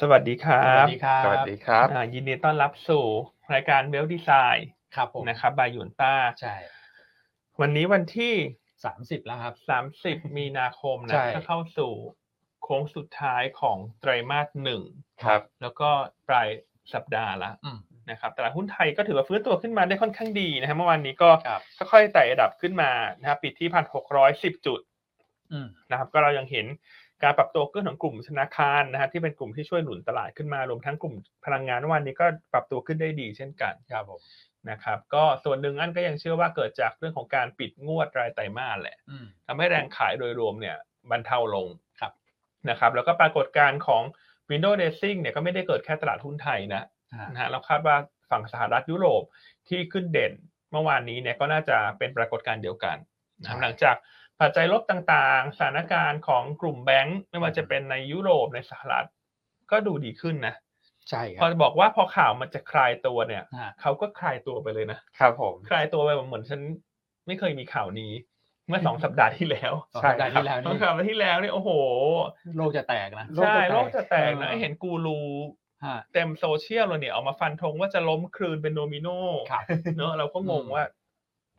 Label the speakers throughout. Speaker 1: สวัสดีครั
Speaker 2: สวั
Speaker 1: บ
Speaker 2: สดีครับ
Speaker 3: สวัสดีครับ
Speaker 1: อ่ายินดีต้อนรับสู่รายการเวลดีไซน์
Speaker 2: ครับผม
Speaker 1: นะครับบายยุนต้า
Speaker 2: ใช่
Speaker 1: วันนี้วันที่
Speaker 2: สามสิบแล้วครับ
Speaker 1: 30 มีนาคมนะ
Speaker 2: ใช่
Speaker 1: ก็เข้าสู่โค้งสุดท้ายของไตรมาสหนึ่ง
Speaker 3: ครับ
Speaker 1: แล้วก็ปลายสัปดาห์ละ
Speaker 2: อืม
Speaker 1: นะครับตลาดหุ้นไทยก็ถือว่าฟื้นตัวขึ้นมาได้ค่อนข้างดีนะฮะเมื่อวานนี้ก็
Speaker 2: ครับ
Speaker 1: ค่อยๆไต่ระดับขึ้นมานะครับปิดที่พันหกร้อยสิบจุด
Speaker 2: อืม
Speaker 1: นะครับก็เรายังเห็นการปรับตัวขึ้นของกลุ่มธนาคารนะครับที่เป็นกลุ่มที่ช่วยหนุนตลาดขึ้นมารวมทั้งกลุ่มพลังงานเมื่อวันนี้ก็ปรับตัวขึ้นได้ดีเช่นกัน
Speaker 2: ครับผม
Speaker 1: นะครับก็ส่วนหนึ่งอันก็ยังเชื่อว่าเกิดจากเรื่องของการปิดงวดรายไตรมาสแหละ
Speaker 2: อืม
Speaker 1: ทำให้แรงขายโดยรวมเนี่ยบรรเทาลง
Speaker 2: ครับ
Speaker 1: นะครับแล้วก็ปรากฏการณ์ของ Windows Racing เนี่ยก็ไม่ได้เกิดแค่ตลาดหุ้นไทยนะ
Speaker 2: อ่า
Speaker 1: นะฮะเราคาดว่าฝั่งสหรัฐยุโรปที่ขึ้นเด่นเมื่อวานนี้เนี่ยก็น่าจะเป็นปรากฏการณ์เดียวกันนะครับ
Speaker 2: ใช่
Speaker 1: หลังจากปัจจัยลบต่างๆ สถานการณ์ของกลุ่มแบงก์ไม่ว่าจะเป็นในยุโรปในสหรัฐก็ดูดีขึ้นนะ
Speaker 2: ใช่ค
Speaker 1: พอ
Speaker 2: รับ
Speaker 1: บอกว่าพอข่าวมันจะคลายตัวเนี่ย
Speaker 2: อ่า
Speaker 1: เขาก็คลายตัวไปเลยนะครับ
Speaker 3: ผม
Speaker 1: คลายตัวไปเหมือนฉันไม่เคยมีข่าวนี้ เมื่อสองสัปดาห์ที่แล้ว
Speaker 2: สอง
Speaker 3: ใช่
Speaker 2: สัปดาห์
Speaker 1: สอง
Speaker 2: ที่แล้ว
Speaker 3: ครับ
Speaker 2: นี่
Speaker 1: สัปดาห์ที่แล้วเนี่ยโอ้โห
Speaker 2: โลกจะแตกนะ
Speaker 3: โลกจะแตก
Speaker 1: ใช่โลกจะแตกนะ
Speaker 2: เออ
Speaker 1: เห็นกูรู
Speaker 2: ฮะ
Speaker 1: เต็มโซเชียลเลยเนี่ยออกมาฟันธงว่าจะล้มคลืนเป็นโดมิโน
Speaker 2: ครับ
Speaker 1: เนอะเราก็งง
Speaker 2: อืม
Speaker 1: ว่า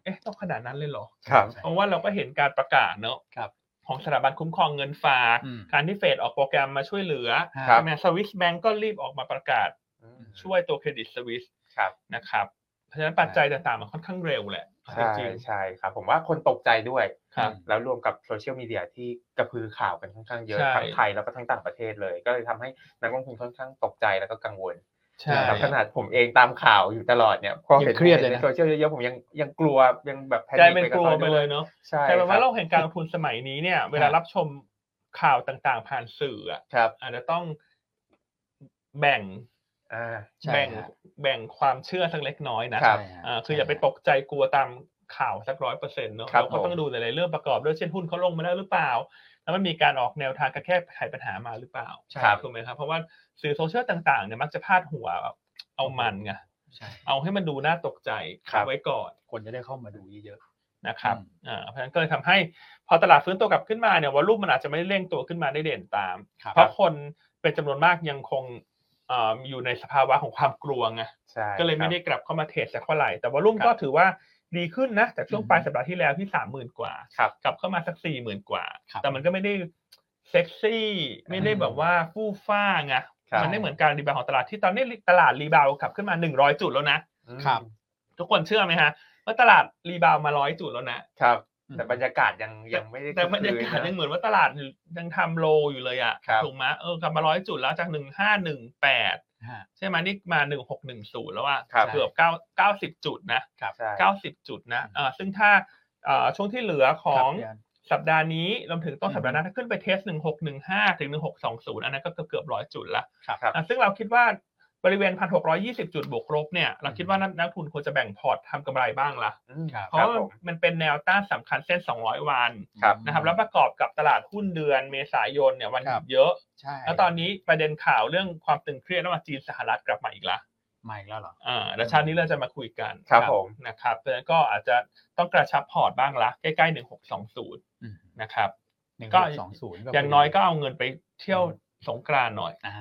Speaker 1: เอ๊ะต้องขนาดนั้นเลยเหรอ
Speaker 3: ครับ
Speaker 1: เพราะว่าเราก็เห็นการประกาศเนอะ
Speaker 2: ครับ
Speaker 1: ของสถาบันคุ้มครองเงินฝาก
Speaker 2: อืม
Speaker 1: การที่เฟดออกโปรแกรมมาช่วยเหลือ
Speaker 3: ครับ
Speaker 1: แม้สวิสแบงก์ก็รีบออกมาประกาศช่วยตัวเครดิตสวิส
Speaker 3: ครับ
Speaker 1: นะครับ เพราะฉะนั้นปัจจัยต่างๆมันค่อนข้างเร็วแหละ
Speaker 3: ใช่
Speaker 1: จริง
Speaker 3: ใช่ครับ ผมว่าคนตกใจด้วย
Speaker 1: ๆครับ
Speaker 3: แล้วรวมกับโซเชียลมีเดียที่กระพือข่าวกันค่อนข้างเยอะ
Speaker 1: ใช่
Speaker 3: ทั้งไทยแล้วก็ทั้งต่างประเทศเลย ก็เลยทำให้นักลงทุนค่อนข้างตกใจแล้วก็กังวล
Speaker 1: ใช่
Speaker 3: นะครับขนาดผมเองตามข่าวอยู่ตลอดเนี่ยพอเห็น
Speaker 2: ยังเครียดเลยนะ
Speaker 3: ในโซเชียลเยอะๆผมยังยังกลัวยังแบบแพนิค
Speaker 1: ใจเป็นกลัว
Speaker 3: ขา
Speaker 1: ไปเลยเนอะ
Speaker 3: ใช่
Speaker 1: แต่แปลว่า
Speaker 3: ค
Speaker 1: โล
Speaker 3: รับ
Speaker 1: กแห่งการลงทุนสมัยนี้เนี่ย เวลารับชมข่าวต่างๆ ผ่านสื่ออะ
Speaker 3: ครับ
Speaker 1: อาจจะต้องแบ่ง
Speaker 3: อ่า
Speaker 2: ใช่
Speaker 1: แบ่ง
Speaker 2: ฮะ
Speaker 1: แบ่งความเชื่อสักเล็กน้อยนะ
Speaker 3: ครับ
Speaker 2: ใช่ฮะ
Speaker 1: อ่าคืออย่าไปตกใจกลัวตามข่าวสักร้อยเปอร์เซ็นต์เนอะ
Speaker 3: ครับ
Speaker 1: เราก็ต้อง
Speaker 3: ผม
Speaker 1: ดูหลายๆเรื่องประกอบด้วยเช่นหุ้นเขาลงมาแล้วหรือเปล่า แล้วมันมีการออกแนวทางการแก้ไขปัญหามาหรือเปล่า
Speaker 2: ใช่
Speaker 3: ครับ
Speaker 1: ถูกไหมครับเพราะว่าสื่อโซเชียลต่างๆเนี่ยมักจะพาดหัวเอามันไง
Speaker 2: ใช่
Speaker 1: เอาให้มันดูน่าตกใจ
Speaker 3: ครับ
Speaker 1: ไว้ก่อน
Speaker 2: คนจะได้เข้ามาดูเยอะ
Speaker 1: นะครับ
Speaker 2: อืม
Speaker 1: อ่าเพราะฉะนั้นก็เลยทำให้พอตลาดฟื้นตัวกลับขึ้นมาเนี่ยวอลุ่มมันอาจจะไม่ได้เร่งตัวขึ้นมาได้เด่นตาม
Speaker 2: ๆครับ
Speaker 1: เพราะคนเป็นจำนวนมากยังคงอ่าอยู่ในสภาวะของความกลัวไง
Speaker 3: ใช่
Speaker 1: ก็เลย
Speaker 3: ครั
Speaker 1: ไม่
Speaker 3: บ
Speaker 1: ได้กลับเข้ามาเทรดสักเท่าไหร่ แต่วอลุ่มก็ถือว่าดีขึ้นนะจากช่วงปลายสัปดาห์ที่แล้วที่สามหมื่นกว่า
Speaker 3: ครับ
Speaker 1: กลับเข้ามาสักสี่หมื่นกว่า
Speaker 2: ครับ
Speaker 1: แต่มันก็ไม่ได้เซ็กซี่ ไม่ได้แบบว่าฟู่ฟ้าไง
Speaker 3: ครับ
Speaker 1: มันไม่เหมือนการรีบาวของตลาดที่ตอนนี้ตลาดรีบาวกลับขึ้นมาหนึ่งร้อยจุดแล้วนะ
Speaker 3: อืม
Speaker 2: ครับ
Speaker 1: ทุกคนเชื่อไหมฮะว่าตลาดรีบาวมาร้อยจุดแล้วนะ
Speaker 3: ครับ
Speaker 2: อืม
Speaker 3: แต่บรรยากาศยังยังไม่ได้
Speaker 1: แต่บรรยากาศ
Speaker 3: คึกคืนนะ
Speaker 1: ยังเหมือนว่าตลาดยังทำโลอยู่เลยอ่ะ
Speaker 3: ครับ
Speaker 1: ถูกไหมเออกลับมาร้อยจุดแล้วจากหนึ่งห้าหนึ่งแปด
Speaker 2: ฮะ
Speaker 1: ใช่ไหมนี่มาหนึ่งหกหนึ่งศูนย์แล้วอ่ะ
Speaker 3: ครับ
Speaker 1: เกือบเก้าเก้าสิบจุดนะ
Speaker 3: ใช่
Speaker 1: 90 จุดนะเอ่อซึ่งถ้าเอ่อช่วงที่เหลือของ
Speaker 2: ครับ
Speaker 1: สัปดาห์นี้รวมถึงต้นสัปดาห์หน้าถ้าขึ้นไปเทส 1615 ถึง 1620 อันนั้นก็เกือบร้อยจุดละ
Speaker 3: ครับ
Speaker 1: อ่ะซึ่งเราคิดว่าบริเวณ 1,620 จุดบวกลบเนี่ย เราคิดว่านักนักทุนควรจะแบ่งพอร์ตทำกำไรบ้างละ
Speaker 3: อืม
Speaker 2: ครับ
Speaker 1: เพราะว่า
Speaker 3: ผม
Speaker 1: มันเป็นแนวต้านสำคัญเส้น 200 วัน
Speaker 3: ครับ
Speaker 1: นะครับ แล้วประกอบกับตลาดหุ้นเดือนเมษายนเนี่ยวันหยุ
Speaker 2: ครั
Speaker 1: ด
Speaker 2: บ
Speaker 1: เยอะ
Speaker 2: ใช่
Speaker 1: แล้วตอนนี้ประเด็นข่าวเรื่องความตึงเครียดระหว่างจีนสหรัฐกลับมาอีกละ
Speaker 2: มาอีกแล้วเหรอ
Speaker 1: อ่าแล้วเชาตินี้เราจะมาคุยกัน
Speaker 3: ครับผม
Speaker 1: นะครับเพราะฉะนั้นก็อาจจะต้องกระชับพอร์ตบ้างละใกล้ๆหนึ่งหกสองศูนย์
Speaker 2: อืม
Speaker 1: นะครับ
Speaker 2: หนึ่ง
Speaker 1: ก็
Speaker 2: สองศูนย์
Speaker 1: อย่างน้อยก็เอาเงินไปเที่ยวสงกรานต์หน่อย
Speaker 2: อ่า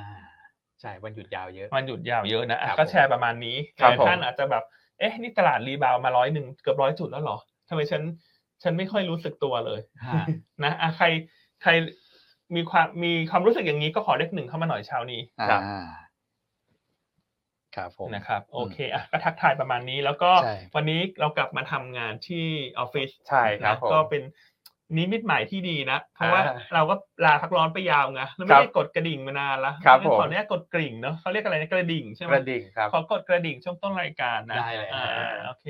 Speaker 2: ใช่วันหยุดยาวเยอะ
Speaker 1: มันหยุดยาวเยอะนะอ่ะ
Speaker 2: ครับ
Speaker 1: ก็แชร์ประมาณนี้
Speaker 3: ครับ
Speaker 1: หลายท่าน
Speaker 3: ผม
Speaker 1: อาจจะแบบเอ๊ะนี่ตลาดรีบาวมาร้อยหนึ่งเกือบร้อยจุดแล้วเหรอทำไมฉันฉันไม่ค่อยรู้สึกตัวเลย
Speaker 2: ฮะ
Speaker 1: นะอ่ะใครใครมีความมีความรู้สึกอย่างนี้ก็ขอเลขหนึ่งเข้ามาหน่อยเช้านี้
Speaker 3: ครับ
Speaker 2: อ่าครับผม
Speaker 1: นะครับโอเคอ่ะก็ทักทายประมาณนี้แล้วก็
Speaker 2: ใช่
Speaker 1: วันนี้เรากลับมาทำงานที่ออฟฟิศ
Speaker 3: ใช่ครับ
Speaker 1: นะ
Speaker 3: ผม
Speaker 1: ก็เป็นนิมิตหมายที่ดีนะ เพราะว่า
Speaker 3: อ่า
Speaker 1: เราก็ลาพักร้อนไปยาวไงแล้ว
Speaker 3: ค
Speaker 1: ไม่
Speaker 3: รับ
Speaker 1: ได้กดกระดิ่งมานานละ
Speaker 3: ครับ
Speaker 1: งั้น
Speaker 3: ผม
Speaker 1: ขออนุญาตกดกริ่งเนาะเขาเรียกอะไรนะกระดิ่งใช่ไหม
Speaker 3: กระดิ่งครับ
Speaker 1: ขอกดกระดิ่งช่วงต้นรายการนะ
Speaker 2: ได้เลย
Speaker 1: อ่า
Speaker 3: อ่า
Speaker 1: โอเค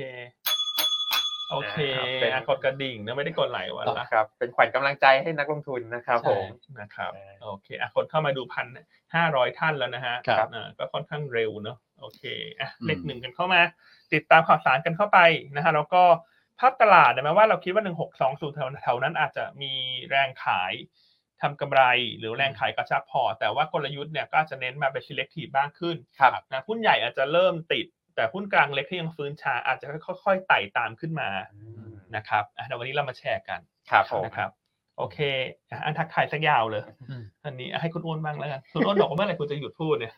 Speaker 1: โอเค
Speaker 3: อ่าเป็น
Speaker 1: อ่ะกดกระดิ่งเนอะไม่ได้กดหลายวันละ
Speaker 3: ครับ เป็นขวัญกำลังใจให้นักลงทุนนะครับ
Speaker 2: ใช่
Speaker 3: ผม
Speaker 1: นะครับโอเคอ่ะคนเข้ามาดูพันห้าร้อยท่านแล้วนะฮะ
Speaker 2: ครับ
Speaker 1: อ่าก็ค่อนข้างเร็วเนอะโอเคอ่ะ
Speaker 2: อืม
Speaker 1: เลขหนึ่งกันเข้ามา ติดตามข่าวสารกันเข้าไปนะฮะแล้วก็ภาพตลาดเนี่ยแม้ว่าเราคิดว่า 1620แถวแถวนั้นอาจจะมีแรงขายทำกำไรหรือแรงขายกระชับพอร์ตแต่ว่ากลยุทธ์เนี่ยก็อาจจะเน้นมาเป็น selective บ้างขึ้น
Speaker 3: ครับ
Speaker 1: นะหุ้นใหญ่อาจจะเริ่มติด แต่หุ้นกลางเล็กที่ยังฟื้นช้าอาจจะค่อยๆไต่ตามขึ้นมา
Speaker 3: อืม
Speaker 1: นะครับอ่ะเดี๋ยววันนี้เรามาแชร์กัน
Speaker 3: ครับผม
Speaker 1: นะครับ โอเคอ่ะอันทักทายสักยาวเลย
Speaker 2: อืม
Speaker 1: อันนี้อ่ะให้คุณอ้วนบ้างแล้วกันคุณอ้วนบอกว่าเมื่อไหร่คุณจะหยุดพูดเนี่ย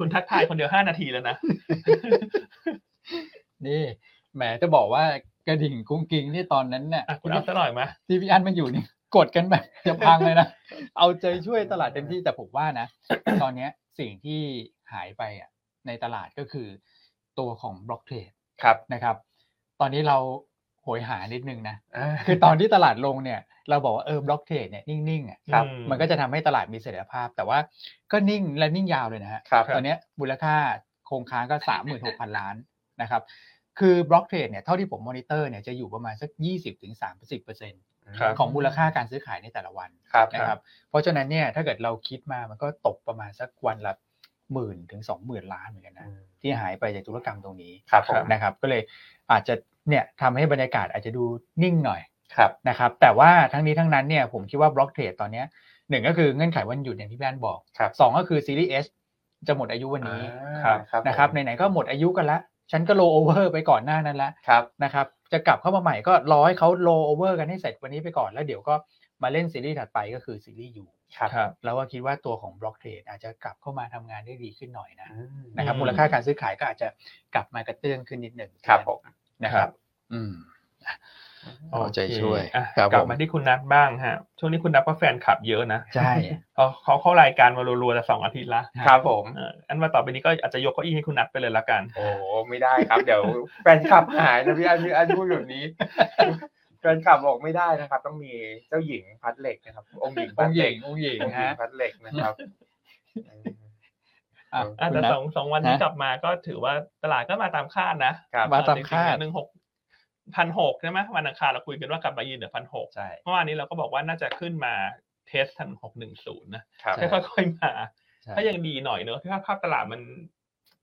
Speaker 1: คุณทักทายคนเดียวห้านาทีแล้วนะ
Speaker 2: นี่แหมจะบอกว่ากระดิ่งกุ้งกิ้งที่ตอนนั้นเนี่ย
Speaker 1: อ่ะคุณเอาซะหน่อยไหม
Speaker 2: ที่พี่อันมันอยู่นี่กดกันแบบจะพังเลยนะ เอาใจช่วยตลาดเต็มที่แต่ผมว่านะ ตอนเนี้ยสิ่งที่หายไปอ่ะในตลาดก็คือตัวของบล็อกเทรด
Speaker 3: ครับ
Speaker 2: นะครับ ตอนนี้เราโหยหานิดนึงนะ คือตอนที่ตลาดลงเนี่ย เราบอกว่าเออบล็อกเทรดเนี่ยนิ่งๆอ่ะ
Speaker 3: ครับ
Speaker 1: อื
Speaker 2: มันก็จะทำให้ตลาดมีเสถียรภาพ แต่ว่าก็นิ่งและนิ่งยาวเลยนะฮะ
Speaker 3: ครับ
Speaker 2: ตอนเนี้ยมูลค่าโครงค้างก็ 36,000 ล้าน นะครับ คือบล็อกเทรดเนี่ยเท่าที่ผมมอนิเตอร์เนี่ยจะอยู่ประมาณสัก 20-30%
Speaker 1: ครับ
Speaker 2: ของมูลค่าการซื้อขายในแต่ละวัน
Speaker 3: ครับ
Speaker 2: นะครับ เพราะฉะนั้นเนี่ยถ้าเกิดเราคิดมามันก็ตกประมาณสักวันละหมื่นถึงสองหมื่นล้านเหมือนกันนะที่หายไปจากธุรกรรมตรงนี้
Speaker 3: ครับผม
Speaker 2: นะครับ ก็เลยอาจจะเนี่ยทำให้บรรยากาศอาจจะดูนิ่งหน่อย
Speaker 3: ครับ
Speaker 2: นะครับแต่ว่าทั้งนี้ทั้งนั้นเนี่ยผมคิดว่าบล็อกเทรดตอนเนี้ยหนึ่งก็คือเงื่อนไขวันหยุดอย่างที่พี่แบนบอก
Speaker 3: ครับ
Speaker 2: สองก็คือซีรีส์ S จะหมดอายุวันนี้
Speaker 3: อ่าครับ
Speaker 2: นะครับไหนๆก็หมดอายุกันละฉันก็โลโอเวอร์ไปก่อนหน้านั้นละ
Speaker 3: ครับ
Speaker 2: นะครับจะกลับเข้ามาใหม่ก็รอให้เขาโลโอเวอร์กันให้เสร็จวันนี้ไปก่อนแล้วเดี๋ยวก็มาเล่นซีรีส์ถัดไปก็คือซีรีส์ U
Speaker 3: ครับ
Speaker 1: ครับ
Speaker 2: แล้วก็คิดว่าตัวของบล็อกเทรดอาจจะกลับเข้ามาทำงานได้ดีขึ้นหน่อยนะ
Speaker 3: อืม
Speaker 2: นะครับ
Speaker 1: อืม
Speaker 2: มูลค่าการซื้อขายก็อาจจะกลับมากระเตื้องขึ้นนิดหนึ่ง
Speaker 3: ครับผม
Speaker 2: นะครับอืม
Speaker 1: โอ
Speaker 2: เอา
Speaker 1: เค
Speaker 2: ใจช่วย
Speaker 1: อ่ะ
Speaker 2: ครับ
Speaker 1: กลับ
Speaker 2: ผม
Speaker 1: มาที่คุณนัทบ้างฮะช่วงนี้คุณนัทว่าแฟนคลับเยอะนะ
Speaker 2: ใช่
Speaker 1: เขาเขาเข้ารายการมารัวๆแต่สองอาทิตย์ละ
Speaker 3: ครับผม
Speaker 1: เอ่ออันมาต่อไปนี้ก็อาจจะยกเก้าอี้ให้คุณนัทไปเลยละกัน
Speaker 3: โอ้ไม่ได้ครับ เดี๋ยวแฟนคลับหายนะพี่อันพี่อันพูดแบบนี้แฟนคลับบอกไม่ได้นะครับ ต้องมีเจ้าหญิงพัดเหล็กนะครับ องค์หญิง
Speaker 2: อ
Speaker 3: พั
Speaker 2: ง
Speaker 3: ด
Speaker 2: ค์ห
Speaker 3: เห
Speaker 2: ญิ
Speaker 3: ล็ก
Speaker 2: งองค์หญิง
Speaker 3: องค์หญิ
Speaker 2: ฮะ
Speaker 3: งพัดเหล็กนะครับอืม
Speaker 2: อ่ะ
Speaker 1: อ่ะ
Speaker 2: คุณ
Speaker 1: แต่
Speaker 2: นัท
Speaker 1: สองสองวันที่
Speaker 2: ฮะ
Speaker 1: กลับมาก็ถือว่าตลาดก็มาตามคาดนะครับ
Speaker 2: มาตามคาด
Speaker 1: หนึ่งหกพันหกใช่ไหมวันอังคารเราคุยกันว่ากลับมายืนเหนือพันหก
Speaker 2: ใช่
Speaker 1: เมื่อวานนี้เราก็บอกว่าน่าจะขึ้นมาเทสทันหกหนึ่งศูนย์นะครับ
Speaker 2: ใช่
Speaker 1: ค่อยๆมา
Speaker 2: ใช่
Speaker 1: ถ้ายังดีหน่อยเนอะถ้าภาพตลาดมัน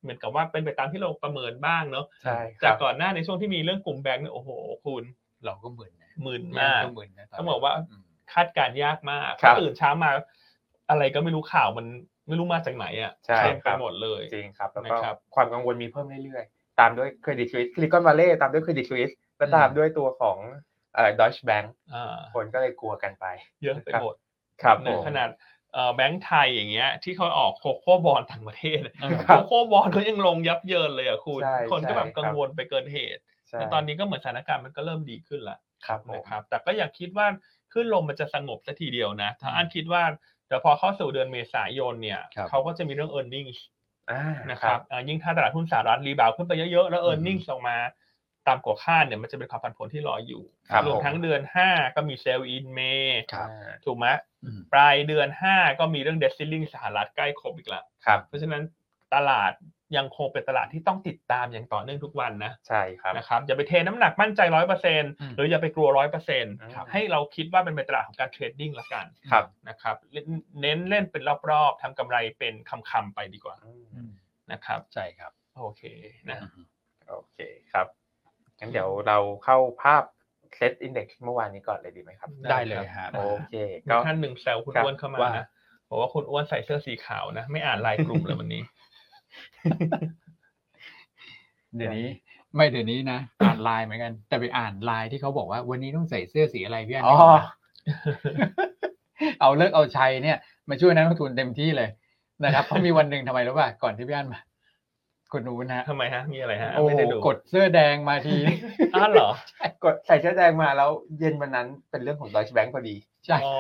Speaker 1: เหมือนกับว่าเป็นไปตามที่เราประเมินบ้างเนอะ
Speaker 3: ใช่ค
Speaker 1: จา
Speaker 3: รั
Speaker 1: ก
Speaker 3: บ
Speaker 1: ก่อนหน้าในช่วงที่มีเรื่องกลุ่มแบงค์เนี่ยโอ้โห คุณ
Speaker 2: เราก็หมื่นนะ
Speaker 1: หมื่นมาก
Speaker 2: ก็หมื่นนะ
Speaker 1: ต้องบอกว่า
Speaker 2: ม
Speaker 1: คาดการณ์ยากมาก
Speaker 3: ครับ
Speaker 1: ตื่นเช้ามา อะไรก็ไม่รู้ข่าวมันไม่รู้มาจากไหนอ่ะ
Speaker 3: ใช่
Speaker 1: เต็มไป
Speaker 3: ครับ
Speaker 1: หมดเลย
Speaker 3: จริงครับ แล้วก็
Speaker 1: นะครับ
Speaker 3: ความกังวลมีเพิ่มเรื่อยๆ ตามด้วยเครดิตสวิสซิลิคอนวัลเลย์ตามด้วยเครดิตสวิสและตามด้วยตัวของเอ่อดอยชแบงก์
Speaker 1: อ่า
Speaker 3: คนก็เลยกลัวกันไป
Speaker 1: เยอะไปหมด
Speaker 3: ครับ
Speaker 1: ใน
Speaker 3: ผม
Speaker 1: ขนาดเอ่อแบงก์ไทยอย่างเงี้ย ที่เขาออกโคโค่บอลต่างประเทศ
Speaker 3: ครั
Speaker 1: โค
Speaker 3: บ
Speaker 1: โค่บอลเขายังลงยับเยินเลยอ่ะคุณ
Speaker 3: ใช่
Speaker 1: คนก็แบบ
Speaker 3: ใช่ครับ
Speaker 1: กังวลไปเกินเหตุ
Speaker 3: ใช่
Speaker 1: แต่ตอนนี้ก็เหมือนสถานการณ์มันก็เริ่มดีขึ้นละ
Speaker 3: ครับผม
Speaker 1: นะครับแต่ก็อยากคิดว่าขึ้นลมมันจะสงบสักทีเดียวนะ ถ้าอันคิดว่าแต่พอเข้าสู่เดือนเมษายนเนี่ยเขาก็จะมีเรื่อง e a r n i n g
Speaker 3: อ่า
Speaker 1: นะครับอ่ายิ่งถ้าตลาดหุ้นสหรัฐรีบาวด์ขึ้นไปเยอะๆ แล้ว e a r n i n g ออกมาตามกว่าคาดเนี่ยมันจะเป็นความผันผวนที่รออยู่
Speaker 3: ครับ
Speaker 1: รวม
Speaker 3: ผม
Speaker 1: ทั้งเดือน 5 ก็มี s a l e in May
Speaker 2: ครับ
Speaker 3: อ่า
Speaker 1: ถูกไหม
Speaker 2: อืม
Speaker 1: ปลายเดือน 5 ก็มีเรื่องเดซิลลิงสหรัฐใกล้ครบอีกแล้ว
Speaker 3: ครับ
Speaker 1: เพราะฉะนั้นตลาดยังคงเป็นตลาดที่ต้องติดตามอย่างต่อเนื่องทุกวันนะ
Speaker 3: ใช่ครับ
Speaker 1: นะครับอย่าไปเทน้ำหนักมั่นใจร้อยเปอร์เซ็นต์หรืออย่าไปกลัวร้อยเปอร์เซ็นต์
Speaker 3: ครับ
Speaker 1: ให้เราคิดว่าเป็นเป็นตลาดของการเทรดดิ้งละกัน
Speaker 3: ครับ
Speaker 1: นะครับเล่นเน้นเล่นเป็นรอบๆทำกำไรเป็นคำๆไปดีกว่า
Speaker 2: อืม
Speaker 1: นะครับ
Speaker 2: ใช่ครับ
Speaker 1: โอเคนะ
Speaker 2: อืม
Speaker 3: โอเคครับงั้นเดี๋ยวเราเข้าภาพเซตอินเด็กซ์เมื่อวานนี้ก่อนเลยดีไหมครับ
Speaker 2: ได้เลยฮะ
Speaker 3: โอเค
Speaker 1: มี
Speaker 3: ก็
Speaker 1: ท่านหนึ่งแซวคุณ
Speaker 3: ครับ
Speaker 1: อ้วนเข้ามา
Speaker 3: ว่า
Speaker 1: นะบอกว่าคุณอ้วนใส่เสื้อสีขาวนะไม่อ่านไลน์กลุ่มเลยวันนี้
Speaker 2: เดี๋ยวนี้ไม่เดี๋ยวนี้นะอ่านไลน์เหมือนกัน แต่ไปอ่านไลน์ที่เขาบอกว่า วันนี้ต้องใส่เสื้อสีอะไรพี่อัน
Speaker 3: อ๋อ
Speaker 2: นึกออกปะเอาเลิกเอาชัยเนี่ยมาช่วยนักลงทุนเต็มที่เลยนะครับเพราะมีวันหนึ่งทำไมรู้ป่ะก่อนที่พี่อันมาคนนู้นนะ
Speaker 1: ทำไมฮะมีอะไรฮะ
Speaker 2: โอ้
Speaker 1: ไม่ได้ดู
Speaker 2: กดเสื้อแดงมาที
Speaker 1: อ้าวเหรอ
Speaker 3: กดใส่เสื้อแดงมาแล้วเย็นวันนั้นเป็นเรื่องของดอยชแบงก์พอดี
Speaker 2: ใช่
Speaker 1: อ๋อ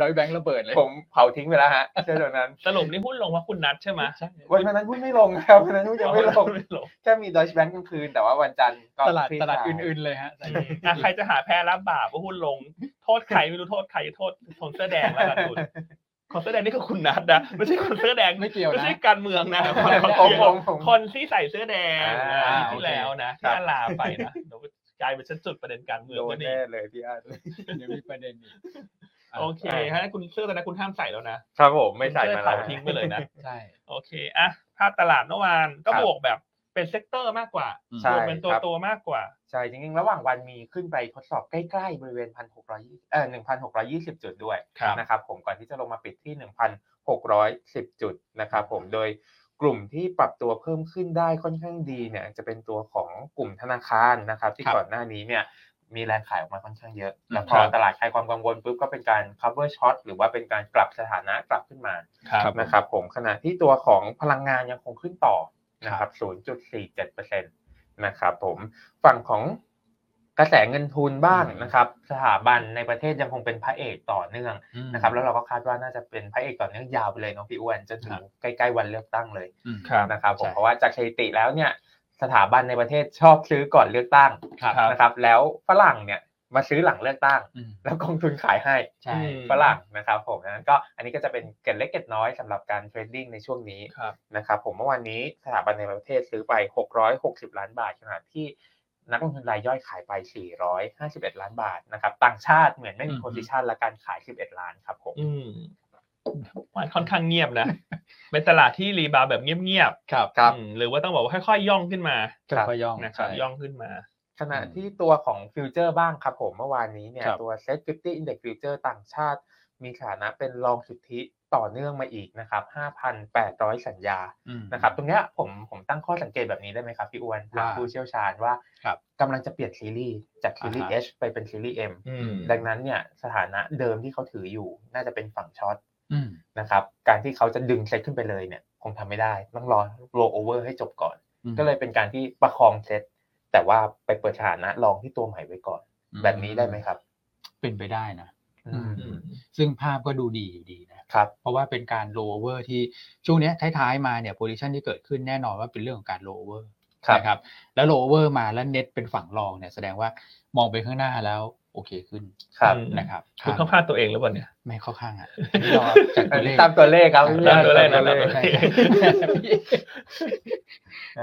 Speaker 2: ดอยแบงค์ระเบิดเลย
Speaker 3: ผมเผาทิ้งไปแล้วฮะเสื้อตัวนั้น
Speaker 1: สรุปนี่หุ้นลงเพราะคุณนัดใช่ไหม
Speaker 2: ใช่
Speaker 3: วันนั้นหุ้นไม่ลงครับวันนั้นหุ้นยังไม่ลง
Speaker 1: ไม่ลง
Speaker 3: แค่มีดอยชแบงก์กลางคืน แต่ว่าวันจันทร์ก็
Speaker 2: ตลาด
Speaker 3: คย
Speaker 2: ตลาด
Speaker 3: คย
Speaker 2: อื่นๆเลยฮะ
Speaker 1: อ่ะใครจะหาแพ้รับบาปว่าหุ้นลง โทษใครไม่รู้โทษใครโทษคนเสื้อแดงแล้วกัน คุณคนเสื้อแดงนี่คือคุณนัดนะไม่ใช่คนเสื้อแดง
Speaker 2: ไม่เกี่ยว
Speaker 1: ไม่
Speaker 2: นะ
Speaker 1: ใช่การเมืองนะคน
Speaker 2: ๆ
Speaker 1: คน
Speaker 3: ผม
Speaker 1: เดีย
Speaker 3: ผ
Speaker 1: ว
Speaker 3: มผม
Speaker 1: คนที่ใส่เสื้อแดง
Speaker 3: อ่า
Speaker 1: อาทิตย์ที่แล้วนะที่อาลาไปนะเดี๋ยวกลายเป็นฉันจุดประเด็นการเมือง
Speaker 3: โด
Speaker 1: ก็
Speaker 3: น
Speaker 1: ดี
Speaker 3: แน่เลยพี่อัน
Speaker 2: ยังมีประเด็นอีก
Speaker 1: โอเคฮะคุณเสื้อตอนนั้นคุณห้ามใส่แล้วนะครับ
Speaker 3: ผมไม่ใส่
Speaker 1: คุณ
Speaker 3: มา
Speaker 1: เสื้อ
Speaker 3: แล้
Speaker 1: เผาว ทิ้งไปเลยนะ
Speaker 2: ใช่
Speaker 1: โอเคอ่ะภาพตลาดเมื่อวานก็
Speaker 3: ครับ
Speaker 1: บวกแบบเป็นเซกเตอร์มากกว่า
Speaker 3: ใช่
Speaker 1: บวกเป็นตัว
Speaker 3: ครับ
Speaker 1: ตัวมากกว่า
Speaker 3: ใช่จริงๆ ระหว่างวันมีขึ้นไปทดสอบใกล้ๆ บริเวณ 1,620เอ่อ1,620 จุดด้วย
Speaker 1: ครับ
Speaker 3: นะครับผมก่อนที่จะลงมาปิดที่ 1,610 จุดนะครับผมโดยกลุ่มที่ปรับตัวเพิ่มขึ้นได้ค่อนข้างดีเนี่ยจะเป็นตัวของกลุ่มธนาคารนะครับ ที่
Speaker 1: ครับ
Speaker 3: ก่อนหน้านี้เนี่ย มีแรงขายออกมาค่อนข้างเยอะ แล้วพ
Speaker 1: ค
Speaker 3: อ
Speaker 1: รับ
Speaker 3: ตลาดคลายความกังวลปุ๊บก็เป็นการ cover short หรือว่าเป็นการกลับสถานะกลับขึ้นมา
Speaker 1: ครับ
Speaker 2: ครับ
Speaker 3: นะครับผมขณะที่ตัวของพลังงานยังคงขึ้นต่อนะครับ 0.47%นะครับผมฝั่งของกระแสเงินทุนบ้าง
Speaker 2: อืม
Speaker 3: นะครับ สถาบันในประเทศยังคงเป็นพระเอกต่อเนื่องนะครับ แล้วเราก็คาดว่าน่าจะเป็นพระเอกต่อเนื่องยาวไปเลยน้องพี่อ้วนจนถึงใกล้ๆวันเลือกตั้งเลย
Speaker 2: อืม
Speaker 1: ครับ
Speaker 3: นะครับผม
Speaker 2: ใช่
Speaker 3: เพราะว่าจากสถิติแล้วเนี่ย สถาบันในประเทศชอบซื้อก่อนเลือกตั้ง
Speaker 2: ครับ
Speaker 1: ครับ
Speaker 3: นะครับ แล้วฝรั่งเนี่ยมาซื้อหลังเลือกตั้ง
Speaker 2: อืม
Speaker 3: แล้วกองทุนขายให้
Speaker 2: ใช่
Speaker 1: อืม
Speaker 3: ฝรั่งนะครับผมนั้นก็อันนี้ก็จะเป็นเกร็ดเล็กเกร็ดน้อยสำหรับการเทรดดิ้งในช่วงนี้
Speaker 1: ครับ
Speaker 3: นะครับผมเมื่อวานนี้สถาบันในประเทศซื้อไป 660 ล้านบาทขณะที่นักลงทุนรายย่อยขายไป 451 ล้านบาทนะครับต่างชาติเหมือนไม่มี
Speaker 2: อืม
Speaker 3: โพซิชันและการขาย 11 ล้านครับผม
Speaker 1: อืมมันค่อนข้างเงีย บนะ เป็นตลาดที่รีบาวด์แบบเงียบ
Speaker 2: ครับ
Speaker 1: ๆอืมหรือว่าต้องบอกว่าค่อยๆย่องขึ้นมา
Speaker 3: ครับ
Speaker 2: ค่อยๆย่อง
Speaker 1: นะครับ
Speaker 2: ใช่
Speaker 1: ย่องขึ้นมา
Speaker 3: ขณะที่ตัวของฟิวเจอร์บ้างครับผมเมื่อวานนี้เนี่ย
Speaker 2: ครับ
Speaker 3: ตัว Set 50 Index Future ต่างชาติมีฐานะเป็นรองสุทธิต่อเนื่องมาอีกนะครับ5,800 สัญญา
Speaker 2: อืม
Speaker 3: นะครับตรงเนี้ยผมผมตั้งข้อสังเกตแบบนี้ได้ไหมครับพี่อ้วนทาง
Speaker 2: ว่า
Speaker 3: ผู้เชี่ยวชาญว่า
Speaker 2: ครับ
Speaker 3: กำลังจะเปลี่ยนซีรีส์จากซีรีส์
Speaker 2: อ่าฮะ
Speaker 3: H ไปเป็นซีรีส์ M
Speaker 1: อืม
Speaker 3: ดังนั้นเนี่ยสถานะเดิมที่เขาถืออยู่ น่าจะเป็นฝั่งช็อต
Speaker 2: อืม
Speaker 3: นะครับการที่เขาจะดึงเซ็ตขึ้นไปเลยเนี่ยคงทำไม่ได้ต้องรอโรโอเวอร์ให้จบก่อน
Speaker 2: อืม
Speaker 3: ก็เลยเป็นการที่ประคองเซ็ตแต่ว่าไปเปิดสถานะลองที่ตัวใหม่ไว้ก่อน แบบนี้ได้ไหมครับ
Speaker 2: เป็นไปได้นะ
Speaker 3: อืม
Speaker 1: อืม
Speaker 2: ซึ่งภาพก็ดูดีอยู่ดีนะ
Speaker 3: ครับ
Speaker 2: เพราะว่าเป็นการ lower ที่ช่วงเนี้ยท้ายๆมาเนี่ย position ที่เกิดขึ้นแน่นอนว่าเป็นเรื่องของการ lower นะครับ แล้ว lower มาแล้ว net เป็นฝั่งรองเนี่ยแสดงว่ามองไปข้างหน้าแล้วโอเคขึ้น
Speaker 3: ครับ
Speaker 1: อืม
Speaker 2: นะครับ
Speaker 1: คุณเข้าข้างตัวเองหรือเปล่าเนี่ย
Speaker 2: ไม่เข้าข้างอ่ะนี่เราจากตัวเลข
Speaker 3: ตามตัวเลขครับ
Speaker 1: ตามตัวเลขนะ
Speaker 3: ตามตัวเลข
Speaker 2: ใช่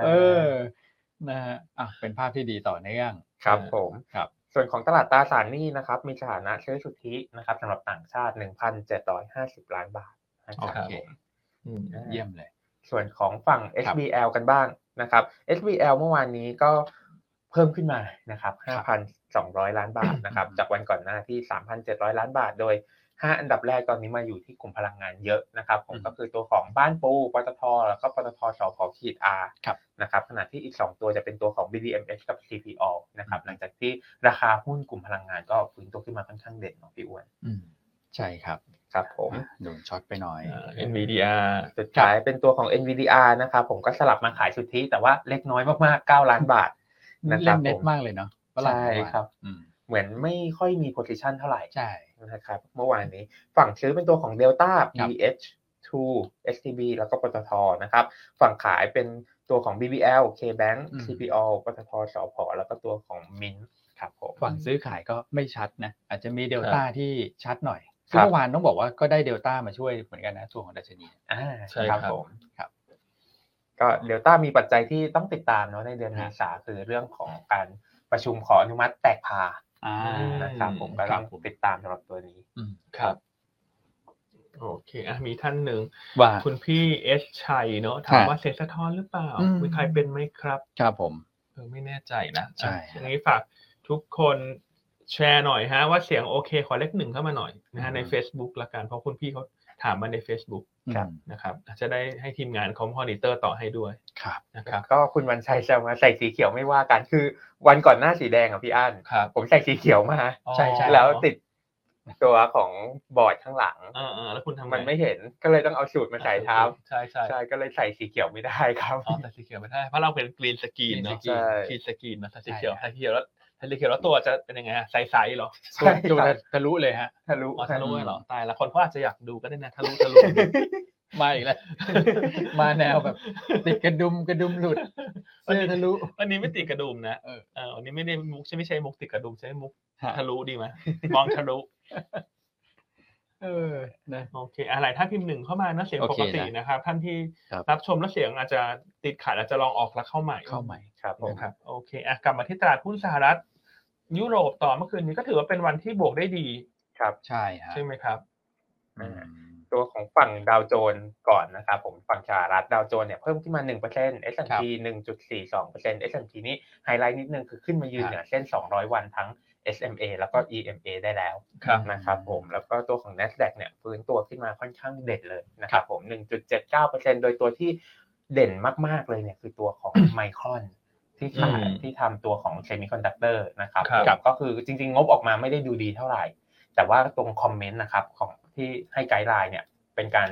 Speaker 2: เออนะฮะอ่ะเป็นภาพที่ดีต่อเนื่อง
Speaker 3: ครับผม
Speaker 2: ครับ
Speaker 3: ส่วนของตลาดตราสารหนี้นะครับมีสถานะซื้อสุทธินะครับสำหรับต่างชาติ 1,750 ล้านบาทนะค
Speaker 2: โอ
Speaker 3: รับ
Speaker 2: เค
Speaker 3: ผม
Speaker 1: อืม
Speaker 2: เยี่ยมเลย
Speaker 3: ส่วนของฝั่ง
Speaker 2: ครับ
Speaker 3: SBL กันบ้างนะครับ SBL เมื่อวานนี้ก็เพิ่มขึ้นมานะครับ
Speaker 2: ครับ
Speaker 3: 5,200 ล้านบาท นะครับจากวันก่อนหน้าที่ 3,700 ล้านบาท โดย 5 อันดับแรกตอนนี้มาอยู่ที่กลุ่มพลังงานเยอะนะครับผมก็คือตัวของบ้านปูปตทแล้วก็ปตทสพขีด R นะครับขณะที่อีก 2 ตัวจะเป็นตัวของ BDMs กับ CPO นะครับหลังจากที่ราคาหุ้นกลุ่มพลังงานก็ฟื้นตัวขึ้นมาค่อนข้างเด่นเนาะพี่อ้วน
Speaker 2: อืมใช่ครับ
Speaker 3: ครับผม
Speaker 2: อ่ะโดนช็อตไปหน่อย
Speaker 1: อ่า NVDR
Speaker 3: สุดท้ายเป็นตัวของ NVDR นะครับผมก็สลับมาขายสุทธิแต่ว่าเล็กน้อยมากๆ 9 ล้านบาทนะค
Speaker 2: เล่
Speaker 3: รับ
Speaker 2: นเน็ต
Speaker 3: ผม
Speaker 2: มากเลยเนาะฝง
Speaker 3: ใช่ครับ
Speaker 2: อืม
Speaker 3: เหมือนไม่ค่อยมีโพ i ิชันเท่าไหร่
Speaker 2: ใช่
Speaker 3: นะครับเมื่อวานนี้ฝั่งซื้อเป็นตัวของ Delta
Speaker 2: ครับ
Speaker 3: BH 2 STB แล้วก็ปตทนะครับฝั่งขายเป็นตัวของ BBL KBank
Speaker 2: อืม
Speaker 3: CPO ปตทสพแล้วก็ตัวของ Mint ครับผม
Speaker 2: ฝั่งซื้อขายก็ไม่ชัดนะ อาจจะมีเดลต้าที่ชัดหน่อย
Speaker 3: ครับ
Speaker 2: ซึ่งเมื่อวานต้องบอกว่าก็ได้เดลต้ามาช่วยเหมือนกันนะส่วนของดัชนี
Speaker 3: อ่า
Speaker 1: ใช่ครับ
Speaker 3: ผม
Speaker 2: ครับ
Speaker 3: ก็เดลต้ามีปัจจัยที่ต้องติดตามเนาะในเดือน
Speaker 2: ครั
Speaker 3: เม
Speaker 2: บ
Speaker 3: ษาคือเรื่องของการประชุมขออนุมัติแตกพา
Speaker 2: อ่า
Speaker 3: นะครับผมก็ต้องติดตามสำหรับตัวนี้
Speaker 2: อืม
Speaker 1: ครับ โอเคอ่ะมีท่านหนึ่ง
Speaker 2: ว่า
Speaker 1: คุณพี่เอสชัยเนาะถามว่าเสร็จสะท้อนหรือเปล่า
Speaker 2: อืม
Speaker 1: มีใครเป็นไหมครับ
Speaker 2: ครับผม
Speaker 1: เออไม่แน่ใจนะ
Speaker 2: ใช่
Speaker 1: อ่ะอย่างนี้ฝากทุกคนแชร์หน่อยฮะ ว่าเสียงโอเค ขอเลขหนึ่งเข้ามาหน่อยนะฮะ
Speaker 2: อืม
Speaker 1: ใน Facebook ละกัน เพราะคุณพี่เขาถามมาใน Facebook
Speaker 3: ครับ
Speaker 2: อืม
Speaker 1: นะครับ จะได้ให้ทีมงานเขามอนิเตอร์ต่อให้ด้วย
Speaker 2: ครับ
Speaker 1: นะครับ
Speaker 3: ก็คุณวันชัยจะมาใส่สีเขียวไม่ว่ากันคือวันก่อนหน้าสีแดงอ่ะพี่อั้น
Speaker 1: ครับ
Speaker 3: ผมใส่สีเขียวมา
Speaker 1: อ๋อ
Speaker 2: ใช่ใช่
Speaker 3: แล้วติดตัวของบอร์ดข้างหลัง
Speaker 1: เออเออแล้วคุณทำง
Speaker 3: มันไม่เห็นก็เลยต้องเอาสูตรมาใส่ทับ
Speaker 1: ใช่ใช่
Speaker 3: ใช่ก็เลยใส่สีเขียวไม่ได้ครับ
Speaker 1: อ๋อแต่สีเขียวไม่ได้เพราะเราเป็นกรีนสกรีน
Speaker 2: Green
Speaker 1: เนาะ
Speaker 2: screen
Speaker 3: ใช่
Speaker 1: กรีนสกรีนเนาะแต่สีเขียวสีเขียวแล้วสีเขียวแล้วตัวจะเป็นยังไงอะใสๆเหรอ
Speaker 3: ใช่
Speaker 2: ดู
Speaker 3: ครับ
Speaker 2: ทะลุเลยฮะ
Speaker 3: ทะลุ
Speaker 1: อ๋อทะลุ
Speaker 2: ใช่
Speaker 1: เหรอตายละคนเขาอาจจะอยากดูก็ได้นะทะลุ ทะลุ
Speaker 2: มาอีกแล้ว มาแนวแบบ ติดกระดุมกระดุมหลุดเสื้อทะลุ
Speaker 1: วันนี้ไม่ติดกระดุมนะ
Speaker 2: เออ
Speaker 1: เออวันนี้ไม่ได้มุกใช่ไม่ใช่มุกติดกระดุมใช้มุก
Speaker 2: ฮะ
Speaker 1: ทะลุดีไหมมองทะลุ
Speaker 2: เออนะ
Speaker 1: โอเค อะไรถ้าพิมพ์หนึ่งเข้ามานะเสียง
Speaker 2: โอ
Speaker 1: ป
Speaker 2: เค
Speaker 1: กติ
Speaker 2: นะ
Speaker 1: นะครับ ท่านที่
Speaker 2: ครับ
Speaker 1: รับชมแล้วเสียงอาจจะติดขัดอาจจะลองออกแล้วเข้าใหม่
Speaker 2: เข้าใหม่
Speaker 3: ครับผม
Speaker 1: นะครับโอเคอ่ะกลับมาที่ตลาดหุ้นสหรัฐ ยุโรปต่อเมื่อคืนนี้ก็ถือว่าเป็นวันที่บวกได้ดี
Speaker 2: ใช่ฮะ
Speaker 1: ใช่ไหมครับ
Speaker 2: อืม
Speaker 3: ตัวของฝั่งดาวโจนส์ก่อนนะครับผมฝั่งสหรัฐดาวโจนส์เนี่ยเพิ่มขึ้นมา 1% S&P 1.42% S&P นี้ไฮไลท์นิดนึงคือขึ้นมายืน
Speaker 2: ครับ
Speaker 3: เหนือเส้น 200 วันทั้ง SMA แล้วก็ EMA ได้แล้ว
Speaker 1: ครับ
Speaker 3: นะครับผมแล้วก็ตัวของ NASDAQ เนี่ยฟื้นตัวขึ้นมาค่อนข้างเด่นเลยนะครับผม 1.79%โดยตัวที่เด่นมาก ๆ เลยเนี่ยคือตัวของ ไมครอน ที่ขาย
Speaker 1: อืม
Speaker 3: ที่ทำตัวของเซมิคอนดักเตอร์นะครับ
Speaker 1: ครับ
Speaker 3: ผมก็คือจริงๆ งบออกมาไม่ได้ดูดีเท่าไหร่ แต่ว่าตรงคอมเมนต์นะครับของที่ให้ไกด์ไลน์เนี่ยเป็นการ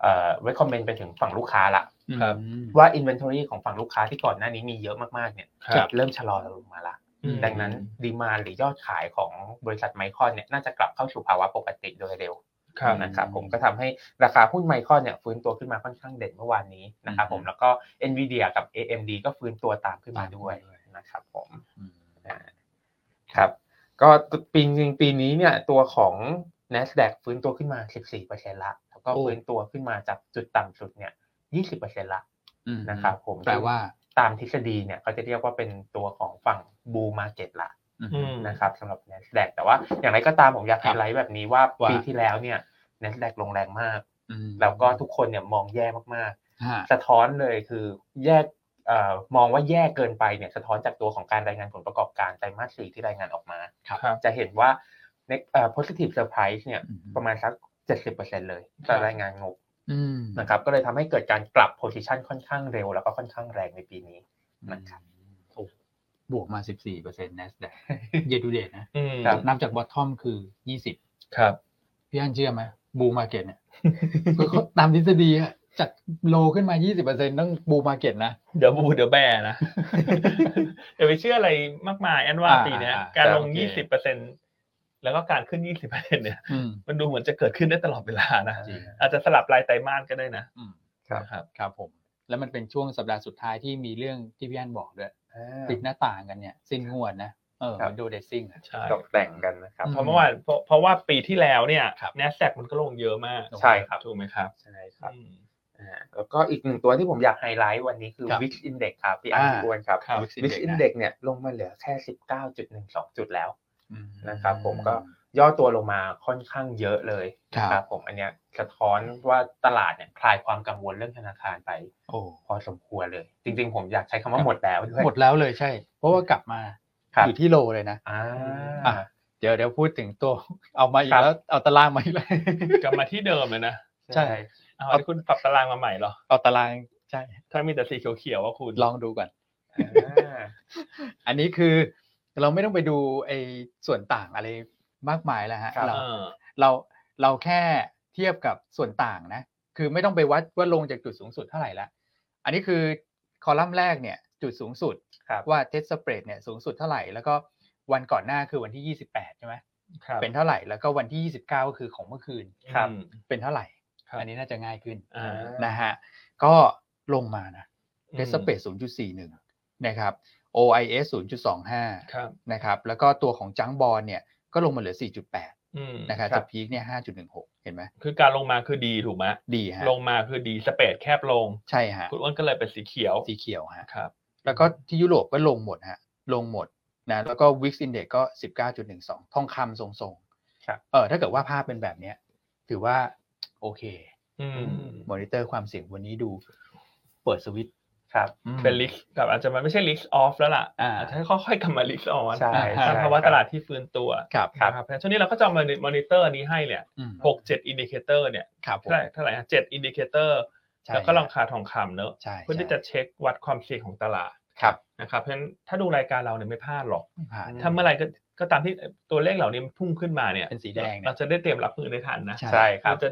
Speaker 3: เอ่อ recommend ไปถึงฝั่งลูกค้าละ
Speaker 1: ครับ
Speaker 2: อืม
Speaker 3: ว่า inventory ของฝั่งลูกค้าที่ก่อนหน้านี้มีเยอะมากๆเนี่ย
Speaker 1: ครับ
Speaker 3: เริ่มชะลอลงมาละ
Speaker 1: อืม
Speaker 3: ดังนั้นดีมาหรือยอดขายของบริษัทไมคอนเนี่ยน่าจะกลับเข้าสู่ภาวะปกติโดยเร็ว
Speaker 1: ครับ
Speaker 3: นะครับผมก็ทำให้ราคาหุ้นไมคอนเนี่ยฟื้นตัวขึ้นมาค่อนข้างเด่นเมื่อวานนี้นะครับผม
Speaker 2: อืม
Speaker 3: แล้วก็ NVIDIA กับ AMD ก็ฟื้นตัวตามขึ้นมาด้วยนะครับผม
Speaker 2: อืม
Speaker 3: ครับก็ปีจริงๆปีนี้เนี่ยตัวของ NASDAQ ฟื้นตัวขึ้นมา 14%ละแล้วก็
Speaker 2: โอ้
Speaker 3: ฟื้นตัวขึ้นมาจากจุดต่ำสุดเนี่ย 20%ละ
Speaker 2: อืม
Speaker 3: นะครับผม
Speaker 2: แปลว่า
Speaker 3: ตามทฤษฎีเนี่ยเขาจะเรียกว่าเป็นตัวของฝั่ง bull market ละ
Speaker 1: อืม
Speaker 3: นะครับสำหรับ NASDAQ แต่ว่าอย่างไรก็ตามผมอยากไฮไลท์แบบนี้ว่า
Speaker 1: ว่า
Speaker 3: ปีที่แล้วเนี่ย NASDAQ ลงแรงมาก
Speaker 2: อืม
Speaker 3: แล้วก็ทุกคนเนี่ยมองแย่มาก
Speaker 2: ฮะ
Speaker 3: ๆ สะท้อนเลยคือแยกเอ่อมองว่าแย่เกินไปเนี่ยสะท้อนจากตัวของการรายงานผลประกอบการไตรมาสสี่ที่รายงานออกมา
Speaker 1: ครับ
Speaker 3: จะเห็นว่าในเอ่อ positive surprise เนี่ย
Speaker 2: อืม
Speaker 3: ประมาณสัก 70%เลย
Speaker 1: ครั
Speaker 3: จาก
Speaker 1: บ
Speaker 3: รายงานงบ
Speaker 2: อืม
Speaker 3: นะครับ ก็เลยทำให้เกิดการกลับ position ค่อนข้างเร็ว แล้วก็ค่อนข้างแรงในปีนี้ นะครับ
Speaker 2: โอ้บวกมา 14เปอร์เซ็นต์ NASDAQ เยดูเดตนะ
Speaker 1: อืม
Speaker 3: ครับ
Speaker 2: นับจากบอททอมคือ 20
Speaker 1: ครับ
Speaker 2: พี่อันเชื่อไหมบูมาเก็ต เนี่ย ก็ตามทฤษฎีอะจากโลขึ้นมา 20%ต้องบูมาเก็ตนะ
Speaker 1: เดี๋ยวบูเดี๋ยวแบนะ อย่าไปเชื่ออะไรมากมายแอนว่า
Speaker 2: อ่า
Speaker 1: ปีเนี้ย
Speaker 2: อ่า
Speaker 1: การลง
Speaker 3: โอเค
Speaker 1: 20%เปอร์เซ็นแล้วก็การขึ้น 20%เปอร์เซ็นเนี่ย
Speaker 2: อืม
Speaker 1: มันดูเหมือนจะเกิดขึ้นได้ตลอดเวลานะ
Speaker 2: จริง
Speaker 1: อาจจะสลับรายไตรมาสก็ได้นะ
Speaker 2: อืม
Speaker 3: ครับ
Speaker 1: นะครับ
Speaker 2: ครับผม แล้วมันเป็นช่วงสัปดาห์สุดท้ายที่มีเรื่องที่พี่อันบอกด้วย
Speaker 3: อ่า
Speaker 2: ปิดหน้าต่างกันเนี่ย สิ้นงวดนะเออ
Speaker 3: ครับ
Speaker 2: มันดูเดซซิ่งอะ
Speaker 1: ใช่
Speaker 3: ตกแต่งกันนะครับ
Speaker 2: อื
Speaker 1: เพราะเมื่อวานเพราะเพราะว่าปีที่แล้วเนี่ย
Speaker 2: ครับ
Speaker 1: เนสแสกมันก็ลงเยอะมาก
Speaker 3: ใช่ครับ
Speaker 1: ถูกไหมครับ
Speaker 3: ใช่ครับ
Speaker 1: อืม
Speaker 3: อ่าแล้วก็อีกหนึ่งตัวที่ผมอยากไฮไลท์วันนี้คือ
Speaker 2: ครับ
Speaker 3: Wix Index ครับพี่อัน
Speaker 2: อ่า
Speaker 3: พี่อ้วนครับ
Speaker 1: ครับ
Speaker 2: Wix
Speaker 3: Wix
Speaker 2: Index นะ
Speaker 3: Index เนี่ยลงมาเหลือแค่ 19.12 จุดแล้ว
Speaker 2: อืม
Speaker 3: นะครับผมก็ ย่อตัวลงมาค่อนข้างเยอะเลย
Speaker 2: ครับ
Speaker 3: นะครับผมอันเนี้ยสะท้อนว่าตลาดเนี่ยคลายความกังวลเรื่องธนาคารไป
Speaker 2: โอ้
Speaker 3: พอสมควรเลย จริงๆ ผมอยากใช้
Speaker 2: ค
Speaker 3: คำ
Speaker 2: รั
Speaker 3: ว่า
Speaker 2: บ
Speaker 3: หมดแล้วด้วย
Speaker 2: หมดแล้วเลยใช่ เพราะว่ากลับมา
Speaker 3: ครับ
Speaker 2: อยู่ที่โลเลยนะ
Speaker 3: อ่า
Speaker 2: อ่ะ เดี๋ยวเดี๋ยวพูดถึงตัว เอามาอี
Speaker 3: ครั
Speaker 2: ก
Speaker 3: บ
Speaker 2: แล้วเอาตารางมาอีกแล้ว
Speaker 1: กลับมาที่เดิมเลยนะ
Speaker 2: ใช่
Speaker 1: เอาอันนี้คุณปรับตารางมาใหม่เหรอ
Speaker 2: เอาตารางใช่
Speaker 1: ถ้ามีแต่สีเขียวๆว่าคุณ
Speaker 2: ลองดูก่อน
Speaker 3: อ่า
Speaker 2: อันนี้คือเราไม่ต้องไปดูไอ้ส่วนต่างอะไรมากมายแล้วฮะ
Speaker 3: ครับ
Speaker 2: เรา
Speaker 1: เออ
Speaker 2: เราเราแค่เทียบกับส่วนต่างนะ คือไม่ต้องไปวัดว่าลงจากจุดสูงสุดเท่าไหร่ละอันนี้คือคอลัมน์แรกเนี่ยจุดสูงสุด
Speaker 3: ครับ
Speaker 2: ว่าเทสสเปรดเนี่ยสูงสุดเท่าไหร่ แล้วก็วันก่อนหน้าคือวันที่ 28 ใช่ไหม
Speaker 1: ครับ
Speaker 2: เป็นเท่าไหร่แล้วก็วันที่ 29 ก็คือของเมื่อคืน
Speaker 3: ครับ
Speaker 1: อืม
Speaker 2: เป็นเท่าไหร่
Speaker 1: ครับ
Speaker 2: อันนี้น่าจะง่ายขึ้น
Speaker 1: อ่า
Speaker 2: นะฮะก็ลงมานะ
Speaker 1: อืม
Speaker 2: เดสเปซ0.41 นะครับ OIS 0.25
Speaker 1: ครับ
Speaker 2: นะครับ แล้วก็ตัวของจังบอลเนี่ยก็ลงมาเหลือ 4.8
Speaker 1: อืม
Speaker 2: นะครับ
Speaker 3: ครับ
Speaker 2: จากพีคเนี่ย 5.16 เห็นไหม
Speaker 1: คือการลงมาคือดีถูกไหม
Speaker 2: ดีฮะ
Speaker 1: ลงมาคือดีสเปดแคบลง
Speaker 2: ใช่ฮะ
Speaker 1: คุณอ้วนก็เลยเป็นสีเขียว
Speaker 2: สีเขียวฮะ
Speaker 1: ครับ
Speaker 2: แล้วก็ที่ยุโรปก็ลงหมดฮะลงหมดนะแล้วก็ Wix Index ก็ 19.12 ทองคำทรง
Speaker 3: ครับ
Speaker 2: ๆเออถ้าเกิดว่าภาพเป็นแบบเนี้ยถือว่าโอเค
Speaker 1: อืม
Speaker 2: มอนิเตอร์ความเสี่ยงวันนี้ดู เปิดสวิตช์
Speaker 3: ครับ
Speaker 1: เป็นลิสกับอาจจะมันไม่ใช่ลิสออฟแล้วล่ะ
Speaker 2: อ่า
Speaker 1: อาจจะค่อยๆกลับมาลิสออน
Speaker 3: ใช่
Speaker 2: อ่า
Speaker 3: ใช่
Speaker 1: ตามภาวะตลาดที่ฟื้นตัว
Speaker 2: ครับ
Speaker 3: ครับ
Speaker 1: นะเพราะฉะนั้นช่วงนี้เราก็จะมอนิเตอร์นี้ให้เนี่ย
Speaker 2: อืม
Speaker 1: หกเจ็ดอินดิเคเตอร์เนี่ย
Speaker 2: ครับผม
Speaker 1: เท่าไหร่เท่าไหร่เจ็ดอินดิเคเตอร์
Speaker 2: ใช่
Speaker 1: แล้วก็ราคาทองคำเนอะ
Speaker 2: ใช่
Speaker 1: เพื่อที่จะเช็ควัดความเสี่ยงของตลาด
Speaker 2: ครับ
Speaker 1: นะครับเพราะฉะนั้นถ้าดูรายการเราเนี่ยไม่พลาดหรอก
Speaker 2: ไม่ผ่าน
Speaker 1: ถ้าเมื่อไหรก็ก็ตามที่ตัวเลขเหล่านี้มันพุ่งขึ้นมาเนี่ย
Speaker 2: เป็นสีแดงเนี่ย
Speaker 1: เราจะได้เตรียมรับมือได้ทันนะ
Speaker 3: ใช่ครั
Speaker 1: เรา
Speaker 3: บ
Speaker 1: จะ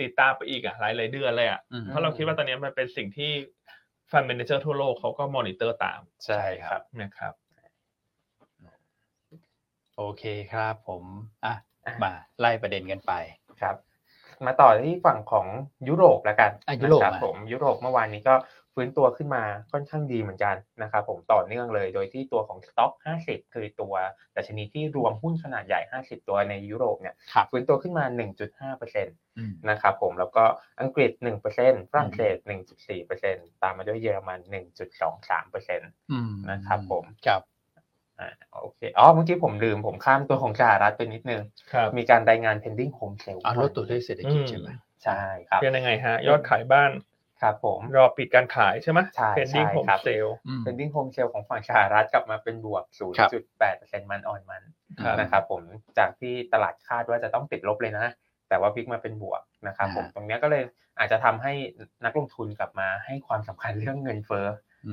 Speaker 1: ติดตามไปอีกอ่ะหลายหลายๆเดือนเลยอ่ะ
Speaker 2: อืม
Speaker 1: เพราะเราคิดว่าตอนนี้มันเป็นสิ่งที่ฟันเมนเจอร์ทั่วโลกเขาก็มอนิเตอร์ตาม
Speaker 3: ใช่ครับ
Speaker 1: นะครับ
Speaker 2: โอเคครับผมอ่ะ
Speaker 3: อ่ะ
Speaker 2: มาไล่ประเด็นกันไป
Speaker 3: ครับ มาต่อที่ฝั่งของยุโรปแล้วกัน
Speaker 2: อ่ะยุโรป
Speaker 3: นะครับ
Speaker 2: มา
Speaker 3: ผมยุโรปเมื่อวานนี้ก็ฟื้นตัวขึ้นมาค่อนข้างดีเหมือนกันนะครับผมต่อเนื่องเลยโดยที่ตัวของสต็อก50 คือตัวดัชนีที่รวมหุ้นขนาดใหญ่ 50 ตัวในยุโรปเนี่ย
Speaker 2: ครับ
Speaker 3: ฟื้นตัวขึ้นมา 1.5%
Speaker 2: อืม
Speaker 3: นะครับผมแล้วก็อังกฤษ 1%ฝรั่งเศส 1.4%ตามมาด้วยเยอรมัน 1.23%น
Speaker 2: อืม
Speaker 3: ะครับผม
Speaker 2: ครับ
Speaker 3: อ่าโอเคอ๋อเมื่อกี้ผมลืมผมข้ามตัวของสหรัฐไปนิดนึง
Speaker 1: ครับ
Speaker 3: มีการรายงาน pending home sale
Speaker 2: เอาลดตัวด้วยเศรษฐกิจ
Speaker 1: อืม
Speaker 2: ใช่ไหม
Speaker 3: ใช่ครับ
Speaker 1: เป็นยังไงฮะ ยอดขายบ้าน
Speaker 3: ครับผม
Speaker 1: รอปิดการขายใช่ไหม
Speaker 3: ใช่
Speaker 1: pending
Speaker 3: ใช่
Speaker 1: home
Speaker 3: ครับ
Speaker 1: sale
Speaker 2: อืม
Speaker 3: pending home sale ของฝั่งสหรัฐกลับมาเป็นบวก
Speaker 2: ครับ
Speaker 3: 0.8%มันออนมัน
Speaker 1: ครับ
Speaker 3: นะครับผมจากที่ตลาดคาดว่าจะต้องติดลบเลยนะ แต่ว่าพลิกมาเป็นบวกนะครับผมตรงเนี้ยก็เลยอาจจะทำให้นักลงทุนกลับมาให้ความสำคัญเรื่องเงินเฟ้อ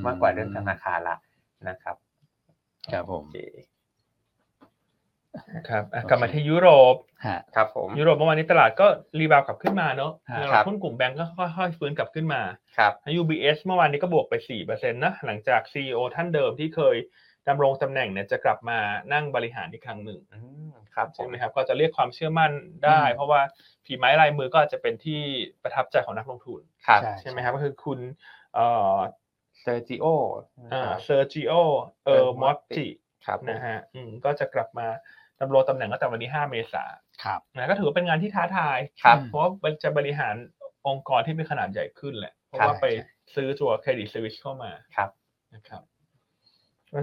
Speaker 3: มากกว่าเรื่องธนาคารละ นะครับ
Speaker 2: ครับผม
Speaker 3: โอเค
Speaker 1: ครับอ่ะกลับมาที่ยุโรป
Speaker 2: ฮะ
Speaker 3: ครับผม
Speaker 1: ยุโรปเมื่อวานนี้ตลาดก็รีบาวกลับขึ้นมาเนอะ
Speaker 2: ฮะ
Speaker 1: ต
Speaker 3: ครั
Speaker 1: ลาด
Speaker 3: บ
Speaker 1: หุ้นกลุ่มแบงก์ก็ค่อยๆฟื้นกลับขึ้นมา
Speaker 3: ครับ
Speaker 1: UBS เมื่อวานนี้ก็บวกไป 4%นะ หลังจาก CEO ท่านเดิมที่เคยดำรงตำแหน่งเนี่ยจะกลับมานั่งบริหารอีกครั้งหนึ่ง
Speaker 3: อืมครับผ
Speaker 1: ใช่
Speaker 3: ม
Speaker 1: ไหมครับ ก็จะเรียกความเชื่อมั่นได้
Speaker 2: อืม
Speaker 1: เพราะว่าฝีไม้ลายมือก็อาจจะเป็นที่ประทับใจของนักลงทุน
Speaker 3: ครับ
Speaker 2: ใช่
Speaker 1: ใช่ไหมครับ ก็คือคุณเอ่อ
Speaker 3: เซอร์จิโอนะครับ
Speaker 1: เซอร์จิโอเออมอตจิ
Speaker 3: ครับผม
Speaker 1: นะฮะอืมก็จะกลับมาดำรงตำแหน่งตั้งแต่วันที่ 5 เมษายน
Speaker 2: ครับ
Speaker 1: นะก็ถือว่าเป็นงานที่ท้าทาย
Speaker 3: ครับ
Speaker 2: อืม
Speaker 1: เพราะว่ามันจะบริหารองค์กรที่มีขนาดใหญ่ขึ้นแหละ เพราะ
Speaker 3: ครับ
Speaker 1: ว่าไป
Speaker 2: ใช่
Speaker 1: ซื้อตัวเครดิตสวิชเข้ามา
Speaker 3: ครับ
Speaker 1: นะครับ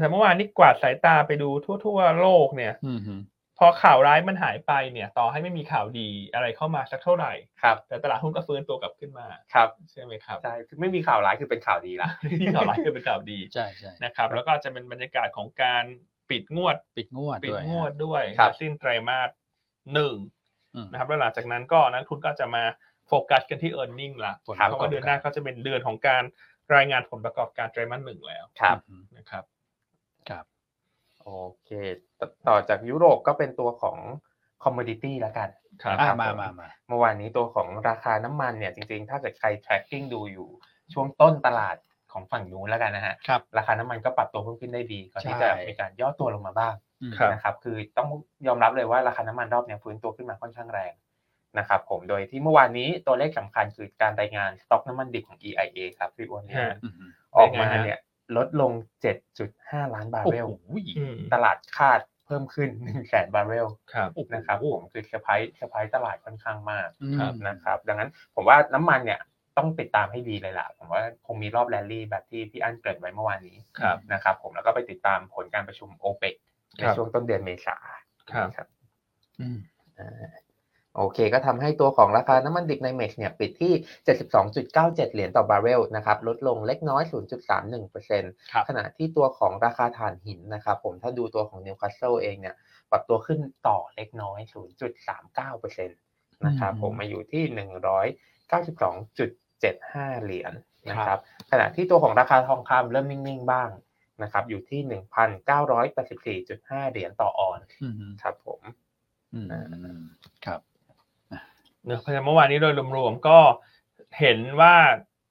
Speaker 1: แต่เมื่อวานนี้กวาดสายตาไปดูทั่ว ๆ โลกเนี่ย
Speaker 2: อืมฮึ
Speaker 1: พอข่าวร้ายมันหายไปเนี่ย ต่อให้ไม่มีข่าวดีอะไรเข้ามาสักเท่าไหร่
Speaker 3: ครับ
Speaker 1: แต่ตลาดหุ้นก็ฟื้นตัวกลับขึ้นมา
Speaker 3: ครับ
Speaker 1: ใช่ไหมครับ
Speaker 3: ใช่คือไม่มีข่าวร้ายคือเป็นข่าวดีละ
Speaker 1: ที่ข่าวร้ายคือเป็นข่าวดี
Speaker 2: ใช่ใช่
Speaker 1: นะครับ แล้วก็จะเป็นบรรยากาศของการปิดงวด
Speaker 2: ปิดงวด
Speaker 1: ปิด
Speaker 2: ด้วย
Speaker 1: งวดด้วย
Speaker 3: ครับ
Speaker 1: สิ้นไตรมาสหนึ่ง
Speaker 2: อืม
Speaker 1: นะครับแล้วหลังจากนั้นก็นักทุนก็จะมาโฟกัสกันที่ e a r n i n g ละ
Speaker 2: ผล
Speaker 1: เพ
Speaker 2: ประก
Speaker 1: ราะ
Speaker 2: อบการ
Speaker 1: ว่าเดือนหน้าก็จะเป็นเดือนของการรายงานผลประกอบการไตรมาสหนึ่งแล้ว
Speaker 3: ครับ
Speaker 2: อืม
Speaker 1: นะครับ
Speaker 2: ครับ
Speaker 3: โอเคตต่อจากยุโรปก็เป็นตัวของคอมม o ดิตี้แล้วกัน
Speaker 1: ครับ
Speaker 2: อ่ะ
Speaker 3: ครับ
Speaker 2: มา
Speaker 3: ผม
Speaker 2: มามา
Speaker 3: เมื่อวานนี้ตัวของราคาน้ำมันเนี่ยจริงๆ ถ้าเกิดใคร tracking ดูอยู่ช่วงต้นตลาดของฝั่งนู้นแล้วกันนะฮะ
Speaker 2: ครับ
Speaker 3: ราคาน้ำมันก็ปรับตัวเพิ่มขึ้นได้ดีก่อนที่
Speaker 2: ใช่
Speaker 3: จะมีการย่อตัวลงมาบ้าง
Speaker 2: อืม
Speaker 1: ครับ
Speaker 3: นะครับคือต้องยอมรับเลยว่าราคาน้ำมันรอบเนี้ยฟื้นตัวขึ้นมาค่อนข้างแรงนะครับผมโดยที่เมื่อวานนี้ตัวเลขสำคัญคือการรายงานสต็อกน้ำมันดิบของ EIA ครับพี่อ้วนเนี่ย
Speaker 1: ฮะ
Speaker 2: อืมฮึ
Speaker 3: ออกมาเนี่ยลดลง 7.5 ล้านบาร์
Speaker 2: โอ้
Speaker 3: เรล
Speaker 2: โห
Speaker 1: อืม
Speaker 3: ตลาดคาดเพิ่มขึ้น 1แสนบาร์เรล
Speaker 1: ครับ
Speaker 3: นะครับผมคือเซอร์ไพรส์เซอร์ไพรส์ตลาดค่อนข้างมาก
Speaker 2: อืม
Speaker 1: ครับ
Speaker 3: นะครับ ดังนั้นผมว่าน้ำมันเนี่ยต้องติดตามให้ดีเลยล่ะ ผมว่าคงมีรอบแรลลี่แบบที่พี่อั้นเกริดไว้เมื่อวานนี้
Speaker 1: ครับ
Speaker 3: นะครับผมแล้วก็ไปติดตามผลการประชุมโอเปกใน
Speaker 1: ครับ
Speaker 3: ช่วงต้นเดือนเมษา
Speaker 1: ครับ
Speaker 3: นะครับ
Speaker 2: อืม
Speaker 3: อ่าโอเค ก็ทำให้ตัวของราคาน้ำมันดิบในเมกเนี่ยปิดที่ 72.97 เหรียญต่อบาร์เรลนะครับลดลงเล็กน้อย 0.31%
Speaker 2: ครับ
Speaker 3: ขณะที่ตัวของราคาถ่านหินนะครับผมถ้าดูตัวของนิวคาสเซิลเองเนี่ยปรับตัวขึ้นต่อเล็กน้อย 0.39%นะครับผมมาอยู่ที่ 192.75 เหรียญนะครับขณะที่ตัวของราคาทองคำเริ่มนิ่ง ๆ บ้างนะครับอยู่ที่ 1,984.5 เหรียญต่อออนซ์
Speaker 2: อืมฮึ
Speaker 3: ครับผม
Speaker 2: อืมอืมครับ
Speaker 1: เนอะเพราะฉะนั้นเมื่อวานนี้โดยรวมๆก็เห็นว่า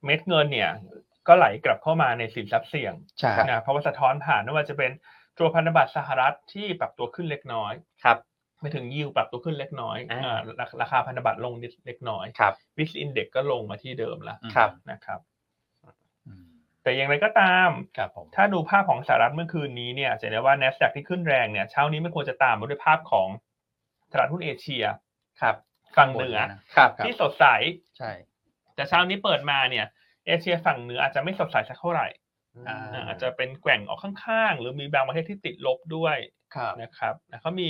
Speaker 1: เม็ดเงินเนี่ย ก็ไหลกลับเข้ามาในสินทรัพย์เสี่ยง
Speaker 2: ใช่
Speaker 1: นะเพราะว่าสะท้อนผ่านไม่ว่าจะเป็นตัวพันธบัตรสหรัฐที่ปรับตัวขึ้นเล็กน้อย
Speaker 3: ครับ
Speaker 1: ไปถึงยิวปรับตัวขึ้นเล็กน้อย
Speaker 3: อ่า
Speaker 1: อ่าราราคาพันธบัตรลงนิดเล็กน้อย
Speaker 3: ครับ
Speaker 1: วิสอินเด็กก็ลงมาที่เดิมละ
Speaker 3: ครับ
Speaker 1: นะครับ
Speaker 2: อืม
Speaker 1: แต่อย่างไรก็ตาม
Speaker 2: ครับผม
Speaker 1: ถ้าดูภาพของสหรัฐเมื่อคืนนี้เนี่ยจะเห็นได้ว่า N อสแดกที่ขึ้นแรงเนี่ยเช้านี้ไม่ควรจะตามมาด้วยภาพของตลาดหุ้นเอเชีย
Speaker 3: ครับ
Speaker 1: ฝั่งเหนือ
Speaker 2: ะ
Speaker 3: ครับ
Speaker 1: ที่สดใส
Speaker 2: ใช่
Speaker 1: แต่เช้านี้เปิดมาเนี่ยเอเชียฝั่งเหนืออาจจะไม่สดใสสักเท่าไหร่อ่าอาจจะเป็นแกว่งออกข้างๆ หรือมีบางประเทศที่ติดลบด้วย
Speaker 2: ครับ
Speaker 1: นะครับนะเขามี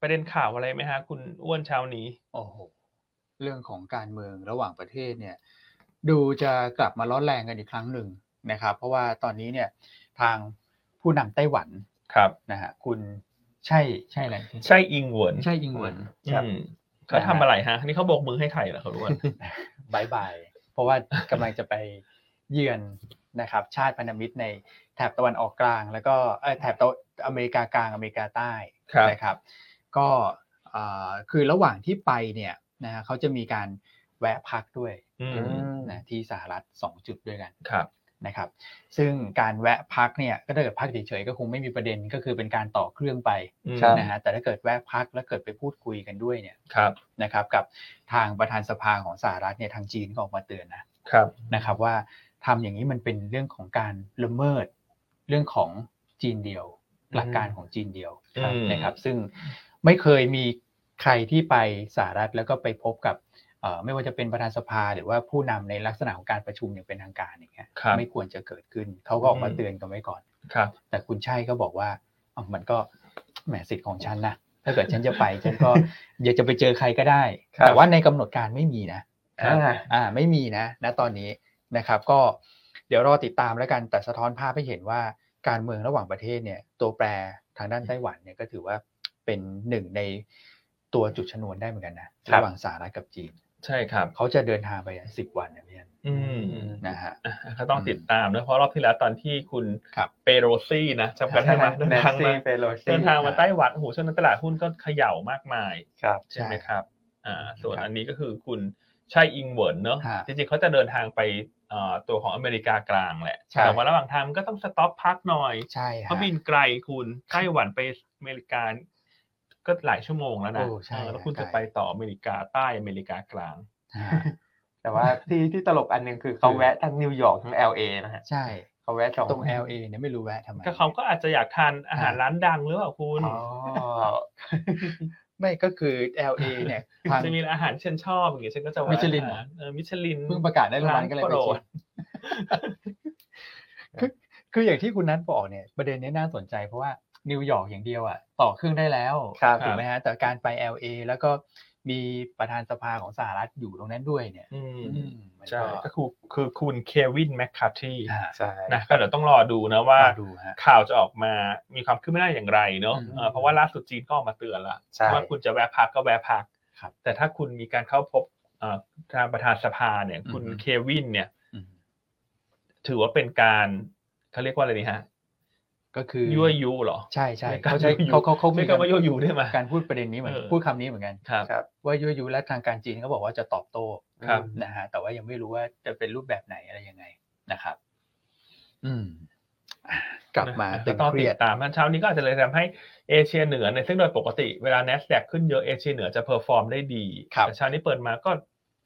Speaker 1: ประเด็นข่าวอะไรไหมฮะ คุณอ้วนเช้านี้
Speaker 2: โอ้โห เรื่องของการเมืองระหว่างประเทศเนี่ย ดูจะกลับมาร้อนแรงกันอีกครั้งหนึ่งนะครับ เพราะว่าตอนนี้เนี่ยทางผู้นำไต้หวัน
Speaker 1: ครับ
Speaker 2: นะฮะคุณใช่ใช่อะไร
Speaker 1: ใช่อิงเหวิน
Speaker 2: ใช่อิงเหวิน
Speaker 1: อื
Speaker 3: ครับ
Speaker 1: มเขาทำอะไรฮะ นี่เขาโบกมือให้ไทยเหรอครับอ้วน
Speaker 2: บายบาย เพราะว่ากำลังจะไปเยือนนะครับ ชาติพันธมิตรในแถบตะวันออกกลาง แล้วก็เอ่อแถบตะวันอเมริกากลางอเมริกาใต้
Speaker 1: ครับ
Speaker 2: นะครับ ก็เอ่อคือระหว่างที่ไปเนี่ยนะฮะเขาจะมีการแวะพักด้วย
Speaker 1: อืม
Speaker 2: นะที่สหรัฐ 2 จุดด้วยกัน
Speaker 1: ครับ
Speaker 2: นะครับ ซึ่งการแวะพักเนี่ยก็ถ้าเกิดพักเฉยๆก็คงไม่มีประเด็นก็คือเป็นการต่อเครื่องไป
Speaker 1: อืม
Speaker 3: ครับ
Speaker 2: นะฮะแต่ถ้าเกิดแวะพักแล้วเกิดไปพูดคุยกันด้วยเนี่ย
Speaker 1: ครับ
Speaker 2: นะครับกับทางประธานสภาของสหรัฐเนี่ยทางจีนก็ออกมาเตือนนะครับ นะครับว่าทำอย่างนี้มันเป็นเรื่องของการละเมิดเรื่องของจีนเดียว หลักการของจีนเดียว
Speaker 1: อืม
Speaker 2: นะครับซึ่งไม่เคยมีใครที่ไปสหรัฐแล้วก็ไปพบกับเอ่อไม่ว่าจะเป็นประธานสภาหรือว่าผู้นำในลักษณะของการประชุมอย่างเป็นทางการอย่างเงี้ย
Speaker 1: ครับ
Speaker 2: ไม่ควรจะเกิดขึ้นเขาก็ออกมาเตือนกันไว้ก่อน
Speaker 1: ครับ
Speaker 2: แต่คุณชัยก็บอกว่าอ้าวมันก็แหมสิทธิ์ของฉันนะถ้าเกิดฉันจะไป ฉันก็อยากจะไปเจอใครก็ได้
Speaker 3: ครับ
Speaker 2: แต่ว่าในกำหนดการไม่มีนะ
Speaker 3: อ่า
Speaker 2: อ่าไม่มีนะณตอนนี้นะครับ ก็เดี๋ยวรอติดตามแล้วกันแต่สะท้อนภาพให้เห็นว่าการเมืองระหว่างประเทศเนี่ย ตัวแปรทางด้านไต้หวันเนี่ยก็ถือว่าเป็นหนึ่งในตัวจุดชนวนได้เหมือนกันนะระหว่างสหรัฐกับจีน
Speaker 1: ใช่ครับ
Speaker 2: เขาจะเดินทางไปสิบวันนะพี่อัน
Speaker 1: อืม
Speaker 2: นะฮะ
Speaker 1: อ่ะก็ต้องติดตามนะเพราะรอบที่แล้วตอนที่คุณ
Speaker 2: ครับ
Speaker 1: เปโรซี่นะจำกันได้ไหมเดิน
Speaker 3: แนน
Speaker 1: ทาง
Speaker 3: ซี่
Speaker 1: มา
Speaker 3: เปโลซี
Speaker 1: เดินทางมาไต้หวันโอ้โหช่วงนั้นตลาดหุ้นก็เขย่ามากมาย
Speaker 3: ครับ
Speaker 1: ใช่ไหม
Speaker 2: ใช่
Speaker 1: ครับอ่าส่วน
Speaker 2: ครับ
Speaker 1: อันนี้ก็คือคุณชัยอิงเหวินเนอะ
Speaker 2: ฮะ
Speaker 1: จริงๆเขาจะเดินทางไปเอ่อตัวของอเมริกากลางแหละ
Speaker 2: ใช่
Speaker 1: แต่ว่าระหว่างทางมันก็ต้องสต็อปพักหน่อย
Speaker 2: ใช่ฮะ
Speaker 1: เขาบินไกลคุณไต้หวันไปอเมริกาก็หลายชั่วโมงแล้วนะ
Speaker 2: โอ้ใช่
Speaker 1: เออแล้วคุณ
Speaker 2: ไกล
Speaker 1: จะไปต่ออเมริกาใต้อเมริกากลาง
Speaker 2: ฮะ
Speaker 3: แต่ว่าที่ที่ตลกอันหนึ่งคือเขาแวะทั้งนิวยอร์กทั้ง LA นะฮะ
Speaker 2: ใช่
Speaker 3: เขาแวะสอง
Speaker 2: ตรง LA เนี่ยไม่รู้แวะทำไม
Speaker 1: ก็เขาก็อาจจะอยากทานอาหารร้านดังหรือเปล่าคุณ
Speaker 3: อ๋อ
Speaker 2: ไม่ก็คือ LA เนี่ยทาง
Speaker 1: จะมีอาหารที่ฉันชอบอย่างเงี้ยฉันก็จะแวะ
Speaker 2: มิชลิน
Speaker 1: หาเออมิชลิน
Speaker 2: เพิ่งประกาศได้รางวัลก็เลยไป
Speaker 1: ร้านโปรด
Speaker 2: คิด คือคืออย่างที่คุณนัทบอกเนี่ย ประเด็นเนี้น่าสนใจเพราะว่านิวยอร์กอย่างเดียวอ่ะต่อเครื่องได้แล้ว
Speaker 3: ครับ
Speaker 2: ถูกไหมฮะแต่การไป LA แล้วก็มีประธานสภาของสหรัฐอยู่ตรงนั้นด้วยเนี่ย
Speaker 1: อืม
Speaker 2: อืมมัน
Speaker 1: ใช่
Speaker 2: ก็
Speaker 1: ก็คือคือคุณเควินแมคคาที
Speaker 2: อ่า
Speaker 3: ใช่
Speaker 1: นะก็เดี๋ยวต้องรอดูนะว่า
Speaker 2: ดูฮะ
Speaker 1: ข่าวจะออกมามีความคืบหน้าอย่างไรเนาะ
Speaker 2: อืม
Speaker 1: เอ่อเพราะว่าล่าสุดจีนก็ออกมาเตือนละ
Speaker 3: ใช่
Speaker 1: ว่าคุณจะแวะพักก็แวะพัก
Speaker 2: ครับ
Speaker 1: แต่ถ้าคุณมีการเข้าพบเอ่อทางประธานสภาเนี่ย คุณ
Speaker 2: อืม
Speaker 1: เควินเนี่ย
Speaker 2: อืม
Speaker 1: ถือว่าเป็นการเขาเรียกว่าอะไรดีฮะ
Speaker 2: ก็คือ
Speaker 1: ยั่วยุเหรอ
Speaker 2: ใช่ใช่
Speaker 1: ในการ
Speaker 2: เขาใช้
Speaker 1: ยั่วยุ
Speaker 2: เขาเขาเขา
Speaker 1: ใช้
Speaker 2: มี
Speaker 1: คำว่ายั่วยุได้ไหม
Speaker 2: การพูดประเด็นนี้เหมือน
Speaker 1: เออ
Speaker 2: พูดคำนี้เหมือนกัน
Speaker 1: ครับ
Speaker 3: ครับ
Speaker 2: ว่ายั่วยุและทางการจีนเขาบอกว่าจะตอบโต้
Speaker 1: ครับ
Speaker 2: นะฮะแต่ว่ายังไม่รู้ว่าจะเป็นรูปแบบไหนอะไรยังไงนะครับ อืมอ่ะกลับมา
Speaker 1: นะ
Speaker 2: ตึ
Speaker 1: ก็
Speaker 2: ง
Speaker 1: ต้อง
Speaker 2: เครี
Speaker 1: ติ
Speaker 2: ยด
Speaker 1: ดตามนะเช้านี้ก็อาจจะเลยทำให้เอเชียเหนือในยซึ่งโดยปกติเวลา N นสแดกขึ้นเยอะเอเชียเหนือจะเพอร์ฟอร์มได้ดี
Speaker 2: ครับ
Speaker 1: แต่เช้านี้เปิดมาก็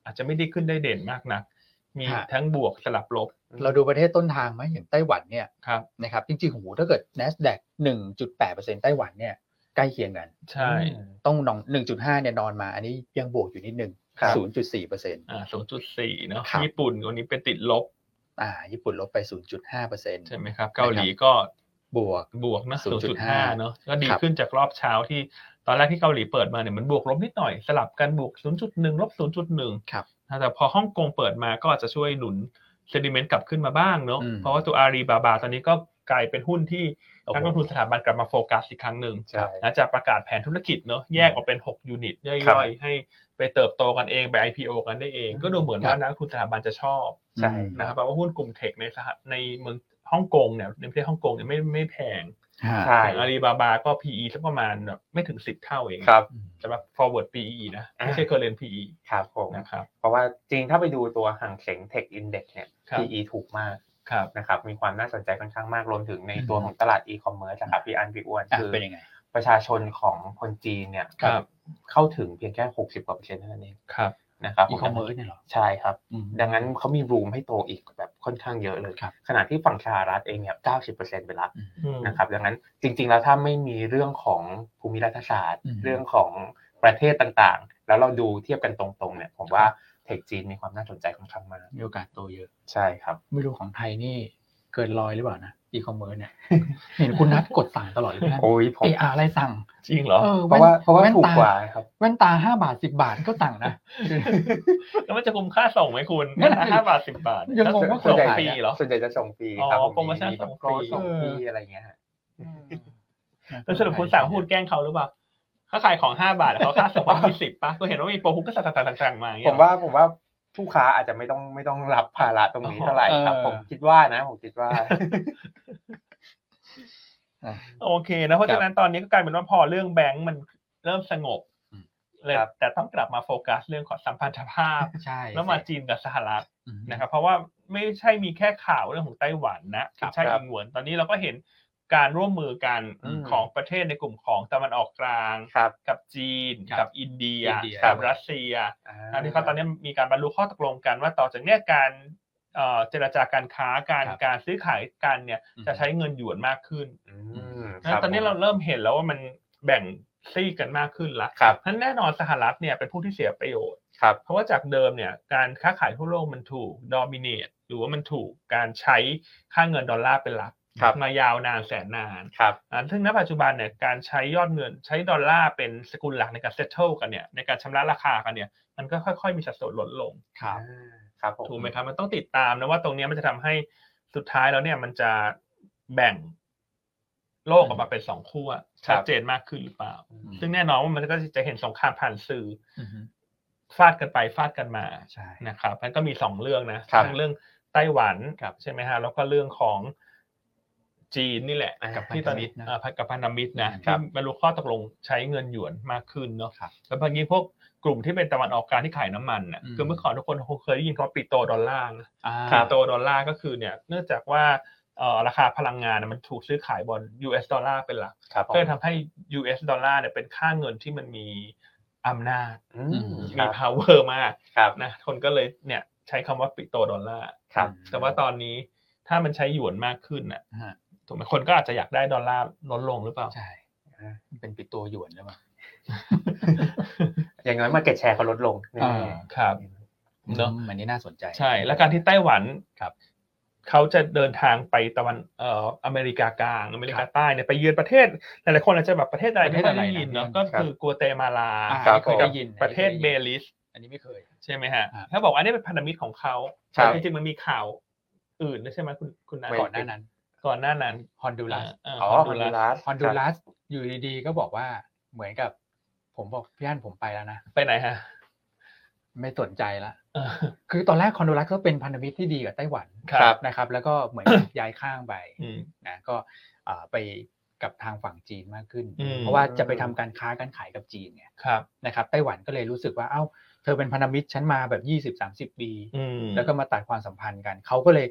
Speaker 1: อาจจะไม่ได้ขึ้นได้เด่นมากนักมี
Speaker 2: ฮะ
Speaker 1: ทั้งบวกสลับลบ
Speaker 2: เราดูประเทศต้นทางไหมอย่างไต้หวันเนี่ย
Speaker 1: ครับ
Speaker 2: นะครับจริงๆโอ้โหถ้าเกิด NASDAQ 1.8%ไต้หวันเนี่ยใกล้เคียงกัน
Speaker 1: ใช่
Speaker 3: อืม
Speaker 2: ต้องนอง 1.5เนี่ยนอนมาอันนี้ยังบวกอยู่นิดนึง
Speaker 3: ครับ
Speaker 2: 0.4%อ
Speaker 1: อ่าสองจุดสี่เนาะ
Speaker 2: ครับ
Speaker 1: ญี่ปุ่นวันนี้เป็นติดลบ่
Speaker 2: า ญี่ปุ่นลบไป 0.5%
Speaker 1: ใช่ไหมครับ เกาหลีก็
Speaker 2: บวก
Speaker 1: บวกนะศูนย์จุดห้า
Speaker 2: 0.5
Speaker 1: เนาะก็ดี
Speaker 2: ครับ
Speaker 1: ขึ้นจากรอบเช้าที่ตอนแรกที่เกาหลีเปิดมาเนี่ยมันบวกลบนิดหน่อย สลับกันบวกศูนย์จุดหนึ่งลบศูนย์จุดหนึ่ง
Speaker 2: ครับ
Speaker 1: แต่พอฮ่องกงเปิดมาก็อาจจะช่วยหนุนเซนิเมนต์กลับขึ้นมาบ้างเนาะ
Speaker 2: อืม
Speaker 1: เพราะว่าตัวอารีบาบาตอนนี้ก็กลายเป็นหุ้นที่
Speaker 2: โอ้
Speaker 1: นัก
Speaker 2: โห
Speaker 1: ลงทุนสถาบันกลับมาโฟกัสอีกครั้งหนึ่ง
Speaker 3: ใช่
Speaker 1: หลังจากประกาศแผนธุรกิจเนาะแยกออกเป็น 6 ยูนิตย่
Speaker 3: ครั
Speaker 1: อบ ยๆให้ไปเติบโตกันเองไป IPO กันได้เอง ก็ดูเหมือน
Speaker 2: ครั
Speaker 1: ว่า
Speaker 2: บ
Speaker 1: นักลงทุนสถาบันจะชอบ
Speaker 3: ใช่
Speaker 2: อืม
Speaker 1: นะครับแปลว่าหุ้นกลุ่มเทคในสหรัฐในเมืองฮ่องกงเนี่ยในประเทศฮ่องกงเนี่ยไม่ไม่แพง
Speaker 2: ฮะ
Speaker 3: ใช่
Speaker 1: อาลีบาบาก็ PE สักประมาณแบบไม่ถึงสิบเท่าเอง
Speaker 3: ครับ
Speaker 2: อืม
Speaker 1: สำหรับ forward PE นะไม่ใช่ current PE
Speaker 3: ครับผม
Speaker 1: นะครับ
Speaker 3: เพราะว่าจริงถ้าไปดูตัวห่างเสง Tech Index เนี่ย
Speaker 1: ครับ
Speaker 3: PE ถูกมาก
Speaker 1: ครับ
Speaker 3: นะครับ มีความน่าสนใจค่อนข้างมากรวมถึงในตัว
Speaker 2: อืม
Speaker 3: ของตลาด e-commerce อะครับพี่อันพี่อ้วน
Speaker 2: อ่ะ
Speaker 3: คือ
Speaker 2: เป็นยังไง
Speaker 3: ประชาชนของคนจีนเนี่ย
Speaker 1: ครับ
Speaker 3: เข้าถึงเพียงแค่หกสิบกว่าเปอร์เซ็นต์เท่านั้นเอง
Speaker 1: ครับ
Speaker 3: นะครับ
Speaker 2: e-commerce เนี่ยเหรอ
Speaker 3: ใช่ครับ
Speaker 2: อืม
Speaker 3: ดังนั้นเขามีรูมให้โตอีกแบบค่อนข้างเยอะเลย
Speaker 2: ครับ
Speaker 3: ขณะที่ฝั่งสหรัฐเองเนี่ยเก้าสิบเปอร์เซ็นต์ไปละ
Speaker 2: อืม
Speaker 3: นะครับ ดังนั้นจริง ๆ แล้วถ้าไม่มีเรื่องของภูมิรัฐศาสตร์
Speaker 2: อืม
Speaker 3: เรื่องของประเทศต่างๆ แล้วเราดูเทียบกันตรงๆเนี่ยผมว่าเทคจีนมีความน่าสนใจค่อนข้างมาก
Speaker 2: มีโอกาสโตเยอะ
Speaker 3: ใช่ครับ
Speaker 2: ไม่รู้ของไทยนี่เกินร้อยหรือเปล่านะ e ีคอมเมิร์ซ เนี่ย เห็นคุณนัทกดสั่งตลอดเลยนะ
Speaker 3: โอ้ยผม
Speaker 2: เออะไรสั่ง
Speaker 1: จริงเหรอ
Speaker 2: ออ
Speaker 3: เพราะว่าเพราะว่า
Speaker 2: แน
Speaker 3: ถูกกว่า
Speaker 2: แนต
Speaker 3: ครับ
Speaker 2: แว่นตาห้าบาทสิบาทก็สั่งนะ
Speaker 1: แล้วมันจะคุ้มค่าส่งไหมคุณ
Speaker 2: นั่นน่ะสิ
Speaker 1: ห้าบาทสิบบาท
Speaker 2: ยังง
Speaker 1: ส่
Speaker 2: งว่า
Speaker 1: ส่ง
Speaker 3: ส่วนใหญ่
Speaker 1: ฟรีเหรอ
Speaker 3: ส่วนใหญ่จะส่งฟรีครับ
Speaker 1: อ๋อโปรโมชั่น
Speaker 3: แบบ
Speaker 1: ส่ง
Speaker 3: โป
Speaker 1: ฟ
Speaker 3: ร
Speaker 1: รี
Speaker 3: ส่งฟรีอะไรอย่างเงี้ยฮะ
Speaker 1: แล้วสรุปคุณสั่งพูดแกล้งเขาหรือเปล่าเขาขายของห้าบาทเขาค่าส่งยี่สิบป่ะก็เห็นว่ามีโปรคุณก็สั่งสั่งสั่งๆๆๆมาอย่ง
Speaker 3: ผ
Speaker 1: เงี้ย
Speaker 3: ม
Speaker 1: เหรอ
Speaker 3: ว่าผมว่าผู้ค้าอาจจะไม่ต้องไม่ต้องรับภาระตรงนี้เท่าไหร่ครับ
Speaker 2: เออ
Speaker 3: ผมคิดว่านะผมคิดว่า
Speaker 2: อ่ะ
Speaker 1: โอเคนะเพราะ
Speaker 2: ครับ
Speaker 1: ฉะนั้นตอนนี้ก็กลายเป็นว่าพอเรื่องแบงก์มันเริ่มสงบ
Speaker 2: อืม
Speaker 1: เลย
Speaker 3: ครับ
Speaker 1: แต่ต้องกลับมาโฟกัสเรื่องของสัมพันธภาพ
Speaker 2: ใช่
Speaker 1: แล้วมาจีนกับสหรัฐ
Speaker 2: อืม
Speaker 1: นะครับ เพราะว่าไม่ใช่มีแค่ข่าวเรื่องของไต้หวันนะครับใช่
Speaker 3: ครับ
Speaker 1: อิงหวนตอนนี้เราก็เห็นการร่วมมือกัน
Speaker 3: อืม
Speaker 1: ของประเทศในกลุ่มของตะวันออกกลาง
Speaker 3: ครับ
Speaker 1: กับจีน
Speaker 2: ครับ
Speaker 1: กับอินเดีย
Speaker 2: อินเดีย
Speaker 1: กับรัสเซียอันนี้เขาตอนนี้มีการบรรลุข้อตกลงกันว่าต่อจากเนี้ยการเอ่อเจรจาการค้าการ
Speaker 2: ครับ
Speaker 1: การซื้อขายกันเนี่ย
Speaker 2: อืม
Speaker 1: จะใช้เงินหยวนมากขึ้น
Speaker 3: อืมค
Speaker 1: นะ
Speaker 3: บ
Speaker 1: ตอนนี้เรา
Speaker 3: ผม
Speaker 1: เริ่มเห็นแล้วว่ามันแบ่งซีกกันมากขึ้นละ
Speaker 3: ครับ
Speaker 1: เพาะฉะนั้นแน่นอนสหรัฐเนี่ยเป็นผู้ที่เสียประโยชน์
Speaker 3: ครับ
Speaker 1: เพราะว่าจากเดิมเนี่ยการค้าขายทั่วโลกมันถูกดอมิเนตหรือว่ามันถูกการใช้ค่าเงินดอลลาร์เป็นหลัก
Speaker 3: ครับ
Speaker 1: มายาวนานแสนนาน
Speaker 3: ครับ
Speaker 1: อ่าซึ่งณปัจจุบันเนี่ยการใช้ยอดเงินใช้ดอลลาร์เป็นสกุลหลักในการเซ็ตเทิลกันเนี่ยในการชำระราคากันเนี่ยมันก็ค่อยๆมีสัดส่วนลดลง
Speaker 2: ครับ
Speaker 3: ครับผม
Speaker 1: ถูกไหมครับมันต้องติดตามนะว่าตรงเนี้ยมันจะทำให้สุดท้ายแล้วเนี่ยมันจะแบ่งโลกออกมาเป็นสองขั้วชัดเจนมากขึ้นหรือเปล่า
Speaker 3: อืม
Speaker 1: ซึ่งแน่นอนว่ามันก็จะเห็นสงครามผ่านสื่อ
Speaker 2: อืม
Speaker 1: ฟาดกันไปฟาดกันมา
Speaker 2: ใช่
Speaker 1: นะครับมันก็มีสองเรื่องนะครับ ทั้งเรื่องไต้หวัน
Speaker 2: ครับ
Speaker 1: ใช่ไหมฮะแล้วก็เรื่องของจีนนี่แหละ
Speaker 2: กับพัน
Speaker 1: ที่
Speaker 2: ธ
Speaker 1: ตอน
Speaker 2: มิ
Speaker 1: นี้
Speaker 2: ตรนะ
Speaker 1: เอ่อกับพันธมิตรนะครับ ที่บรรลุข้อตกลงใช้เงินหยวนมากขึ้นเนาะ
Speaker 2: ครับ
Speaker 1: แล้วบางทีพวกกลุ่มที่เป็นตะวันออกกลางที่ขายน้ำมันน่ะ
Speaker 2: อืม
Speaker 1: คือเมื่อก่อนทุกคนคงเคยได้ยินคำว่าปิโตรดอลลาร์นะ
Speaker 2: อ่า
Speaker 1: ปิโตรดอลลาร์ก็คือเนี่ยเนื่องจากว่าเอ่อราคาพลังงานน่ะมันถูกซื้อขายบน US ดอลลาร์เป็นหลัก
Speaker 3: ครับผม
Speaker 1: เพื่อทำให้ US ดอลลาร์เนี่ยเป็นค่าเงินที่มันมีอำนาจ
Speaker 3: อืม
Speaker 1: มี
Speaker 3: ครับ
Speaker 1: power มาก
Speaker 3: ครับ
Speaker 1: นะคนก็เลยเนี่ยใช้คำว่าปิโตรดอลลาร์
Speaker 3: ครับ
Speaker 1: แต่ว่าตอนนี้ถ้ามันใช้หยวนมากขึ้นน่ะ
Speaker 2: ฮะ
Speaker 1: ถูกไหมคนก็อาจจะอยากได้ดอลลาร์ลดลงหรือเปล่า
Speaker 2: ใช่มันเป็นปิดตัวหยวนหรือเปล่า
Speaker 3: อย่างน้อยมาเก็ตแชร์เขาลดลงแน่
Speaker 2: อ่า
Speaker 1: ครับ เนอะ
Speaker 2: อืมอันนี้น่าสนใจ
Speaker 1: ใช่และการที่ไต้หวัน
Speaker 2: ครับ
Speaker 1: เขาจะเดินทางไปตะวันเอ่ออเมริกากลางอเมริกาใต้เนี่ยไปเยือนประเทศหลายๆคนอาจจะแบบประเทศอะไร
Speaker 2: ประเท
Speaker 1: ไม่
Speaker 2: ศ
Speaker 1: ค่อ
Speaker 2: อะ
Speaker 1: ย
Speaker 2: ไร
Speaker 1: ได้
Speaker 2: นะ
Speaker 1: ยินเนาะ
Speaker 2: ไม่
Speaker 1: ก็
Speaker 2: ได้ยิน
Speaker 1: คือกัวเตมาลา
Speaker 2: อ่า
Speaker 1: กับ
Speaker 2: เคยได้ยิน
Speaker 1: ประเทศ
Speaker 2: เคย
Speaker 1: เบ
Speaker 2: ได้ยิน
Speaker 1: ลิส
Speaker 2: อันนี้ไม่เคย
Speaker 1: ใช่ไหมฮะ
Speaker 2: อ่า
Speaker 1: เขาบอกว่าอันนี้เป็นพันธมิตรของเขา
Speaker 3: ครับ
Speaker 1: แต่จริงๆมันมีข่าวอื่นด้วยใช่ไหมคุณคุณนัท
Speaker 3: ไม่
Speaker 2: ก่อนหน้านั้น
Speaker 1: ก่อนหน้านั้น
Speaker 2: ฮอนดูรัส
Speaker 1: าา
Speaker 3: อ๋อ
Speaker 1: ฮ
Speaker 3: ฮ
Speaker 1: อ
Speaker 3: อน น
Speaker 1: ดู
Speaker 3: ดู
Speaker 1: รัส
Speaker 3: รัส
Speaker 2: ฮอนดูรัสอยู่ดีๆก็บอกว่าเหมือนกับ ผมบอกพี่อันผมไปแล้วนะ
Speaker 1: ไปไหนฮะ
Speaker 2: ไม่สนใจละ
Speaker 1: เออ
Speaker 2: คือตอนแรกคอนโดรัสก็เป็นพันธมิตรที่ดีกับไต้หวัน
Speaker 1: ครับ
Speaker 2: นะครับ แล้วก็ เหมือน ย้ายข้างไป
Speaker 1: อืม
Speaker 2: นะก็อ่าไปกับทางฝั่งจีนมากขึ้น
Speaker 1: อืม
Speaker 2: เพราะว่าจะไปทำการค้าการขายกับจีนไง
Speaker 1: ครับ
Speaker 2: นะครับไต้หวันก็เลยรู้สึกว่าเอ้า เธอเป็นพันธมิตรฉันมาแบบ 20 30 ปี
Speaker 1: อืม
Speaker 2: แล้วก็มาตัดความสัมพันธ์กันเขาก็เลย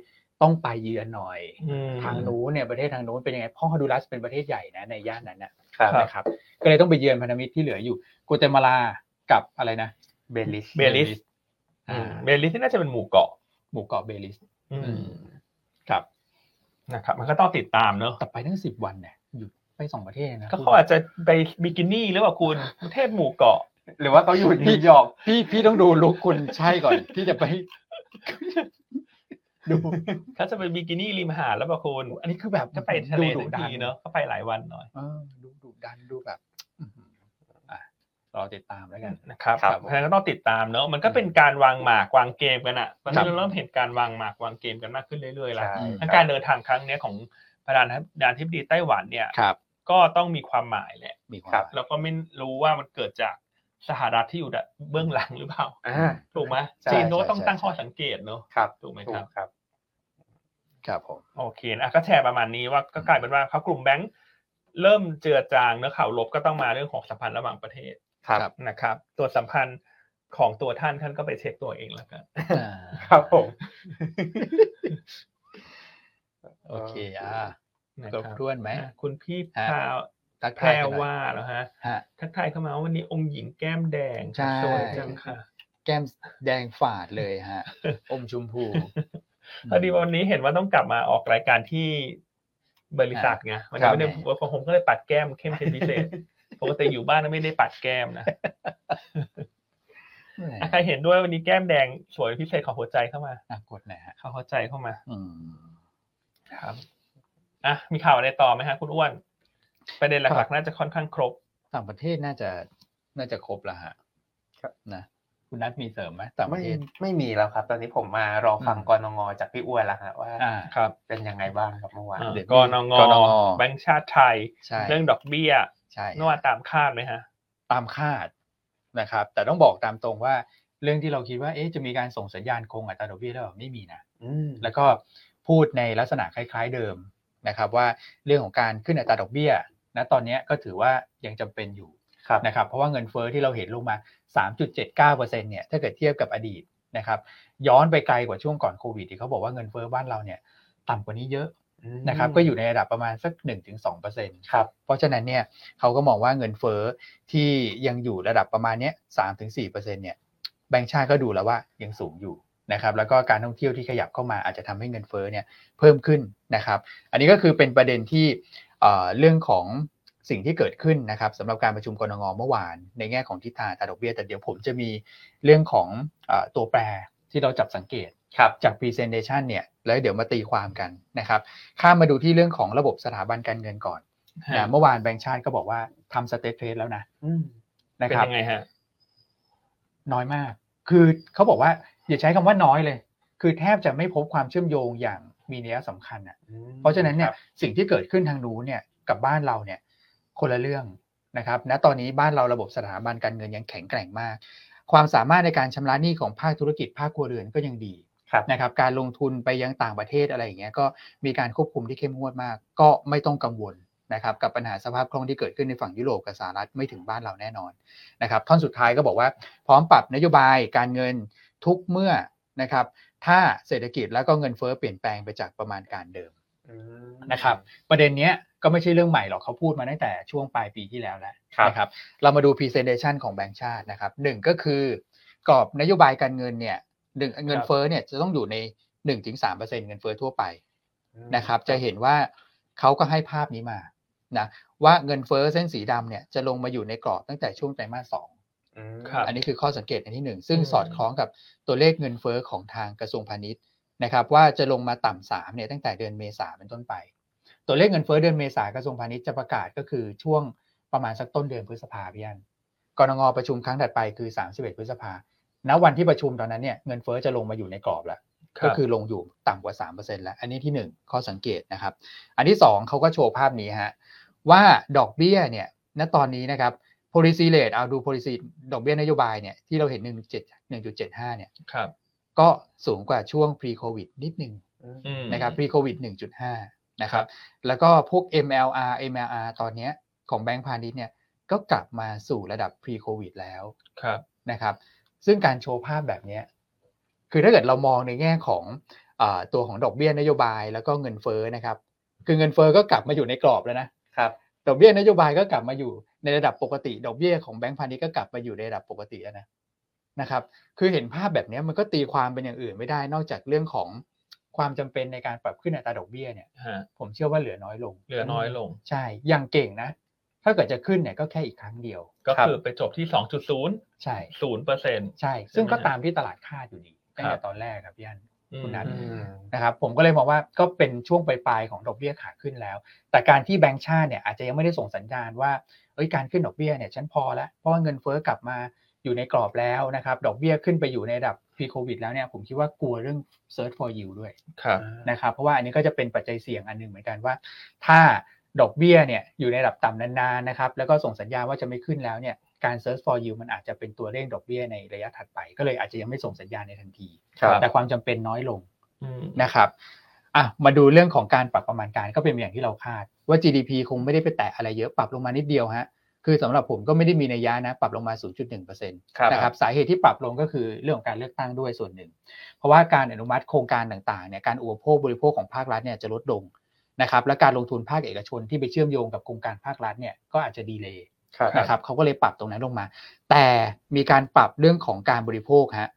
Speaker 2: ต้องไปเยือนหน่อย
Speaker 1: อืม
Speaker 2: ทางนู้นเนี่ยประเทศทางนู้นเป็นยังไงเพราะฮอนดูรัสเป็นประเทศใหญ่นะในย่านนั้นนะครับ
Speaker 1: ครับ
Speaker 2: นะครับก็เลยต้องไปเยือนพันธมิตรที่เหลืออยู่กัวเตมาลากับอะไรนะ
Speaker 3: เบลิส
Speaker 1: เบลิสอื
Speaker 2: อ่าม
Speaker 1: เบลิสที่น่าจะเป็นหมู่เกาะ
Speaker 2: หมู่เกาะเบลิส
Speaker 1: อืม
Speaker 2: อืม ครับ
Speaker 1: นะครับมันก็ต้องติดตามเนอะ
Speaker 2: แต่ไปตั้งสิบวันเนี่ยหยุดไปสองประเทศนะ
Speaker 1: ก็เขาอาจจะไปบิกินี่หรือเปล่าคุณประเทศหมู่เกาะ
Speaker 3: หรือว่าเขาอยู่นิวยอร์ก
Speaker 2: พี่พี่ต้องดูลุกคุณใช่ก่อน ที่จะไป ดู
Speaker 1: เขาจะไปบิกินี่ริมหาดแล้วเปล่าคุณ
Speaker 2: อันนี้คือแบบ
Speaker 1: ถ้าไปทะเล
Speaker 2: ดู
Speaker 1: ทั้ง
Speaker 2: ดั
Speaker 1: ทีเนอะก็ไปหลายวันหน่อย
Speaker 2: เออดูดุดันดูแบบอื้อหืออ่ะรอติดตามแล้วกัน
Speaker 1: นะครับ
Speaker 3: ครับ
Speaker 1: เพราะฉะนั้นก็ต้องติดตามเนอะมันก็เป็นการวางหมากวางเกมกันอะตอนนี้เราเริ่มเห็นการวางหมากวางเกมกันมากขึ้นเรื่อยๆแล้ว
Speaker 3: ใช่
Speaker 2: อืม
Speaker 1: และการเดินทางครั้งเนี้ยของประธานาธิบดีไต้หวันเนี่ย
Speaker 2: ครับ
Speaker 1: ก็ต้องมีความหมายแหละ
Speaker 2: มีความ
Speaker 3: ครับ
Speaker 1: แล้วก็ไม่รู้ว่ามันเกิดจากสหรัฐที่อยู่เบื้องหลังหรือเปล่า
Speaker 3: อ่า
Speaker 1: ถูกไหม
Speaker 3: ใช่
Speaker 1: จีนโน้ตต้องตั้งข้อสังเกตเนอะ
Speaker 3: ครับ
Speaker 1: ถูกไหม
Speaker 3: ถู
Speaker 1: ครับ
Speaker 3: กครับ
Speaker 2: ครับผม
Speaker 1: โอเคนะก็แชร์ประมาณนี้ว่าก็กลายเป็นว่าเขากลุ่มแบงค์เริ่มเจือจางเนื้อข่าวลบก็ต้องมาเรื่องของสัมพันธ์ระหว่างประเทศ
Speaker 3: ครับ
Speaker 1: นะครับตัวสัมพันธ์ของตัวท่านท่านก็ไปเช็คตัวเองแล้วกัน
Speaker 2: อ่า
Speaker 3: ครับผม
Speaker 2: โอเคอ่า
Speaker 1: นะ
Speaker 2: ค
Speaker 1: ค
Speaker 2: ร
Speaker 1: รับบ
Speaker 2: ถ้วนไหม
Speaker 1: อ่ะคุณพี่
Speaker 2: ฮะ
Speaker 1: พาว
Speaker 2: ทัก
Speaker 1: แพ
Speaker 2: ทาร ยกันหน่อยว
Speaker 1: าแล้วฮะ
Speaker 2: ฮะ
Speaker 1: ทักทายเข้ามาว่าวันนี้องค์หญิงแก้มแดง
Speaker 2: ใช่
Speaker 1: สวยจังค่ะ
Speaker 2: แก้มแดงฝาดเลยฮะ อมชมพู
Speaker 1: พอดีวันนี้เห็นว่าต้องกลับมาออกรายการที่บริษัทไงวันนี้ไม่ได้
Speaker 2: ครับ
Speaker 1: ว่าผมก็เลยปัดแก้มเข้มเป็นพิเศษปกติอยู่บ้านไม่ได้ปัดแก้มนะ
Speaker 2: แหม
Speaker 1: อ่ะใครเห็นด้วยวันนี้แก้มแดงสวยพิเศษขอหัวใจเข้ามา
Speaker 2: อ่ะกดหน่อยฮะ
Speaker 1: ขอหัวใจเข้ามา
Speaker 2: อืม
Speaker 1: ครับอ่ะมีข่าวอะไรต่อไหมฮะคุณอ้วน ประเด็นห
Speaker 2: ครั
Speaker 1: ลัก
Speaker 2: บ
Speaker 1: ๆน่าจะค่อนข้างครบ
Speaker 2: ต่างประเทศน่าจะน่าจะครบแล้วฮะนะคุณนัทมีเสริมไหมต่างป
Speaker 3: ไม่
Speaker 2: ระเทศ
Speaker 3: ไม่มีแล้วครับ ตอนนี้ผมมารอฟัง
Speaker 2: อืม
Speaker 3: กรนงจากพี่อ้วนแล้วฮะว่า
Speaker 2: อ่า
Speaker 1: ครับ
Speaker 3: เป็นยังไงบ้างครับเมื่อวาน
Speaker 2: เดี๋ยว
Speaker 1: กนง
Speaker 2: กนง
Speaker 1: แบงก์ชาติไทย
Speaker 2: ใช่
Speaker 1: เรื่องดอกเบี้ย
Speaker 2: ใช่
Speaker 1: นกวาตามคาดไหมฮะ
Speaker 2: ตามคาดนะครับ แต่ต้องบอกตามตรงว่า เรื่องที่เราคิดว่าเอ๊ะจะมีการส่งสัญญาณคงอัตราดอกเบี้ยแล้วแบบไม่มีนะ
Speaker 3: อืม
Speaker 2: แล้วก็พูดในลักษณะคล้าย ๆเดิมนะครับ ว่าเรื่องของการขึ้นอัตราดอกเบี้ยนะตอนเนี้ยก็ถือว่ายังจำเป็นอยู่
Speaker 3: ครับ
Speaker 2: นะครับเพราะว่าเงินเฟ้อที่เราเห็นลงมา 3.79%เนี่ยถ้าเกิดเทียบกับอดีตนะครับย้อนไปไกลกว่าช่วงก่อนโควิดที่เขาบอกว่าเงินเฟ้อบ้านเราเนี่ยต่ำกว่านี้เยอะนะครับก็อยู่ในระดับประมาณสัก 1-2%
Speaker 3: ครับ
Speaker 2: เพราะฉะนั้นเนี่ยเขาก็มองว่าเงินเฟ้อที่ยังอยู่ระดับประมาณเนี้ย3-4%เนี่ยแบงก์ชาติก็ดูแล้วว่ายังสูงอยู่นะครับแล้วก็การท่องเที่ยวที่ขยับเข้ามาอาจจะทำให้เงินเฟ้อเนี่ยเพิ่มขึ้นนะครับ อันนี้ก็คือเป็นประเด็นที่เอ่อเรื่องของสิ่งที่เกิดขึ้นนะครับสำหรับการประชุมกรงงเมื่อวาน ในแง่ของทิศทางอัตราดอกเบี้ยแต่เดี๋ยวผมจะมีเรื่องของเอ่อตัวแปรที่เราจับสังเกต
Speaker 3: ครับ
Speaker 2: จาก Presentation เนี่ยแล้วเดี๋ยวมาตีความกันนะครับข้ามมาดูที่เรื่องของระบบสถาบันการเงินก่อนนะเมื่อวานแบงก์ชาติก็บอกว่าทำสเตทเทรดแล้วนะ
Speaker 3: อืม
Speaker 2: นะ
Speaker 1: เป็น
Speaker 2: ครับ
Speaker 1: ยังไงฮะ
Speaker 2: น้อยมาก คือเขาบอกว่าอย่าใช้คำว่าน้อยเลย คือแทบจะไม่พบความเชื่อมโยงอย่างมีนัยสำคัญอ่ะ เพราะฉะนั้นเนี่ยสิ่งที่เกิดขึ้นทางนู้นเนี่ยกับบ้านเราเนี่ยคนละเรื่องนะครับณตอนนี้บ้านเราระบบสถาบันการเงินยังแข็งแกร่งมาก ความสามารถในการชำระหนี้ของภาคธุรกิจภาคครัวเรือนก็ยังดี
Speaker 3: ครับ
Speaker 2: นะครับ การลงทุนไปยังต่างประเทศอะไรอย่างเงี้ยก็มีการควบคุมที่เข้มงวดมาก ก็ไม่ต้องกังวลนะครับกับปัญหาสภาพคล่องที่เกิดขึ้นในฝั่งยุโรปกับสหรัฐไม่ถึงบ้านเราแน่นอนนะครับท่อนสุดท้ายก็บอกว่าพร้อมปรับนโยบายการเงินทุกเมื่อนะครับถ้าเศรษฐกิจแล้วก็เงินเฟ้อเปลี่ยนแปลงไปจากประมาณการเดิม
Speaker 3: อืม
Speaker 2: นะครับประเด็นเนี้ยก็ไม่ใช่เรื่องใหม่หรอกเขาพูดมาตั้งแต่ช่วงปลายปีที่แล้วแล้ว
Speaker 3: ครับ
Speaker 2: นะครับเรามาดู presentation ของแบงก์ชาตินะครับหนึ่งก็คือกรอบนโยบายการเงินเนี่ยหนึ่งเงินเฟ้อเนี่ยจะต้องอยู่ใน 1-3%เงินเฟ้อทั่วไปนะครับจะเห็นว่าเขาก็ให้ภาพนี้มานะว่าเงินเฟ้อเส้นสีดำเนี่ยจะลงมาอยู่ในกรอบตั้งแต่ช่วงไตรมาสสอง
Speaker 3: อืม
Speaker 1: ครับ
Speaker 2: อันนี้คือข้อสังเกตอันที่หนึ่งซึ่ง
Speaker 3: อืม
Speaker 2: สอดคล้องกับตัวเลขเงินเฟ้อของทางกระทรวงพาณิชย์นะครับว่าจะลงมาต่ำสามเนี่ยตั้งแต่เดือนเมษาเป็นต้นไป ตัวเลขเงินเฟ้อเดือนเมษากระทรวงพาณิชย์จะประกาศก็คือช่วงประมาณสักต้นเดือนพฤษภาพี่อันกรงงประชุมครั้งถัดไปคือ 31 พฤษภาณวันที่ประชุมตอนนั้นเนี่ยเงินเฟ้อจะลงมาอยู่ในกรอบแล้ว ก็คือลงอยู่ต่ำกว่า 3%แล้ว อันนี้ที่ 1 ข้อสังเกตนะครับ อันที่ 2เขาก็โชว์ภาพนี้ฮะว่าดอกเบี้ยเนี่ยณตอนนี้นะครับ policy rate เอาดู policy ดอกเบี้ยนโยบายเนี่ยที่เราเห็น 1.7 1.75เนี่ย
Speaker 1: ครับ
Speaker 2: ก็สูงกว่าช่วง pre covid นิดนึง
Speaker 3: อืม
Speaker 1: อืม
Speaker 2: นะครับ pre covid 1.5นะครับแล้วก็พวก MLR MLR ตอนเนี้ยของแบงก์พาณิชย์เนี่ยก็กลับมาสู่ระดับ pre covid แล้ว
Speaker 1: ครับ
Speaker 2: นะครับซึ่งการโชว์ภาพแบบเนี้ยคือถ้าเกิดเรามองในแง่ของอาตัวของดอกเบี้ยนโยบายแล้วก็เงินเฟ้อนะครับคือเงินเฟ้อก็กลับมาอยู่ในกรอบแล้วนะครับ ดอกเบี้ยนโยบายก็กลับมาอยู่ในระดับปกติ ดอกเบี้ยของแบงก์พาณิชย์ก็กลับมาอยู่ในระดับปกติแล้วนะนะครับคือเห็นภาพแบบเนี้ยมันก็ตีความเป็นอย่างอื่นไม่ได้นอกจากเรื่องของความจำเป็นในการปรับขึ้นอัตราดอกเบี้ยเนี่ย
Speaker 1: ฮะ
Speaker 2: ผมเชื่อว่าเหลือน้อยลง
Speaker 1: เหลือน้อยลง
Speaker 2: ใช่อย่างเก่งนะ ถ้าเกิดจะขึ้นเนี่ยก็แค่อีกครั้งเดียว
Speaker 1: ก็
Speaker 3: ครับ
Speaker 1: คือไปจบที่ 2.0 0
Speaker 2: ใช่
Speaker 1: เปอร์เซ็นต์
Speaker 2: ใช่ ซึ่ง
Speaker 1: ใช่ไหม
Speaker 2: ก็
Speaker 1: ฮะ
Speaker 2: ตามที่ตลาดคาดอยู่ดีตั้ง
Speaker 1: ครั
Speaker 2: แต่
Speaker 1: บ
Speaker 2: ตอนแรกครับพี่อัน คุณนัท
Speaker 3: อืม
Speaker 2: นะครับผมก็เลยมองว่าก็เป็นช่วงปลายๆของดอกเบี้ยขาขึ้นแล้ว แต่การที่แบงก์ชาติเนี่ยอาจจะยังไม่ได้ส่งสัญญาณว่าเอ้ยการขึ้นดอกเบี้ยเนี่ยฉันพอแล้วเพราะว่าเงินเฟ้อกลับมาอยู่ในกรอบแล้วนะครับดอกเบี้ยขึ้นไปอยู่ในระดับ pre covid แล้วเนี่ยผมคิดว่ากลัวเรื่อง search for yield ด้วย
Speaker 1: ครับ
Speaker 2: นะครับเพราะว่าอันนี้ก็จะเป็นปัจจัยเสี่ยงอันหนึงเหมือนกันว่า ถ้าดอกเบี้ยเนี่ยอยู่ในระดับต่ำนานๆนะครับแล้วก็ส่งสัญญาณว่าจะไม่ขึ้นแล้วเนี่ยการ search for yield มันอาจจะเป็นตัวเร่งดอกเบี้ยในระยะถัดไป ก็เลยอาจจะยังไม่ส่งสัญญาณในทันที
Speaker 1: ครับ
Speaker 2: แต่ความจำเป็นน้อยลง
Speaker 1: อืม
Speaker 2: นะครับอ่ะมาดูเรื่องของการปรับประมาณการก็เป็นอย่างที่เราคาด ว่า GDP คงไม่ได้ไปแตะอะไรเยอะปรับลงมานิดเดียวฮะคือสำหรับผมก็ไม่ได้มีนัยยะนะปรับลงมา 0.1%น
Speaker 3: ครับ
Speaker 2: ะครับสาเหตุที่ปรับลงก็คือเรื่องของการเลือกตั้งด้วยส่วนหนึ่ง เพราะว่าการอนุมัติโครงการต่างๆเนี่ยการอุปโภคบริโภคของภาครัฐเนี่ยจะลดลงนะครับและการลงทุนภาคเอกชนที่ไปเชื่อมโยงกับโครงการภาครัฐเนี่ยก็อาจจะดีเลย์
Speaker 3: ครับ
Speaker 2: นะครับเขาก็เลยปรับตรงนั้นลงมา แต่มีการปรับเรื่องของการบริโภคฮะ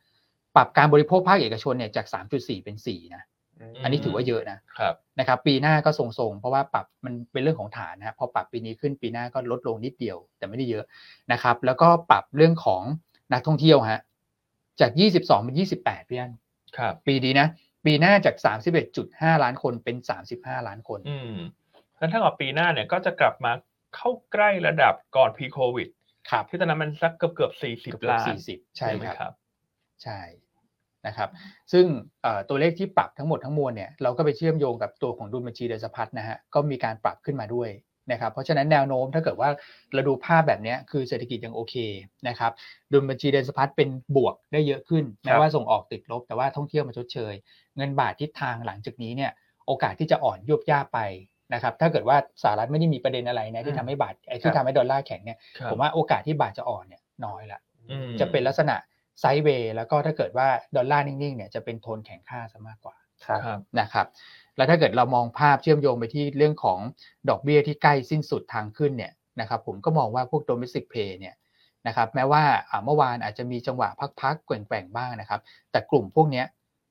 Speaker 2: ปรับการบริโภคภาคเอกชนเนี่ยจาก 3.4 เป็น 4 นะ
Speaker 1: ม
Speaker 2: อันนี้ถือว่าเยอะนะครับ นะครับปีหน้าก็ทรงๆ เพราะว่าปรับมันเป็นเรื่องของฐานนะฮะพอปรับปีนี้ขึ้นปีหน้าก็ลดลงนิดเดียว แต่ไม่ได้เยอะนะครับ แล้วก็ปรับเรื่องของนักท่องเที่ยวฮะจาก 22 เป็น 28พี่อัน
Speaker 1: ครับ
Speaker 2: ปีดีนะ ปีหน้าจาก 31.5 ล้านคนเป็น 35 ล้านคน
Speaker 1: อืมแล้วถ้าเกิดปีหน้าเนี่ยก็จะกลับมาเข้าใกล้ระดับก่อน pre covid
Speaker 2: ครับ
Speaker 1: ที่ตอนนั้นมันสักเกือบเกือบสี่สิบล้าน
Speaker 2: สี่สิบใช่
Speaker 1: ไหม
Speaker 2: ครับ
Speaker 1: ครับ
Speaker 2: ใช่นะครับซึ่งเอ่อตัวเลขที่ปรับทั้งหมดทั้งมวลเนี่ยเราก็ไปเชื่อมโยงกับตัวของดุลบัญชีเดินสะพัดนะฮะก็มีการปรับขึ้นมาด้วยนะครับเพราะฉะนั้นแนวโน้มถ้าเกิดว่าเราดูภาพแบบเนี้ยคือเศรษฐกิจยังโอเคนะครับดุลบัญชีเดินสะพัดเป็นบวกได้เยอะขึ้น
Speaker 1: ค
Speaker 2: แม้
Speaker 1: รับ
Speaker 2: ว่าส่งออกติดลบ แต่ว่าท่องเที่ยวมาชดเชย เงินบาททิศทางหลังจากนี้เนี่ยโอกาสที่จะอ่อนยุบย่าไปนะครับถ้าเกิดว่าสหรัฐไม่ได้มีประเด็นอะไรนะที่ทำให้บาทไอ้ที่ทำให้ดอลลาร์แข็งเนี่ย
Speaker 1: ครับ
Speaker 2: ผมว่าโอกาสที่บาทจะอ่อนเนี่ยน้อยละ
Speaker 1: อืม
Speaker 2: จะเป็นลักษณะไซด์เวย์แล้วก็ถ้าเกิดว่าดอลลาร์นิ่งๆเนี่ยจะเป็นโทนแข็งค่าซะมากกว่า
Speaker 3: ครับ
Speaker 1: ครับ
Speaker 2: นะครับแล้วถ้าเกิดเรามองภาพเชื่อมโยงไปที่เรื่องของดอกเบี้ยที่ใกล้สิ้นสุดทางขึ้นเนี่ยนะครับผมก็มองว่าพวก domestic pay เนี่ยนะครับแม้ว่าอ่าเมื่อวานอาจจะมีจังหวะพักๆแกว่งๆบ้างนะครับ แต่กลุ่มพวกเนี้ย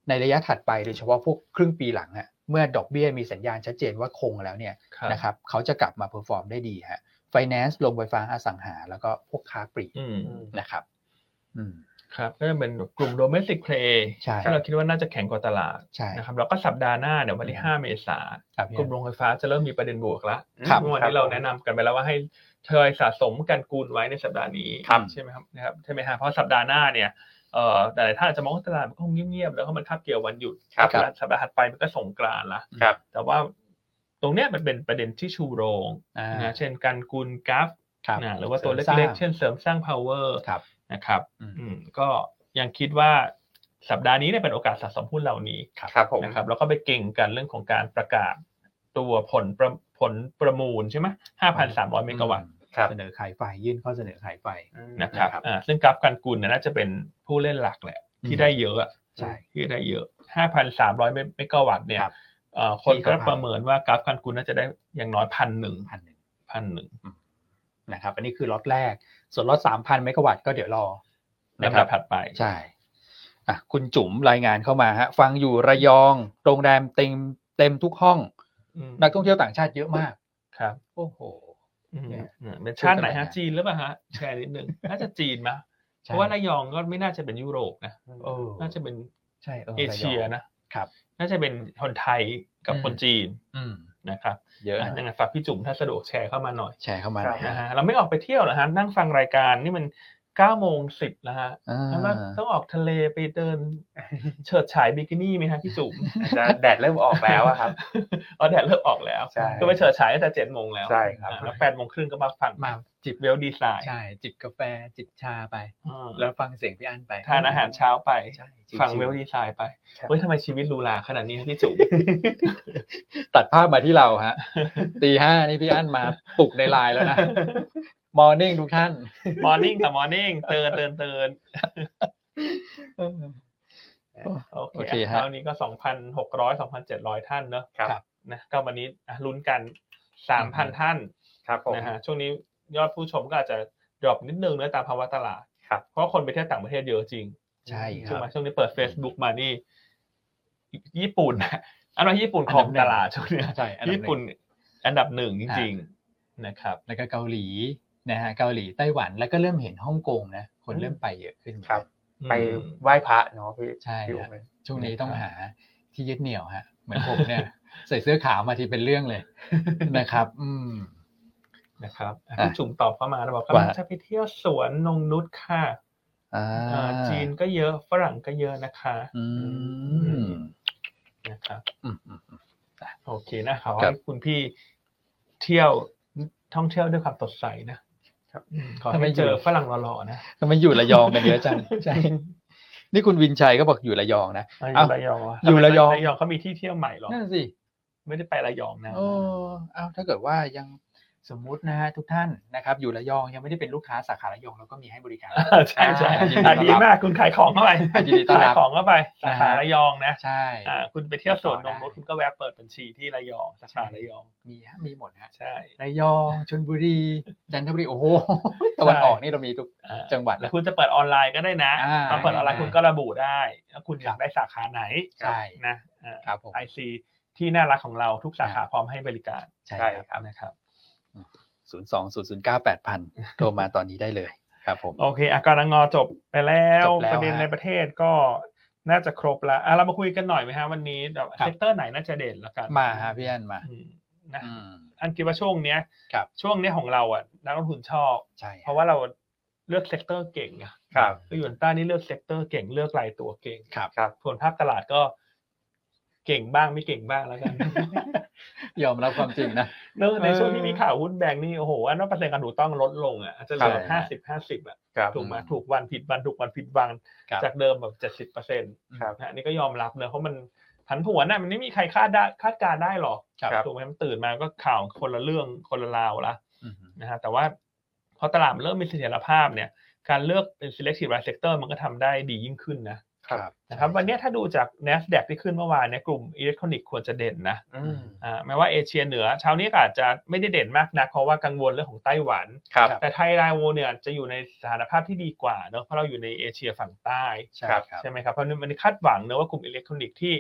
Speaker 2: ในระยะถัดไปโดยเฉพาะพวกครึ่งปีหลังอะเมื่อดอกเบี้ยมีสัญญาณชัดเจนว่าคงแล้วเนี่ย
Speaker 1: ครับ
Speaker 2: นะครับเขาจะกลับมาเพอร์ฟอร์มได้ดีฮะไฟแนนซ์ลงไฟฟ้าอสังหา แล้วก็พวกค้าปลีก
Speaker 1: อืม
Speaker 2: นะครับอืม
Speaker 1: ครับ ก็จะเป็นกลุ่ม domestic play
Speaker 2: ใช่
Speaker 1: ที่เราคิดว่าน่าจะแข็งกว่าตลาด
Speaker 2: ใช่
Speaker 1: นะครับแล้วก็สัปดาห์หน้าเนี่ยวันที่ห้าเมษา
Speaker 2: ครับ
Speaker 1: กลุ่มโรงไฟฟ้าจะเริ่มมีประเด็นบวกแล้ว
Speaker 2: ครับ
Speaker 1: เมื่อวานนี้เราแนะนำกันไปแล้วว่าให้ทยอยสะสมกันกูลไว้ในสัปดาห์นี้
Speaker 2: ครับ
Speaker 1: ใช่ไหมครับนะครับใช่ไหมฮะเพราะสัปดาห์หน้าเนี่ยเอ่อหลายๆท่านอาจจะมองว่าตลาดมันก็คงเงียบๆแล้วก็มันคาบเกี่ยววันหยุด
Speaker 3: ครับ
Speaker 1: แล้วสัปดาห์ถัดไปมันก็สงกรานต์ละ
Speaker 3: ครับ
Speaker 1: แต่ว่าตรงเนี้ยมันเป็นประเด็นที่ชูโรง
Speaker 2: อ่า
Speaker 1: นะเช่นการกูลกราฟ
Speaker 2: ครับ
Speaker 1: นะหรือว่าตัว
Speaker 2: สริมสร้า
Speaker 1: เล็ก
Speaker 2: ง
Speaker 1: ๆ เช่นเสริมสร้าง power
Speaker 2: ครับ
Speaker 1: นะครับ
Speaker 2: อืม
Speaker 1: อืมก็ยังคิดว่าสัปดาห์นี้เนี่ยเป็นโอกาสสะสมหุ้นเหล่านี้
Speaker 3: ครับผม
Speaker 1: นะครับ แล้วก็ไปเก่งกันเรื่องของการประกาศตัวผลประผลประมูลใช่ไหมห้าพันสามร้อยเมกะวัตต์
Speaker 3: ครับ
Speaker 2: เสนอขายไปยื่นข้อเสนอขายไป
Speaker 1: นะครับ
Speaker 2: นะครับ
Speaker 1: อ่าซึ่งกราฟการกุลเนี่ยน่าจะเป็นผู้เล่นหลักแหละ ที่ได้เยอะอะ
Speaker 2: ใช่
Speaker 1: ที่ได้เยอะห้าพันสามร้อยเมกะวัตต์เนี่ย
Speaker 2: ครับ
Speaker 1: เอ่อคนก็
Speaker 2: ที่เขา
Speaker 1: ประเมินว่ากราฟการกุลน่าจะได้อย่างน้อยพันหนึ่ง
Speaker 2: พันหนึ่ง
Speaker 1: พันหนึ่ง
Speaker 2: นะครับ อันนี้คือล็อตแรก ส่วนล็อตสามพันเมกะวัตต์ก็เดี๋ยวรอนะ
Speaker 1: ลำ
Speaker 2: ครั
Speaker 1: ดั
Speaker 2: บ
Speaker 1: บถัดไป
Speaker 2: ใช่อ่ะคุณจุ๋มรายงานเข้ามาฮะ ฟังอยู่ระยองโรงแรมเต็มเต็มทุกห้อง
Speaker 1: อืม
Speaker 2: นักท่องเที่ยวต่างชาติเยอะมาก
Speaker 1: ครับ
Speaker 2: โอ้โห
Speaker 1: อืม
Speaker 2: เนี่ย
Speaker 1: อืมเป็นชาติไหนฮะจีนหรือเปล่าฮะแชร์นิดนึงน่าจะจีนมะเพราะว่าระยองก็ไม่น่าจะเป็นยุโรปนะ
Speaker 2: โอ้
Speaker 1: น่าจะเป็น
Speaker 2: ใช่
Speaker 1: เอเชีย
Speaker 2: ระง
Speaker 1: นะครับ น่าจะเป็นคนไทยกับ
Speaker 2: อืม
Speaker 1: คนจีน
Speaker 2: อืม
Speaker 1: นะครับ
Speaker 2: เยอะ
Speaker 1: อ่ะยังไงฝากพี่จุ๋มถ้าสะดวกแชร์เข้ามาหน่อย
Speaker 2: แชร์เข้ามาหน่อย
Speaker 1: นะ
Speaker 2: ฮะ
Speaker 1: ฮะเราไม่ออกไปเที่ยวเหรอฮะนั่งฟังรายการนี่มันเก้าโมงสิบแล้วฮะ
Speaker 2: อ่า
Speaker 1: แล้วเราต้องออกทะเลไปเดิน เฉิดฉายบิกินี่ไหมฮะพี่จุ๋ม
Speaker 3: อาจจะแดดเริ่มออกแล้วอะครับ
Speaker 1: อ๋อแดดเริ่มออกแล้ว
Speaker 3: ใช่
Speaker 1: ก็ไปเฉิดฉายตั้งแต่เจ็ดโมงแล้ว
Speaker 3: ใช่ครับ
Speaker 1: อ่ะแล้วแปดโมงครึ่งก็มาฟัง
Speaker 2: มา
Speaker 1: จิบเวลดีไซน์
Speaker 2: ใช่จิบกาแฟจิบชาไป
Speaker 1: อ่า
Speaker 2: แล้วฟังเสียงพี่อั้นไป
Speaker 1: ทานอาหารเช้าไป
Speaker 2: ใช่
Speaker 1: ฟัง
Speaker 2: ชิๆ
Speaker 1: เวลดีไซน์ไป
Speaker 3: ครับ
Speaker 1: เฮ้ยทำไมชีวิตหรูหราขนาดนี้พี่จุ๋ม
Speaker 2: ตัดภาพมาที่เราฮะ ตีห้านี่พี่อั้นมาปลุกในไลน์แล้วนะ มอร์นิ่งทุกท่าน
Speaker 1: มอร์นิ่งแต่มอร์นิ่งเตือนเตือนเตือนโอ
Speaker 2: โอ
Speaker 1: เค
Speaker 2: เคฮะ
Speaker 1: เท่านี้ก็สองพันหกร้อยสองพันเจ็ดร้อยท่านเนอะ
Speaker 3: ครับ
Speaker 1: นะก็วันนี้อ่ะลุ้นกันสามพันท่าน
Speaker 3: ครับผม
Speaker 1: นะฮะช่วงนี้ยอดผู้ชมก็อาจจะดรอปนิดนึงเนื่องตามภาวะตลาด
Speaker 3: ครับ
Speaker 1: เพราะคนไปเที่ยวต่างประเทศเยอะจริง
Speaker 2: ใช่ครับ
Speaker 1: ช่วงมาช่วงนี้เปิด Facebook มานี่ ญี่ปุ่นนะอันว่าญี่ปุ่นของตลาดช่วงเนี้ย
Speaker 2: ใช่อันดับหนึ่
Speaker 1: ญี่
Speaker 2: ง
Speaker 1: ปุ่นอันดับหนึ่งจริง ๆนะครับ
Speaker 2: แล้วก็เกาหลีนะฮะเกาหลีไต้หวันแล้วก็เริ่มเห็นฮ่องกงนะคนเริ่มไปเยอะขึ้น
Speaker 3: ครับ ไปไหว้พระเนาะพี่
Speaker 2: ใช่
Speaker 3: พี่
Speaker 2: ครับ
Speaker 3: โอ๊ค
Speaker 2: ช่วงนี้ต้องหาที่ยึดเหนี่ยวฮะ เหมือนผมเนี่ย ใส่เสื้อขาวมาทีเป็นเรื่องเลย นะครับ อืม
Speaker 1: นะครับอ่ะ
Speaker 2: อ่ะ
Speaker 1: พี่จุ๋มตอบเข้ามาเราบอก
Speaker 2: ว่า
Speaker 1: กำลังจะไปเที่ยวสวนนงนุชค่ะ
Speaker 2: อ่า
Speaker 1: เอ่อจีนก็เยอะฝรั่งก็เยอะนะคะ
Speaker 2: อืม
Speaker 1: นะครับ
Speaker 2: อืมอืมอืม
Speaker 1: โอเคนะขอ
Speaker 2: ครั
Speaker 1: ให้
Speaker 2: บ
Speaker 1: คุณพี่เที่ยวท่องเที่ยวด้วยความสดใสนะครับ อืมขอ
Speaker 2: ทำไม
Speaker 1: ให้
Speaker 2: อยู่
Speaker 1: เจอฝรั่งหล่อๆนะ
Speaker 2: ทำไมอยู่ระยองกันเยอะจังใช่ นี่คุณวินชัยก็บอกอยู่ระยองนะ
Speaker 1: เอาอ
Speaker 2: เอ้า
Speaker 1: ยู่ระยองวทำไมระ
Speaker 2: อยู่ระยอง
Speaker 1: ยองเขามีที่เที่ยวใหม่เหรอ
Speaker 2: นั่นสิ
Speaker 1: ไม่ได้ไประยองนะ
Speaker 2: โอ้เอาถ้าเกิดว่ายังสมมุตินะฮะทุกท่านนะครับ อยู่ระยองยังไม่ได้เป็นลูกค้าสาขาระยองเราก็มีให้บริการ
Speaker 1: ใช่ใช่
Speaker 2: อ่ายินดี
Speaker 1: อ่ะดี
Speaker 2: ต้อนรับ
Speaker 1: มากคุณขายของเข้าไป
Speaker 2: ยินดีต้อนรับ
Speaker 1: ขายของเข้าไปสาขา
Speaker 2: อ่า
Speaker 1: ระยองนะ
Speaker 2: ใช่
Speaker 1: อ่าคุณไปเที่ยวสวนนงนุช
Speaker 2: ต่อได้
Speaker 1: คุณก็แวะเปิดบัญชีที่ระยองสาขาระยอง
Speaker 2: มีฮะมีหมดฮะ
Speaker 1: ใช่
Speaker 2: ระยองชลบุรีจันทบุรีโอ้โหตะวันออกนี่เรามีทุก
Speaker 1: อ่า
Speaker 2: จังหวัด
Speaker 1: แล้ว
Speaker 2: นะ
Speaker 1: คุณจะเปิดออนไลน์ก็ได้นะ
Speaker 2: อ่า
Speaker 1: ตอนเปิดออนไลน์
Speaker 2: อ่า
Speaker 1: คุณก็ระบุได้ว่าคุณอยากได้สาขาไหน
Speaker 2: ใช่
Speaker 1: นะ
Speaker 2: รับผม
Speaker 1: ไอซีที่น่ารักของเราทุกสาขาพร้อมให้บริการ
Speaker 2: ใช่
Speaker 3: ใช่
Speaker 2: ครับ
Speaker 3: ครับ
Speaker 1: นะครับ
Speaker 2: ศูนย์สองศูนย์ศูนย์เก้าแปดพันโทรมาตอนนี้ได้เลยครับผม
Speaker 1: โอเคอ่ะการงอจบไปแล้ว
Speaker 2: จบแล้ว
Speaker 1: ประเด็น
Speaker 2: ฮะ
Speaker 1: ในประเทศก็น่าจะครบละอ่ะเรามาคุยกันหน่อยไหมฮะวันนี้แบบ
Speaker 2: ครับ
Speaker 1: เซกเตอร์ไหนน่าจะเด่นละกัน
Speaker 2: มาฮะพี่อันมา
Speaker 1: อืมนะ
Speaker 2: อืม
Speaker 1: อันคิดว่าช่วงเนี้ย
Speaker 2: ครับ
Speaker 1: ช่วงเนี้ยของเราอ่ะนักลงทุนชอบ
Speaker 2: ใช่
Speaker 1: เพราะว่าเราเลือกเซกเตอร์เก่งอะ
Speaker 3: ครับ
Speaker 1: คือหยวนต้านี่เลือกเซกเตอร์เก่งเลือกรายตัวเก่ง
Speaker 2: ครับ
Speaker 3: ครับ
Speaker 1: ส่วนภาพตลาดก็เก่งบ้างไม่เก่งบ้างแล้วกัน
Speaker 2: ยอมรับความจริงนะ
Speaker 1: เนอะในช่วงที่มีข่าวหุ้นแบงค์นี่โอ้โหอันว่าเปอร์เซ็นต์การถูกต้องลดลงอ่ะอาจจะเหลือ
Speaker 2: ครั
Speaker 1: ห้า
Speaker 2: บ
Speaker 1: สิบห้าสิบอ่ะ
Speaker 3: ครับ
Speaker 1: ถูกไหมาถูกวันผิดวันถูกวันผิดวัน
Speaker 2: ครับ
Speaker 1: จากเดิมแบบเจ็ดสิบเปอร์เซ็นต์
Speaker 3: ครับ
Speaker 1: นะนี่ก็ยอมรับเนอะเพราะมันผันผวนน่ะมันไม่มีใครคาดได้คาดการณ์ได้หรอก
Speaker 2: ครับ
Speaker 1: ถูกไหมมันตื่นมาก็ข่าวคนละเรื่องคนละราวละ
Speaker 2: อืม
Speaker 1: นะฮะแต่ว่าพอตลาดมันเริ่มมีเสถียรภาพเนี่ยการเลือกเป็น selective by sector มันก็ทำได้ดียิ่งขึ้นนะ
Speaker 3: ครับ
Speaker 1: นะครับวันเนี้ยถ้าดูจาก N อ s d a q ที่ขึ้นเมื่อวานเนี่ยกลุ่มอิเล็กทรอนิกส์ควรจะเด่นนะ
Speaker 3: อืม
Speaker 1: อ่าแม้ว่าเอเชียเหนือเช้านี้ก็อาจจะไม่ได้เด่นมากนักเพราะว่ากังวลเรื่องของไต้หวัน
Speaker 3: ครับ
Speaker 1: แต่ไทยรายโวเนี่ยจะอยู่ในสถานภาพที่ดีกว่าเนอะเพราะเราอยู่ในเอเชียฝั่งใต้
Speaker 2: ใช่ครับ
Speaker 1: ใช่ไหมครับเพราะมันคาดหวังเนอะว่ากลุ่มอิเล็กทรอนิกส์ที่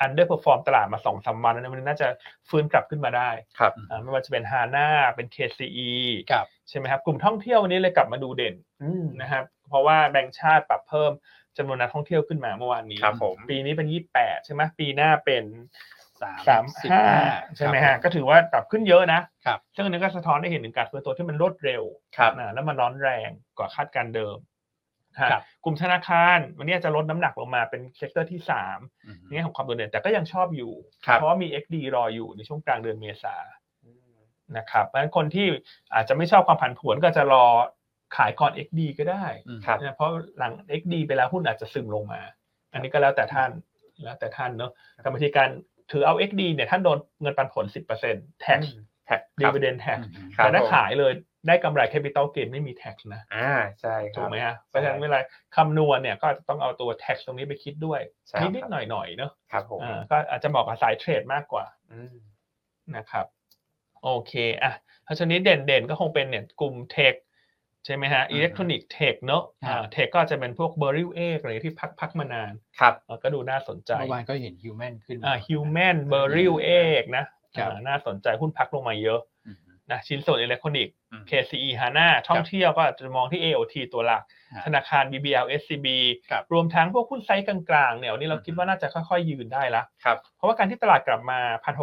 Speaker 1: อันเดอร์เพอร์ฟอร์มตลาดมาสองสามวันแล้วเนยมันน่าจะฟื้นกลับขึ้นมาได้
Speaker 3: ครับ
Speaker 1: อ่าไม่ว่าจะเป็นฮาน่าเป็น KCE
Speaker 2: ครับ
Speaker 1: ใช่ไหมครับกลุ่มท่องเที่ยววันนี้เลยกลับมาดูเด่น
Speaker 3: อืม
Speaker 1: นะครับเพราะว่าแบงก์ชาติปรับเพิ่มจำนวนนักท่องเที่ยวขึ้นมาเมื่อวานนี้
Speaker 3: ครับผม
Speaker 1: ปีนี้เป็นยี่แปดใช่ไหมปีหน้าเป็น
Speaker 2: สา
Speaker 1: สาม ม
Speaker 2: สิบ
Speaker 1: ห้า
Speaker 2: ห้า
Speaker 1: ใช่ไหม
Speaker 2: ครั
Speaker 1: ฮะ
Speaker 2: บผม
Speaker 1: ก็ถือว่าปรับขึ้นเยอะนะครับ ซึ่งอันนี้ก็สะท้อนให้เห็นถึงการฟื้นตัวที่มันรวดเร็ว
Speaker 3: ครับ
Speaker 1: นะแล้วมันร้อนแรงกว่าคาดการณ์เดิมนะฮะ
Speaker 2: ครับ
Speaker 1: กลุ่มธนาคารวันนี้อาจจะลดน้ำหนักลงมาเป็นเซกเตอร์ที่สาม
Speaker 2: อืม
Speaker 1: ในแง่ของความโดดเด่นแต่ก็ยังชอบอยู่
Speaker 3: ครับ
Speaker 1: เพราะว่ามี XD รออยู่ในช่วงกลางเดือนเมษา นะครับเพราะฉะนั้นคนที่อาจจะไม่ชอบความผันผวนก็จะรอ ขายก่อน XD ก็ได้
Speaker 2: อืม
Speaker 3: ครับ
Speaker 1: นะเพราะหลัง XD ไปแล้วหุ้นอาจจะซึมลงมา อันนี้ก็แล้วแต่ท่านแล้วแต่ท่านเนาะแต่บางทีการถือเอา XD เนี่ยท่านโดนเงินปันผล 10% tax
Speaker 3: แท็ก
Speaker 1: dividend tax
Speaker 3: ครับ
Speaker 1: แต่ถ้า
Speaker 3: ผม
Speaker 1: ขายเลยได้กำไร capital gain ไม่มี tax นะ
Speaker 3: อ่าใช่ค
Speaker 1: ถูก
Speaker 3: รับ
Speaker 1: ไหมฮะเพ
Speaker 3: ใช่
Speaker 1: ราะฉะนั้นเวลาคำนวณเนี่ยก็อาจจะต้องเอาตัว tax ตรงนี้ไปคิดด้วย
Speaker 3: ใช่
Speaker 1: นิดๆหน่อยๆเนาะ
Speaker 3: ครับผม
Speaker 1: อ่าก็อาจจะเหมาะกับสายเทรดมากกว่า
Speaker 3: อืม
Speaker 1: นะครับโอเคอ่ะเพราะฉะนี้นเด่นๆก็คงเป็นเนี่ยกลุ่มเทคใช่ไหมฮะ
Speaker 3: อืม
Speaker 1: อิเล็กทรอนิกส์เทคเนอะ
Speaker 2: ครับ
Speaker 1: อ่าเทคก็จะเป็นพวกเบอร์ริวเอกอะไรที่พักพักมานาน
Speaker 3: ครับ
Speaker 1: เออก็ดูน่าสนใจ
Speaker 2: เมื่อวานก็เห็นฮิวแมนขึ้น
Speaker 1: อ่าฮิวแมนเบอร์ริวเอกนะครับ อ่าน่าสนใจหุ้นพักลงมาเยอะ
Speaker 2: อืม
Speaker 1: นะชิ้นส่วนอิเล็กทรอนิกส์
Speaker 2: อืม
Speaker 1: KCE HANA ท่องเที่ยวก็จะมองที่ AOT ตัวหลัก
Speaker 2: ฮะ
Speaker 1: ธนาคาร BBL SCB
Speaker 2: ครับ
Speaker 1: รวมทั้งพวกหุ้นไซต์กลางๆเนี่ยวันนี้เราคิดว่าน่าจะค่อยๆ ยืนได้ละ
Speaker 3: ครับ
Speaker 1: เพราะว่าการที่ตลาดกลับมา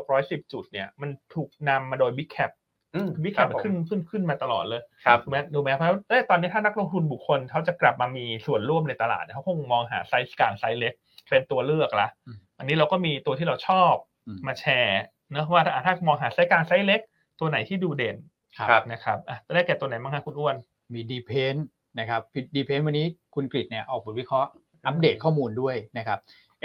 Speaker 1: 1,610 จุดเนี่ยมันถูกนำมาโดย Big Cap
Speaker 3: อืม
Speaker 1: บิ๊กแคป
Speaker 3: รับผม
Speaker 1: ขึ้นขึ้นขึ้นมาตลอดเลย
Speaker 3: ครับ
Speaker 1: ถูกไหมดูไหมเพราะเอ้ยตอนนี้ถ้านักลงทุนบุคคลเขาจะกลับมามีส่วนร่วมในตลาดเนี่ยเขาคงมองหาไซส์กลางไซส์เล็ก เป็นตัวเลือกละ
Speaker 2: อืม
Speaker 1: อันนี้เราก็มีตัวที่เราชอบ
Speaker 2: อืม
Speaker 1: มาแชร์นะว่าถ้าถ้ามองหาไซส์กลางไซส์เล็ก ตัวไหนที่ดูเด่น
Speaker 3: ครับ
Speaker 1: นะครับอ่ะได้แก่ตัวไหนบ้างคะคุณอ้วน
Speaker 2: มีดีเพนนะครับดีเพนวันนี้คุณกริดเนี่ยออกบทวิเคราะห์อัปเดตข้อมูลด้วยนะครับ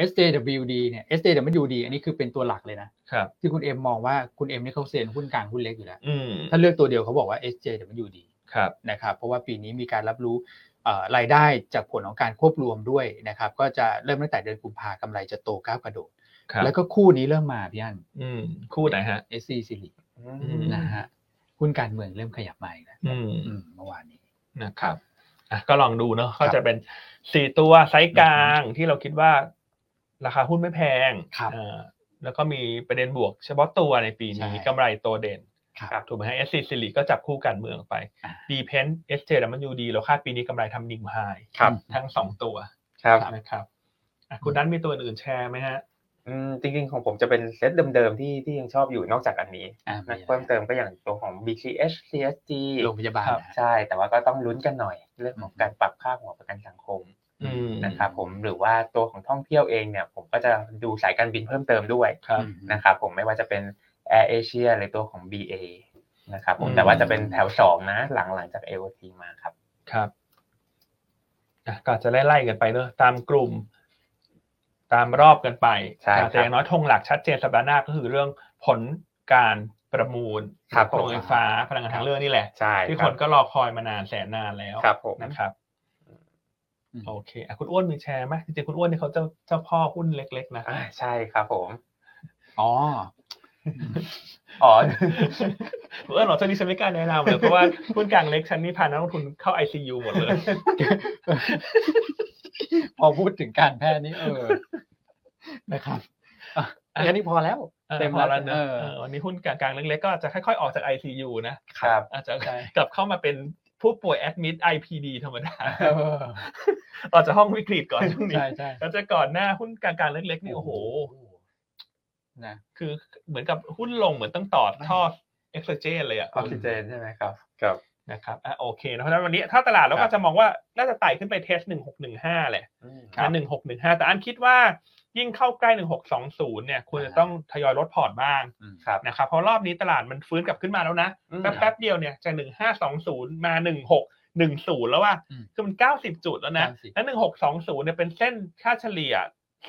Speaker 2: SJWD เนี่ย SJWD อันนี้คือเป็นตัวหลักเลยนะครับ ที่คุณเอ็มมองว่าคุณเอ็มนี่เขาเซ็นหุ้นกลางหุ้นเล็กอยู่แล้ว
Speaker 1: อืม
Speaker 2: ถ้าเลือกตัวเดียวเขาบอกว่า SJWD
Speaker 1: ครับ
Speaker 2: นะครับเพราะว่าปีนี้มีการรับรู้เอ่อรายได้จากผลของการควบรวมด้วยนะครับก็จะเริ่มตั้งแต่เดือนกุมภากำไรจะโตก้าวกระโดด
Speaker 1: ครับ
Speaker 2: แล้วก็คู่นี้เริ่มมาพี่อัน
Speaker 1: อืมคู่ไหนฮะ
Speaker 2: SC สิริ
Speaker 3: อืม
Speaker 2: นะฮะหุ้นการเมืองเริ่มขยับมาอีกแล้ว
Speaker 1: อืม
Speaker 2: อืมเมื่อวานนี้
Speaker 1: นะครับอ่ะก็ลองดูเนาะก็จะเป็นสี่ตัวไซส์กลางที่เราคิดว่า ราคาหุ้นไม่แพง
Speaker 2: ครับ
Speaker 1: เอ่อแล้วก็มีประเด็นบวกเฉพาะตัวในปีนี้กำไรโตเด่น
Speaker 2: ครับ
Speaker 1: ถูกไหมฮะ SC สิริก็จับคู่การเมืองไป
Speaker 2: อ่า
Speaker 1: d p e n SJ แล้วมันยูดีเราคาดปีนี้กำไรทำนิวไฮ
Speaker 3: ครับ
Speaker 1: ทั้งสองตัว
Speaker 3: ครับ
Speaker 1: นะครับอ่ะคุณนั้นมีตัวอื่นแชร์ไหมฮะ
Speaker 3: อืมจริงๆของผมจะเป็นเซตเดิมๆที่ที่ยังชอบอยู่นอกจากอันนี้
Speaker 2: อ่า
Speaker 3: นะเพิ่มเติมก็อย่างตัวของ BCH CSG
Speaker 2: โรงพยาบาลนะฮะ
Speaker 3: ใช่ แต่ว่าก็ต้องลุ้นกันหน่อย เรื่องของ
Speaker 2: อืม
Speaker 3: การปรับค่าหัวประกันสังคม
Speaker 1: อืม
Speaker 3: นะครับผมหรือว่าตัวของท่องเที่ยวเองเนี่ย ผมก็จะดูสายการบินเพิ่มเติมด้วย
Speaker 1: ครับ
Speaker 2: อืม
Speaker 3: นะครับผมไม่ว่าจะเป็น Air Asia หรือตัวของ BA นะครับผม
Speaker 1: อืม
Speaker 3: แต่ว่าจะเป็นแถวสองนะหลังหลังจาก AOT มาครับ
Speaker 1: ครับอ่ะก็จะไล่ๆกันไปเนอะตามกลุ่ม ตามรอบกันไป
Speaker 3: ใช่ครับ
Speaker 1: แต่อย่างน้อยธงหลักชัดเจนสัปดาห์หน้าก็คือเรื่องผลการประมูล
Speaker 3: ครับผม
Speaker 1: โรงไฟฟ้าพลังงานทางเลือกนี่แหละ
Speaker 3: ใช่
Speaker 1: ที่
Speaker 3: ค
Speaker 1: ครับ นก็รอคอยมานานแสนนานแล้ว
Speaker 3: ครับผม
Speaker 1: นะครับ
Speaker 2: อืม
Speaker 1: โอเคอ่ะคุณอ้วนมีแชร์ไหมจริงๆคุณอ้วนเนี่ยเขาเจ้าเจ้าพ่อหุ้นเล็ก ๆ นะ
Speaker 3: อ่าใช่ครับผม
Speaker 2: อ๋อ
Speaker 3: อ๋อ
Speaker 1: เออหรอตอนนี้ฉันไม่กล้าแนะนำเลยเพราะว่าหุ้นกลางเล็กฉันนี่พานักลงทุนเข้า ICU หมดเลย
Speaker 2: พอพูดถึงการแพทย์นี่เออ นะครับอ่ะแค่นี้พอแล้ว
Speaker 1: ออ
Speaker 2: เต็ม
Speaker 1: พ
Speaker 2: แล้
Speaker 1: อ
Speaker 2: ว
Speaker 1: แล้วเนอะ
Speaker 2: เออ
Speaker 1: เออวันนี้หุ้นกลางๆเล็กๆก็จะค่อยๆออกจาก ICU นะครับ อาจจะ
Speaker 2: ใช่
Speaker 1: กลับเข้ามาเป็นผู้ป่วยแอดมิด IPD ธรรมดา
Speaker 2: เออ
Speaker 1: ออกจากห้องวิกฤตก่ อนช่วงนี้
Speaker 2: ใช่ใช่
Speaker 1: แล้วจะก่อนหน้าหุ้นกลางๆเล็กๆนี่โอ้โห
Speaker 2: นะ
Speaker 1: คือเหมือนกับหุ้นลงเหมือนต้องต่อท่อเอ็กซ์เจนเลยอะ
Speaker 3: ออกซิเจนใช่ไหมครับครับ
Speaker 1: นะครับอ่ะโอเคนะเพราะฉะนั้นวันนี้ถ้าตลาดเรา
Speaker 3: ครั
Speaker 1: ก็
Speaker 3: บ
Speaker 1: จะมองว่าน่าจะไต่ขึ้นไปเทสหนึ่งหกหนึ่งห้าแหละ
Speaker 3: อืม
Speaker 1: นะหนึ่งหกหนึ่งห้าแต่อันคิดว่ายิ่งเข้าใกล้หนึ่งหกสองศูนย์เนี่ยควรจะต้องทยอยลดพอร์ตบ้าง
Speaker 2: อืม
Speaker 3: ครับ
Speaker 1: นะครับเพราะรอบนี้ตลาดมันฟื้นกลับขึ้นมาแล้วนะ
Speaker 3: อืม
Speaker 1: แป๊บๆเดียวเนี่ยจากหนึ่งห้าสองศูนย์มาหนึ่งหกหนึ่งศูนย์แล้วว่า
Speaker 2: อืม
Speaker 1: คือมันเก้าสิบจุดแล้วนะ
Speaker 2: 90
Speaker 1: แล้วหนึ่งหกสองศูนย์เนี่ยเป็นเส้นค่าเฉลี่ย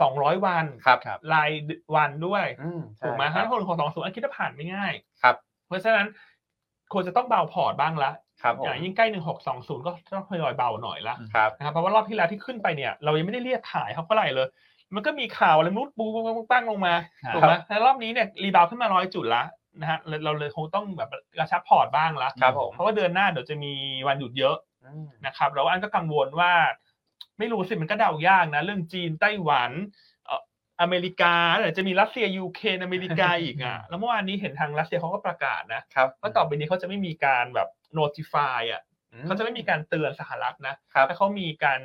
Speaker 1: สองร้อยวัน
Speaker 3: ครับ
Speaker 2: ครับ
Speaker 1: รายวันด้วย
Speaker 3: อืมใช่
Speaker 1: ถูกไหม
Speaker 3: ค
Speaker 1: ถ้า
Speaker 3: รับ
Speaker 1: หนึ่งหกสองศูนย์อันคิดว่าผ่านไม่ง่าย
Speaker 3: ครับ
Speaker 1: เพราะฉะนั้นควรจะต้องเบาพอร์ตบ้างละ
Speaker 3: ครับผม
Speaker 1: อย่างยิ่งใกล้หนึ่งหกสองศูนย์ก็ต้องทยอยเบาหน่อยละ
Speaker 3: ครับ
Speaker 1: นะครับเพราะว่ารอบที่แล้วที่ขึ้นไปเนี่ยเรายังไม่ได้เรียกขายเขาเท่าไหร่เลย มันก็มีข่าวอะไรไมุดบูบงปั้งลงมา
Speaker 2: ครับ
Speaker 1: ถูกไหมแล้วรอบนี้เนี่ยรีบาวขึ้นมาร้อยจุดละนะฮะเราเราเลยคงต้องแบบกระชับพอร์ตบ้างละ
Speaker 3: ครับผม
Speaker 1: เพราะว่าเดือนหน้าเดี๋ยวจะมีวันหยุดเยอะ
Speaker 3: อืม
Speaker 1: นะครับแล้วอันก็กังวลว่า ไม่รู้สิมันก็เดายากนะ เรื่องจีนไต้หวันเอ่ออเมริกาเดี๋ยวจะมีรัสเซียยูเครนอเมริกาอีก อ่ะแล้วเมื่อวานนี้เห็นทางรัสเซียเขาก็ประกาศนะครับ ว่าต่อไปนี้เขาจะไม่มีการแบบ notify อ่ะ
Speaker 3: อื
Speaker 1: เขาจะไม่มีการเตือนสหรัฐนะ
Speaker 3: ครับ
Speaker 1: ถ้าเขามีการ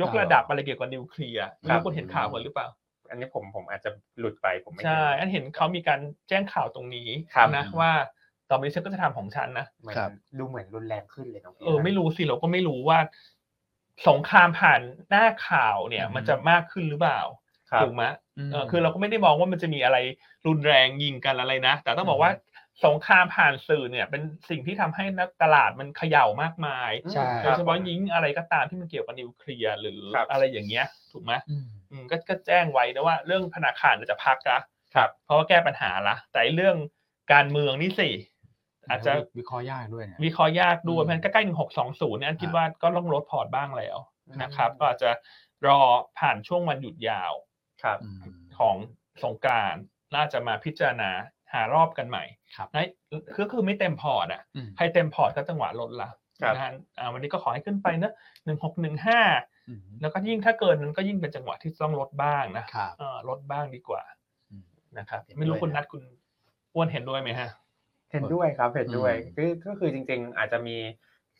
Speaker 1: ยก
Speaker 2: อ๋อ
Speaker 1: ระดับอะไรเกี่ยวกับนิวเคลียร์ไม่
Speaker 3: ครั
Speaker 1: รู้
Speaker 3: บ
Speaker 1: คุณเห็นข่าวกันหรือเปล่า
Speaker 3: อันนี้ผมผมอาจจะหลุดไปผมไม่เห็น
Speaker 1: ใช่ อันเห็นเขามีการแจ้งข่าวตรงนี้
Speaker 3: ครับ
Speaker 1: นะว่าต่อไปนี้ฉันก็จะทำของฉันนะ
Speaker 3: เหมือน
Speaker 2: ครับ
Speaker 3: ดูเหมือนรุนแรงขึ้นเลยน้อง
Speaker 1: เออไม่รู้สิเราก็ไม่รู้ว่า สงครามผ่านหน้าข่าวเนี่ย
Speaker 2: อืม
Speaker 1: มันจะมากขึ้นหรือเปล่า
Speaker 3: ครับ
Speaker 1: ถูกไหมเออคือเราก็ไม่ได้มองว่ามันจะมีอะไรรุนแรงยิงกันอะไรนะ แต่ต้องบอกว่า สงครามผ่านสื่อเนี่ย เป็นสิ่งที่ทำให้นักตลาดมันเขย่ามากมาย
Speaker 2: ใช่
Speaker 1: โดยเฉพาะยิงอะไรก็ตามที่มันเกี่ยวกับนิวเคลียร์หรือ
Speaker 3: ครับ
Speaker 1: อะไรอย่างเงี้ยถูกไหม
Speaker 2: อืม
Speaker 1: อืมก็ก็แจ้งไว้นะว่าเรื่องธนาคารเนี่ยจะพักละ
Speaker 3: ครับ
Speaker 1: เพราะว่าแก้ปัญหาละแต่ไอ้เรื่องการเมืองนี่สิอาจจะ
Speaker 2: วิเคราะห์ยากด้วยเนี่ย
Speaker 1: วิเคราะห์ยากด้วย
Speaker 2: อืม
Speaker 1: เพราะฉะนั้นก็ใกล้หนึ่งหกสองศูนย์เนี่ยอันคิดว่าก็ต้องลดพอร์ตบ้างแล้วนะครับ
Speaker 3: อืม
Speaker 1: ก็อาจจะรอผ่านช่วงวันหยุดยาว
Speaker 3: ครับ
Speaker 2: อืม
Speaker 1: ของสงกรารน่าจะมาพิจารณาหารอบกันใหม่
Speaker 2: ครับ
Speaker 1: นะคือคือไม่เต็มพอร์ตอ่ะ
Speaker 2: อืม
Speaker 1: ใครเต็มพอร์ตก็จังหวะลดละ
Speaker 3: ครับ
Speaker 1: นะฮะอ่าวันนี้ก็ขอให้ขึ้นไปเนอะหนึ่งหกหนึ่งห้า
Speaker 2: อืม
Speaker 1: แล้วก็ยิ่งถ้าเกินนั้นก็ยิ่งเป็นจังหวะที่ต้องลดบ้างนะครับ เออลดบ้างดีกว่า
Speaker 2: อืม
Speaker 1: นะครับ ไม่รู้คุณนัดคุณอ้วนเห็นด้วยไหมฮะ
Speaker 3: เห็นด้วยครับเห็นด้วย
Speaker 2: อืม
Speaker 3: คือก็คือจริง ๆ อาจจะมี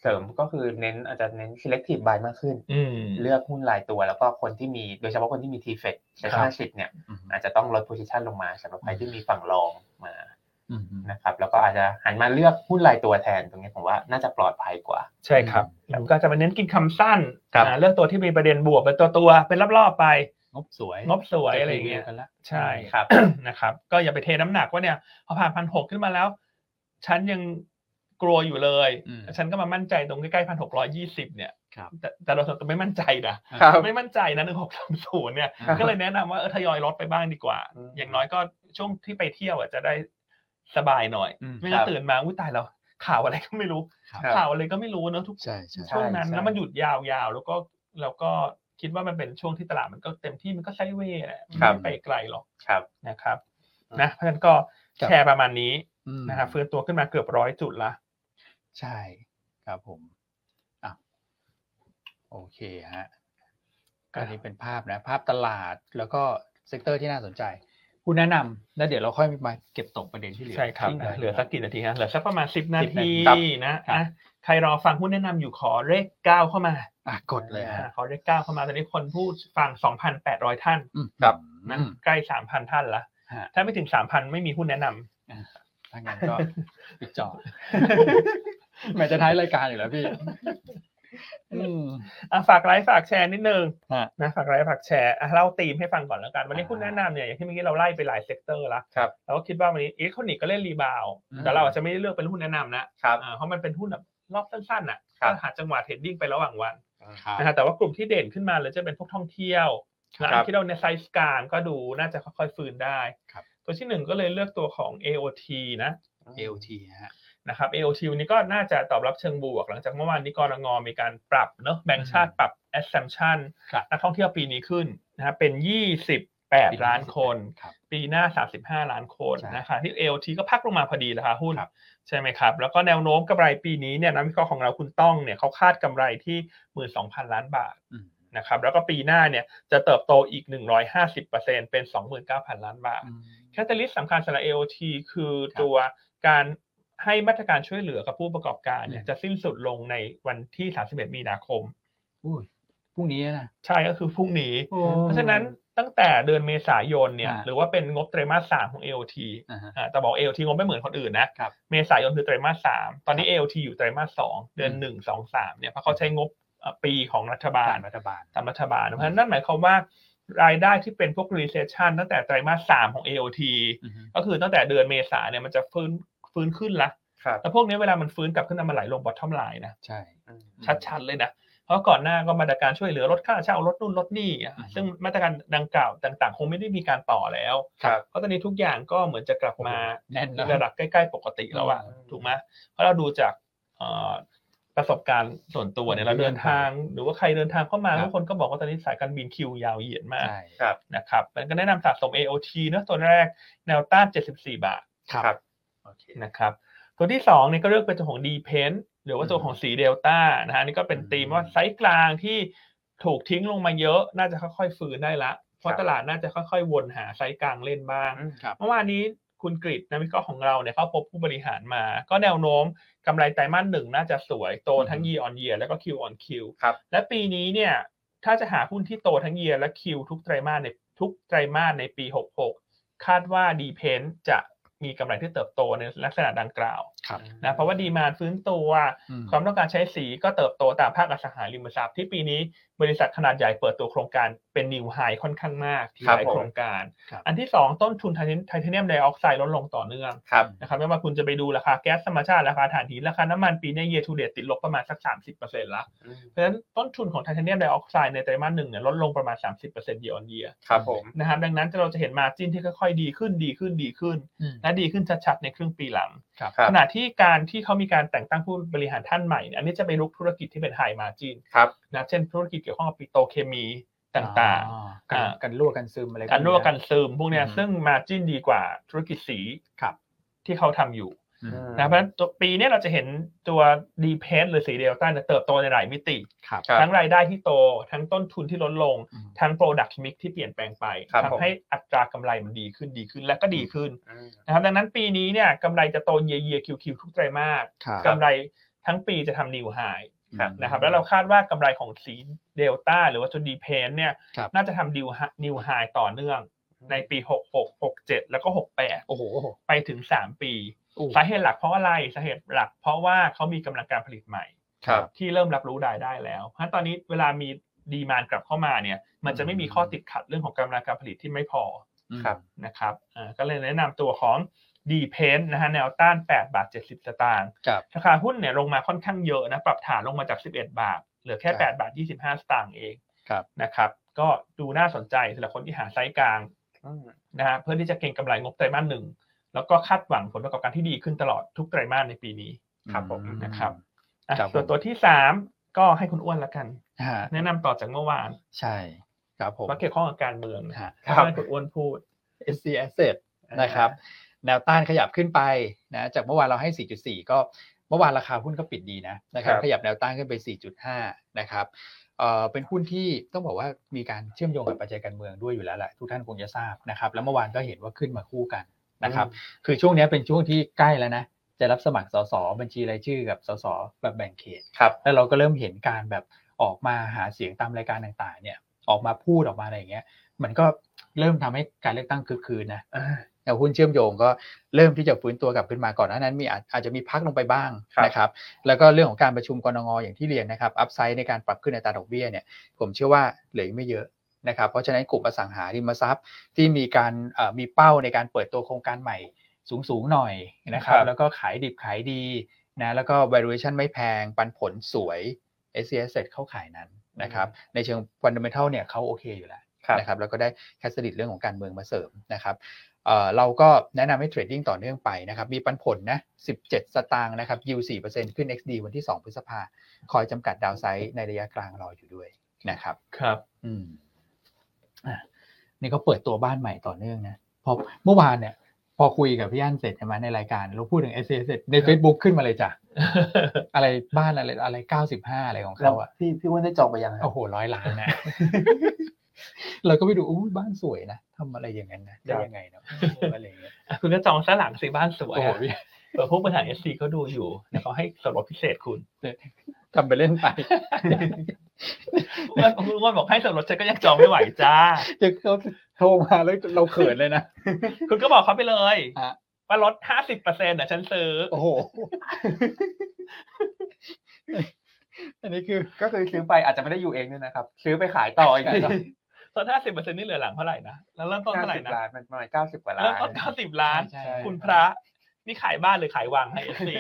Speaker 3: เสริมก็คือเน้นอาจจะเน้น selective buy มากขึ้น
Speaker 1: อืม
Speaker 3: เลือกหุ้นรายตัวแล้วก็คนที่มีโดยเฉพาะคนที่มี T-FET เซ็น
Speaker 1: ครับ
Speaker 3: ห้าสิบเนี่ย
Speaker 2: อืม
Speaker 3: อาจจะต้องลด position ลงมาสำหรับใครที่มีฝั่งรองมา
Speaker 2: อืม
Speaker 3: นะครับ แล้วก็อาจจะหันมาเลือกหุ้นรายตัวแทนตรงนี้ผมว่าน่าจะปลอดภัยกว่า
Speaker 1: ใช่ครับผมก็จะมาเน้นกินคำสั้น
Speaker 3: ครับ
Speaker 1: อ่าเรื่องตัวที่มีประเด็นบวกเป็นตัวตัวๆเป็นรอบๆไป
Speaker 2: งบสวย
Speaker 1: งบสวยอะไรอย่างเงี้ย
Speaker 2: จรีวิวกันละ
Speaker 1: ใช่
Speaker 3: ครับ
Speaker 1: นะครับ ก็อย่าไปเทน้ำหนักว่าเนี่ยพอผ่านพันหกขึ้นมาแล้ว ฉันยังกลัวอยู่เลย
Speaker 2: อืม
Speaker 1: ฉันก็มามั่นใจตรงใกล้ๆพันหกร้อยี่สิบเนี่ย
Speaker 2: ครับ
Speaker 1: แต่แต่เราส่วนตัวไม่มั่นใจนะครับ ไม่มั่นใจนะหนึ่งหกสามศูนย์เนี่ย
Speaker 2: ครับ
Speaker 1: ก็เลยแนะนำว่าเออทยอยลดไปบ้างดีกว่า
Speaker 3: อืม
Speaker 1: อย่างน้อยก็ช่วงที่ไปเที่ยวอ่ะจะได้สบายหน่อย
Speaker 2: อืม
Speaker 1: ไม่
Speaker 3: ค
Speaker 1: งั้
Speaker 3: รั
Speaker 1: น
Speaker 3: บ
Speaker 1: ตื่นมาอุ้ยตายแล้วข่าวอะไรก็ไม่รู้
Speaker 2: ครับ
Speaker 3: ครับ
Speaker 1: ข่าวอะไรก็ไม่รู้เนอะทุก
Speaker 2: ใช่ใช่
Speaker 3: ใ
Speaker 1: ช่วงนั้น
Speaker 3: ใช่
Speaker 1: แล้วมันหยุดยาวๆ แล้วก็แล้วก็คิดว่ามันเป็นช่วงที่ตลาดมันก็เต็มที่มันก็ไซด์เวย์แหละมัน
Speaker 3: ครั
Speaker 1: ไม่
Speaker 3: บ
Speaker 1: ไปไกลหรอก
Speaker 3: ครับ
Speaker 1: นะครับ
Speaker 3: อืม
Speaker 1: นะเพราะฉะนั้นก็แชร์ประมาณนี้
Speaker 2: อืม
Speaker 1: นะครับฟื้นตัวขึ้นมาเกือบร้อยจุดละ
Speaker 2: ใช่ครับผมอ่ะโอเคฮะก็นี่เป็นภาพนะ ภาพตลาดแล้วก็เซกเตอร์ที่น่าสนใจคุณแนะนำแล้วเดี๋ยวเราค่อยมาเก็บตกประเด็นที่เหลือ
Speaker 1: ใช่ครับ
Speaker 2: ทิ้งไว้
Speaker 1: นะเหลือสักกี่นาทีฮะเหลือสักประมาณสิบนาที
Speaker 2: ครับ
Speaker 1: นะครับ อ่ะใครรอฟังหุ้นแนะนำอยู่ขอเลขเก้าเข้ามา
Speaker 2: อ่ะกดเลยฮะ
Speaker 1: อ่ะขอเลขเก้าเข้ามาตอนนี้คนพูดฟังสองพันแปดร้อยท่าน
Speaker 2: อืม
Speaker 3: ครับ
Speaker 2: อื
Speaker 1: นะ
Speaker 2: ม
Speaker 1: ใกล้สามพันท่านละ
Speaker 2: ฮะ
Speaker 1: ถ้าไม่ถึงสามพันไม่มีหุ้นแนะนำ
Speaker 2: ถ้างั้นก็ปิดจอ แหม่จะท้ายรายการอยู่แล้วพี่ อืม
Speaker 1: อ่ะฝากไลค์ฝากแชร์นิดนึง
Speaker 2: ฮะ
Speaker 1: นะฝากไลค์ฝากแชร์อ่ะเล่าธีมให้ฟังก่อนแล้วกัน วันนี้
Speaker 2: อ่า
Speaker 1: หุ้นแนะนำเนี่ยอย่างที่เมื่อกี้เราไล่ไปหลายเซกเตอร์ละ
Speaker 3: ครับ
Speaker 1: เราก็คิดว่าวันนี้อิเล็กทรอนิกส์ก็เล่นรีบาวด์
Speaker 2: อืม
Speaker 1: แต่เราอาจจะไม่ได้เลือกเป็นหุ้นแนะนำนะครับ อ่าเพราะมันเป็นหุ้นแบบรอบสั้นๆน่ะ
Speaker 3: ครับ
Speaker 1: ก็หาจังหวะเทรดดิ้งไประหว่างวัน
Speaker 2: ครับ
Speaker 1: นะฮะแต่ว่ากลุ่มที่เด่นขึ้นมาเลยจะเป็นพวกท่องเที่ยวนะครับ ที่เราในไซส์กลางก็ดูน่าจะค่อยๆฟื้นได้
Speaker 2: ครับ
Speaker 1: ตัวที่หนึ่งก็เลยเลือกตัวของ AOT นะ
Speaker 2: AOT ฮะ
Speaker 1: นะครับ AOT วันนี้ก็น่าจะตอบรับเชิงบวก หลังจากเมื่อวานนี้กรงงมีการปรับเนอะแบงก์ชาติปรับ assumption
Speaker 2: ครับ
Speaker 1: นักท่องเที่ยวปีนี้ขึ้นนะครับเป็น
Speaker 2: ปีนี้
Speaker 1: 28 ล้านคน
Speaker 2: ครับ
Speaker 1: ปีหน้า 35 ล้านคน
Speaker 2: ใช่
Speaker 1: นะครับที่ AOT ก็พักลงมาพอดีราคาหุ้น
Speaker 2: ครับ
Speaker 1: ใช่ไหมครับ แล้วก็แนวโน้มกำไรปีนี้เนี่ยนักวิเคราะห์ของเราคุณต้องเนี่ยเขาคาดกำไรที่ 12,000 ล้านบาท
Speaker 2: อืม
Speaker 1: นะครับแล้วก็ปีหน้าเนี่ยจะเติบโตอีก 150%เป็น 29,000 ล้านบาท
Speaker 2: อืม
Speaker 1: แคตตาลิสต์สำคัญสำหรับ AOT คือตัวการให้มาตรการช่วยเหลือกับผู้ประกอบการเนี่ย
Speaker 2: อืม
Speaker 1: จะสิ้นสุดลงในวันที่ 31 มีนาคม
Speaker 2: อุ้ยพรุ่งนี้นะ
Speaker 1: ใช่ก็คือพรุ่งนี้
Speaker 2: โอ้
Speaker 1: เพราะฉะนั้นตั้งแต่เดือนเมษายนเนี่ย
Speaker 2: อ่า
Speaker 1: หรือว่าเป็นงบไตรมาสสามของ AOT
Speaker 2: อ่าฮะ
Speaker 1: อ่าแต่บอก AOT งบไม่เหมือนคนอื่นนะครับ เมษายนคือไตรมาสสามตอนนี้
Speaker 2: ครับ
Speaker 1: AOT อยู่ไตรมาสสองเดือน
Speaker 2: อืม
Speaker 1: หนึ่งสองสามเนี่ยเพราะเขาใช้งบเอ่อปีของรัฐบาล
Speaker 2: การรัฐบาล
Speaker 1: ตามรัฐบาลเพราะฉะนั้นนั่นหมายความว่ารายได้ที่เป็นพวก recession ตั้งแต่ไตรมาสสามของ AOT
Speaker 2: อือฮึ
Speaker 1: ก็คือตั้งแต่เดือนเมษาเนี่ยมันจะฟื้นฟื้นขึ้นละ
Speaker 3: ครับ
Speaker 1: แล้วพวกนี้เวลามันฟื้นกลับขึ้นมามันไหลลง bottom line นะ
Speaker 2: ใช่
Speaker 1: ชัดๆเลยนะเพราะก่อนหน้าก็มาตรการช่วยเหลือลดค่าเช่าลดนู่นลดนี่อ่ะ
Speaker 2: อืม
Speaker 1: ซึ่งมาตรการดังกล่าวต่าง ๆ คงไม่ได้มีการต่อแล้ว
Speaker 3: ครับ
Speaker 1: เพราะตอนนี้ทุกอย่างก็เหมือนจะกลับมา
Speaker 2: แน่น
Speaker 1: ใน
Speaker 2: นะ
Speaker 1: ระดับใกล้ๆปกติแล้วอะ
Speaker 3: อืม
Speaker 1: ถูกไหมเพราะเราดูจากเอ่อประสบการณ์ส่วนตัวเนี่ยเราเดินทาง หรือว่าใครเดินทางเข้ามาทุกคนก็บอกว่าตอนนี้สายการบินคิวยาวเหยียดมาก
Speaker 2: ใช่
Speaker 3: ครับ
Speaker 1: นะครับมันก็แนะนำสะสม AOT เนอะตัวแรกแนวต้าน 74 บาท
Speaker 3: ครับ
Speaker 2: โอเค
Speaker 1: นะครับ ตัวที่สองเนี่ยก็เลือกเป็นตัวของ d p e n หรือว่าตัวของสีเดลต้านะฮะนี่ก็เป็น
Speaker 2: อืม
Speaker 1: ธีมว่าไซส์กลางที่ถูกทิ้งลงมาเยอะน่าจะค่อยๆฟื้นได้ละ เพ
Speaker 3: ครั
Speaker 1: ราะ
Speaker 3: บ
Speaker 1: ตลาดน่าจะค่อยๆ วนหาไซส์กลางเล่นบ้าง
Speaker 2: ครับ
Speaker 1: เมื่อวานนี้คุณกริตนะวิเคราะห์ของเราเนี่ยเขาพบผู้บริหารมา ก็แนวโน้มกำไรไตรมาสหนึ่งน่าจะสวยโตทั้ง year on year แล้วก็ Q on Q
Speaker 3: ครับ
Speaker 1: และปีนี้เนี่ยถ้าจะหาหุ้นที่โตทั้ง year และ Q ทุกไตรมาสในทุกไตรมาสในปี 66 คาดว่า d p e n จะ มีกำไรที่เติบโตในลักษณะดังกล่าว
Speaker 2: ครับ
Speaker 1: นะเพราะว่าดีมานฟื้นตัว
Speaker 2: อืม
Speaker 1: ความต้องการใช้สีก็เติบโตตามภาคอสังหาริมทรัพย์ที่ปีนี้บริษัทขนาดใหญ่เปิดตัวโครงการเป็นนิวไฮค่อนข้างมากที่
Speaker 3: ครับ
Speaker 1: หลาย
Speaker 3: ผม
Speaker 1: โครงการ
Speaker 2: ครับ
Speaker 1: อันที่ 2 ต้นทุนไทเทไทเทเนียมไดออกไซด์ลดลงต่อเนื่อง
Speaker 3: ครับ
Speaker 1: นะครับไม่ว่าคุณจะไปดูราคาแก๊สธรรมชาติราคาถ่านหินราคาน้ำมันปีเนี้เยทูเดตติดลบประมาณสัก 30%ละเพราะฉะนั้นต้นทุนของไทเทเนียมไดออกไซด์ในไตรมาสหนึ่งเนี่ยลดลงประมาณ 30%เยียร์ออนเยียร์
Speaker 3: ครับผม
Speaker 1: นะครับดังนั้นเราจะเห็นมาจิ้นที่ค่อยๆดีขึ้นดีขึ้นดีขึ้น
Speaker 2: อืม
Speaker 1: และดีขึ้นชัดๆในครึ่งปีหลัง
Speaker 3: ครับ
Speaker 1: ขณะที่การที่เขามีการแต่งตั้งผู้บริหารท่านใหม่เนี่ยอันนี้จะไปลุกธุรกิจที่เป็นไฮมาจิน
Speaker 3: ครับ
Speaker 1: นะเช่นธุรกิจเกี่ยวข้องกับปิโตรเคมีต่าง
Speaker 2: อ๋อ
Speaker 1: อ่า
Speaker 2: กันรั่วกันซึมอะไร
Speaker 1: ๆ การรั่วกัน
Speaker 2: พนี้
Speaker 1: ซึมพวกเนี้ย
Speaker 2: อืม
Speaker 1: ซึ่งมาจินดีกว่าธุรกิจสี
Speaker 2: ครับ
Speaker 1: ที่เขาทำอยู่
Speaker 2: อืม
Speaker 1: นะเพราะฉะนั้นตัวปีเนี้ยเราจะเห็นตัวดีเพสหรือสีเดลต้าเนี่ยเติบโตในหลายมิติ
Speaker 2: ครับ
Speaker 3: ครับ
Speaker 1: ทั้งรายได้ที่โต ทั้งต้นทุนที่ลดลง
Speaker 2: อืม
Speaker 1: ทั้ง Product Mix ที่เปลี่ยนแปลงไป
Speaker 3: ครับ
Speaker 1: ทำ
Speaker 3: ผม
Speaker 1: ให้อัตรากำไรมันดีขึ้นดีขึ้นและก็ดีขึ้น
Speaker 3: อืม
Speaker 1: นะครับดังนั้นปีนี้เนี่ยกำไรจะโตเยียเยียคิวคิวทุกไตรมาส
Speaker 2: ครับ
Speaker 1: กำไรทั้งปีจะทำนิวไฮ
Speaker 3: ครับ
Speaker 1: นะครับแล้วเราคาดว่ากำไรของสีเดลต้าหรือว่าตัวดีเพนเนี่ย
Speaker 2: ครับ
Speaker 1: น่าจะทำนิวนิวไฮต่อเนื่องในปี 66 67 แล้วก็
Speaker 2: โอ้โห
Speaker 1: 68 ไปถึง 3 ปี
Speaker 2: โอ้
Speaker 1: สาเหตุหลักเพราะอะไรสาเหตุหลักเพราะว่าเขามีกำลังการผลิตใหม่
Speaker 3: ครับ
Speaker 1: ที่เริ่มรับรู้รายได้แล้วเพราะฉะนั้นตอนนี้เวลามีดีมานกลับเข้ามาเนี่ยมันจะไม่มีข้อติดขัดเรื่องของกำลังการผลิตที่ไม่พอ
Speaker 2: อืม
Speaker 3: ครับ
Speaker 1: นะครับอ่าก็เลยแนะนำตัวของดีเพนนะฮะแนวต้าน8บาท70สตางค์
Speaker 2: ครับ
Speaker 1: ราคาหุ้นเนี่ยลงมาค่อนข้างเยอะนะ ปรับฐานลงมาจาก 11 บาท เหลือแค่
Speaker 2: ครับ
Speaker 1: 8 บาท 25 สตางค์เอง
Speaker 2: ครับ
Speaker 1: นะครับ ก็ดูน่าสนใจสำหรับคนที่หาไซส์กลาง
Speaker 3: อืม
Speaker 1: นะฮะเพื่อที่จะเก็งกำไรงบไตรมาสหนึ่ง แล้วก็คาดหวังผลประกอบการที่ดีขึ้นตลอดทุกไตรมาสในปีนี้
Speaker 3: ครับผม
Speaker 2: อื
Speaker 1: นะครับ อ่ะ
Speaker 2: ครับผม
Speaker 1: ส่วนตัวที่ 3 ก็ให้คุณอ้วนละกัน
Speaker 2: ฮะ
Speaker 1: แนะนำต่อจากเมื่อวาน
Speaker 2: ใช่ครับผม
Speaker 1: ว่าเกี่ยวข้องกับการเมืองนะ
Speaker 2: ฮะ
Speaker 1: เพราะฉะนั้นคุณอ้วนพูด
Speaker 2: SC Asset นะครับแนวต้านขยับขึ้นไปนะจากเมื่อวานเราให้ 4.4 ก็เมื่อวานราคาหุ้นก็ปิดดีนะนะครับ
Speaker 3: ครับ
Speaker 2: ขยับแนวต้านขึ้นไป 4.5 นะครับเอ่อเป็นหุ้นที่ต้องบอกว่ามีการเชื่อมโยงกับปัจจัยการเมืองด้วยอยู่แล้วแหละทุกท่านคงจะทราบนะครับแล้วเมื่อวานก็เห็นว่าขึ้นมาคู่กันนะครับคือช่วงนี้เป็นช่วงที่ใกล้แล้วนะจะรับสมัครสสบัญชีรายชื่อกับสสแบบแบ่งเขต
Speaker 3: ครับ
Speaker 2: แล้วเราก็เริ่มเห็นการแบบออกมาหาเสียงตามรายการต่างๆ เนี่ย ออกมาพูดออกมาอะไรอย่างเงี้ย มันก็เริ่มทำให้การเลือกตั้งคึกคืนนะแต่หุ้นเชื่อมโยงก็เริ่มที่จะฟื้นตัวกลับขึ้นมาก่อนหน้านั้นมีอาจอาจจะมีพักลงไปบ้าง
Speaker 3: ครับ
Speaker 2: นะครับ แล้วก็เรื่องของการประชุมกรงอย่างที่เรียนนะครับ อัพไซด์ในการปรับขึ้นในตราดอกเบี้ยเนี่ย ผมเชื่อว่าเหลืออีกไม่เยอะนะครับ เพราะฉะนั้นกลุ่มอสังหาริมทรัพย์ที่มีการเอ่อมีเป้าในการเปิดตัวโครงการใหม่สูงๆหน่อยนะครับ
Speaker 3: ครับ
Speaker 2: แล้วก็ขายดิบขายดีนะแล้วก็ valuation ไม่แพงปันผลสวย s c s เข้าขายนั้นนะครับ ในเชิง fundamental เนี่ยเขาโอเคอยู่แล้ว
Speaker 3: ครับ
Speaker 2: นะครับแล้วก็ได้แคสติดเรื่องของการเมืองมาเสริมนะครับเอ่อเราก็แนะนำให้เทรดดิ้งต่อเนื่องไปนะครับ มีปันผลนะ 17 สตางค์นะครับ yield 4%ขึ้น XD วันที่ 2 พฤษภาคอยจำกัดดาวไซด์ในระยะกลางรออยู่ด้วยนะครับ
Speaker 1: ครับ
Speaker 2: อืมอ่ะนี่ก็เปิดตัวบ้านใหม่ต่อเนื่องนะพอเมื่อวานเนี่ย พอคุยกับพี่อั้นเสร็จใช่ไหมในรายการ เราพูดถึง s อ s ใน Facebook ขึ้นมาเลยจ้ะ อะไรบ้านอะไรอะไรเก้าสิบห้าอะไรของ
Speaker 3: แล้
Speaker 2: เขา
Speaker 3: ว
Speaker 2: อ่ะ
Speaker 3: พี่พี่อ้วนได้จองไปยังฮะ
Speaker 2: โอ้โหร้อยล้านนะ เราก็ไปดูอู้บ้านสวยนะทำอะไรอย่างนั้นนะได้ยังไงเนาะอะไรอย่างเงี้ย
Speaker 1: อ่ะคุณก็จองซะหลังสิบ้านสวย
Speaker 2: โอ้โห
Speaker 1: อ่ะ
Speaker 2: พี่
Speaker 1: เผื่อผู้บริหารเอสซีเขาดูอยู่เดี๋ยวเขาให้ส่วนลดพิเศษคุณ
Speaker 2: ทำไปเล่นไป
Speaker 1: อ้วนคุณอ้วนบอกให้ส่วนลดฉันก็ยังจองไม่ไหว จ้า
Speaker 2: เดี๋ยวเขาโทรมาแล้วเราเขินเลยนะ
Speaker 1: คุณก็บอกเขาไปเลย
Speaker 2: ฮะ
Speaker 1: ว่าลดห้าสิบเปอร์เซ็นต์อ่ะฉันซื้อ
Speaker 2: โอ้โห อันนี้คือ
Speaker 3: ก็คือซื้อไปอาจจะไม่ได้อยู่เองด้วยนะครับ ซื้อไปขายต่ออีกที
Speaker 1: ตอนห้าสิบเปอร์เซ็นต์นี่เหลือหลังเท่าไหร่นะ แล้วเริ่มต้น
Speaker 3: เก้า
Speaker 1: เท่าไหร่
Speaker 3: สิบ
Speaker 1: นะ
Speaker 3: ล้านมันประมาณเก้าสิบกว่าล้า
Speaker 1: เริ่ม
Speaker 3: น
Speaker 1: ต้นเก้าสิบล้าน
Speaker 2: ใช่
Speaker 1: คุณพระ นี่ขายบ้านหรือขายวังให้เอ ซี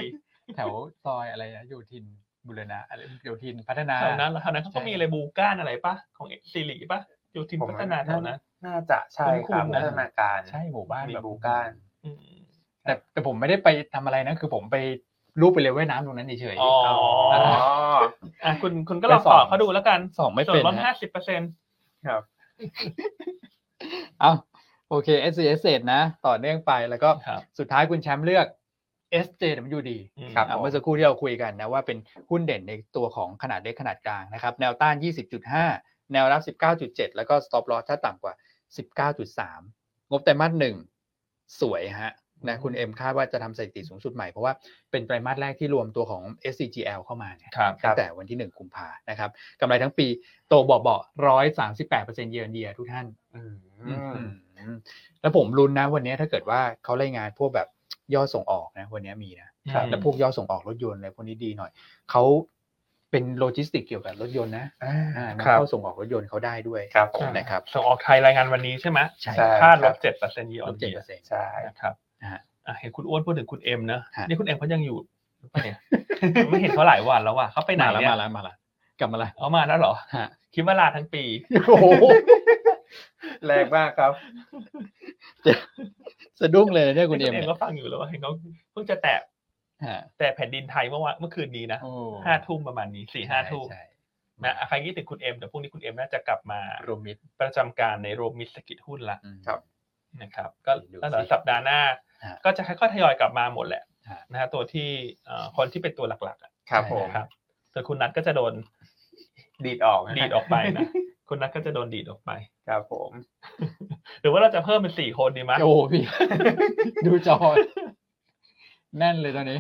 Speaker 2: แถวซอยอะไรนะโยธินบุรณะอะไรโยธินพัฒนา
Speaker 1: แถวนั้นแล้วแถวนั้นเขาก็มีอะไรบูก้านอะไรปะของซีรีปะโยทิน
Speaker 3: ผม
Speaker 1: พั
Speaker 3: ว่า
Speaker 1: ฒนาแถวนั้น
Speaker 3: น่าจะใช่ครับ
Speaker 1: คุ้นๆนะ
Speaker 3: พัฒนาการ
Speaker 2: ใช่หมู่บ้าน
Speaker 3: มี
Speaker 2: แบบ
Speaker 3: บูก้าน
Speaker 1: อืม
Speaker 2: แต่แต่ผมไม่ได้ไปทำอะไรนะคือผมไปรูปไปเลยว่ายน้ำตรงนั้นเฉยๆ
Speaker 1: อ๋อ
Speaker 2: อ๋อ
Speaker 1: อ่ะคุณคุณก็ลองต่อเขาดูแล้วกัน
Speaker 2: สองไม่
Speaker 1: ส่ว
Speaker 2: เป็น
Speaker 1: นลด
Speaker 2: ฮะ
Speaker 1: ห้าสิบเปอร์เซ็นต์
Speaker 3: ครับ
Speaker 2: เอาโอเค S C S นะ ต่อเนื่องไปแล้วก็
Speaker 1: ครับ
Speaker 2: สุดท้ายคุณแชมป์เลือก S J W D
Speaker 1: อืม
Speaker 2: ครับอ่ะเมื่อสักครู่ที่เราคุยกันนะว่าเป็นหุ้นเด่นในตัวของขนาดเล็กขนาดกลางนะครับ แนวต้าน 20.5 แนวรับ 19.7 แล้วก็ stop loss ถ้าต่ำกว่า 19.3 งบไตรมาสหนึ่งสวยฮะนะคุณเอ็มคาดว่าจะทำสถิติสูงสุดใหม่ เพราะว่าเป็นไตรมาสแรกที่รวมตัวของ S C G L เข้ามาเนี่ย
Speaker 1: ครับ
Speaker 2: ตั้งแต่วันที่ 1 กุมภานะครับกำไรทั้งปีโตเบาๆ138%เยนเดียทุกท่าน
Speaker 3: อืม
Speaker 2: มแล้วผมลุ้นนะวันนี้ถ้าเกิดว่าเขารายงานพวกแบบยอดส่งออกนะ วันนี้มีนะครับ แล้วพวกยอดส่งออกรถยนต์อะไรพวกนี้ดีหน่อยเขาเป็นโลจิสติกเกี่ยวกับรถยนต์นะ
Speaker 3: อ่
Speaker 2: อ่า
Speaker 3: า
Speaker 2: มัน
Speaker 1: ครับ
Speaker 2: เข้าส่งออกรถยนต์เขาได้ด้วย
Speaker 3: ครับผม
Speaker 1: อ่า
Speaker 2: นะครับ
Speaker 1: ส่งออกไทยรายงานวันนี้ใช่ไหม
Speaker 2: ใช่
Speaker 1: คาดล
Speaker 3: ครับ บ
Speaker 1: เจ็ดเปอร์เซ็นต์ยีอ
Speaker 2: ล
Speaker 1: อน
Speaker 2: บ
Speaker 1: เ
Speaker 2: เจ็ดเปอร์เซ็นต์
Speaker 3: ใช่
Speaker 1: นะครับ
Speaker 2: นะฮะ
Speaker 1: อ่ะเห็นคุณอ้วนพูดถึงคุณเอ็มนะ
Speaker 2: ฮะ
Speaker 1: นี่คุณเอ็มเขายังอยู่หรือเปล่าเนี่ย ไม่เห็นเขาหลายวันแล้วว่ะเขาไปไหน
Speaker 2: มาแล้ว
Speaker 1: เนี่ย
Speaker 2: มาแล้วมาแล้วกลับมาแล้ว
Speaker 1: เอามาแล้วเหรอ
Speaker 2: ฮะ
Speaker 1: คิดว่าลาทั้งปี
Speaker 2: โอ้โห
Speaker 3: แรงมากครับ
Speaker 2: สะดุ้งเลยนะเนี่ย
Speaker 1: คุ
Speaker 2: คุณ ณ
Speaker 1: เอ็
Speaker 2: เอ็
Speaker 1: ม
Speaker 2: ม
Speaker 1: ก็ฟังอยู่แล้วว่าเห็นเขาเพิ่งจะแตะ
Speaker 2: ฮะ
Speaker 1: แตะแผ่นดินไทยเมื่อวานเมื่อคืนนี้นะ
Speaker 2: โอ้
Speaker 1: ห้าทุ่มประมาณนี้สี่ห้าทุ่ม
Speaker 2: ใช่
Speaker 1: นะอ่ะใครคิดถึงคุณเอ็มเดี๋ยวพรุ่งนี้คุณเอ็มน่าจะกลับมาร
Speaker 2: วมมิตร
Speaker 1: ประจำการในโรมมิตรสกิจหุ้นละ
Speaker 2: อืม
Speaker 3: ครับ
Speaker 1: นะครับก็
Speaker 2: ดูสิ
Speaker 1: ตั้งแต่สัปดาห์หน้า
Speaker 2: ฮะ
Speaker 1: ก็จะค่อยๆทยอยกลับมาหมดแหละ
Speaker 2: ฮะ
Speaker 1: นะฮะตัวที่เอ่อคนที่เป็นตัวหลักๆอะ
Speaker 3: ครับผม
Speaker 1: นะครับส่วนคุณนัทก็จะโดน
Speaker 3: ดีดออกนะ
Speaker 1: ดีดออกไปนะ คุณนัทก็จะโดนดีดออกไป
Speaker 3: ครับผม
Speaker 1: หรือว่าเราจะเพิ่มเป็นสี่คนดีไหมย
Speaker 2: โอ้โหพี่ ดูจอแน่นเลยตอนนี้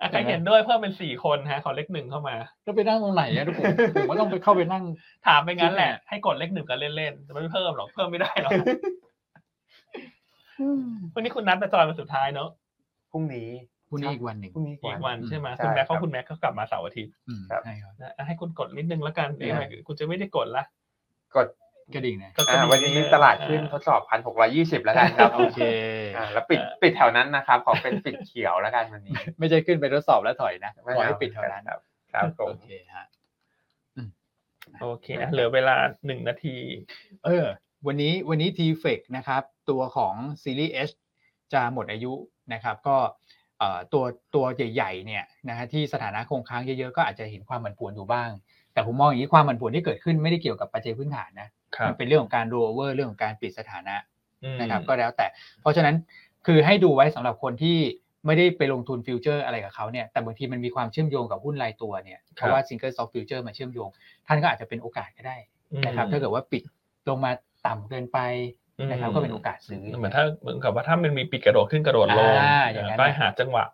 Speaker 1: อ่ะใครเห็นด้วยเพิ่มเป็นสี่คนฮะขอเลขหนึ่งเข้ามา
Speaker 2: แล้วไปนั่งตรงไหน อะทุกคนผมว่าต้องไปเข้าไปนั่ง
Speaker 1: ถามไปงั้นแหละ ให้กดเลขหนึ่งกันเล่นๆแต่ไม่เพิ่มหรอกเพิ่มไม่ได้หรอกวันนี้คุณนัทจะจอยมาสุดท้ายเนอะ
Speaker 3: พรุ่งนี้
Speaker 2: พรุ่งนี้อีกวันหนึ่ง
Speaker 3: พรุ่งนี้
Speaker 1: อีกวันใช่ไหมย
Speaker 3: ใช่
Speaker 1: คุณแม็ก
Speaker 3: รั
Speaker 1: เขา
Speaker 3: บ
Speaker 1: คุณแม็กเขากลับมาเสาร์อาทิตย์
Speaker 2: อืม
Speaker 3: ครับ
Speaker 2: ใช่ครับ
Speaker 1: นะอ่ะให้คุณกดนิดนึงแล้วกันเดี๋ยว
Speaker 3: ครับ
Speaker 1: คุณจะไม่ได้กดละ
Speaker 3: กด
Speaker 2: กระดิ่งนะ
Speaker 1: ก็จะ
Speaker 3: อ่า
Speaker 1: มี
Speaker 3: วันนี้ตลาดขึ้นทดสอบพันหกร้อยี่สิบแล้วกันครับ
Speaker 2: โอเค
Speaker 3: อ่าแล้วปิดปิดแถวนั้นนะครับ ขอเป็นปิดเขียวแล้วกันวันนี้
Speaker 2: ไม่ใช่ขึ้นไปทดสอบแล้วถอยนะขอให้ปิดเท่านั้น
Speaker 3: ครับครับผม
Speaker 2: โอเคฮะ
Speaker 1: โอเคอ่ะเหลือเวลาหนึ่งนาที
Speaker 2: เออ วันนี้วันนี้ t f e c นะครับ ตัวของซีรีส์ H จะหมดอายุนะครับ ก็เอ่อตัวตัวใหญ่ๆเนี่ยนะฮะที่สถานะคงค้างเยอะๆ ก็อาจจะเห็นความผันผวนอยู่บ้าง แต่ผมมองอย่างนี้ความผันผวนที่เกิดขึ้นไม่ได้เกี่ยวกับปัจจัยพื้นฐานนะมันเป็นเรื่องของการโรเวอร์เรื่องของการปิดสถานะ นะครับก็แล้วแต่เพราะฉะนั้นคือให้ดูไว้สำหรับคนที่ไม่ได้ไปลงทุนฟิวเจอร์อะไรกับเขาเนี่ยแต่บางทีมันมีความเชื่อมโยงกับหุ้นรายตัวเนี่ย
Speaker 1: ครับ
Speaker 2: เพราะว่าซิงเกิลซอฟต์ฟิวเจอร์มาเชื่อมโยง ท่านก็อาจจะเป็นโอกาสก็ได้นะครับถ้าเกิดว่าปิดลงมาต่ำเกินไปนะครับก็เป็นโอกาสซื้อ
Speaker 1: เหมือนถ้าเหมือนกับว่าถ้ามันมีปีกกระโดดขึ้นกระโดดลง
Speaker 2: อ่าอย่างนั้น
Speaker 1: ก็ให้หาจังหวะ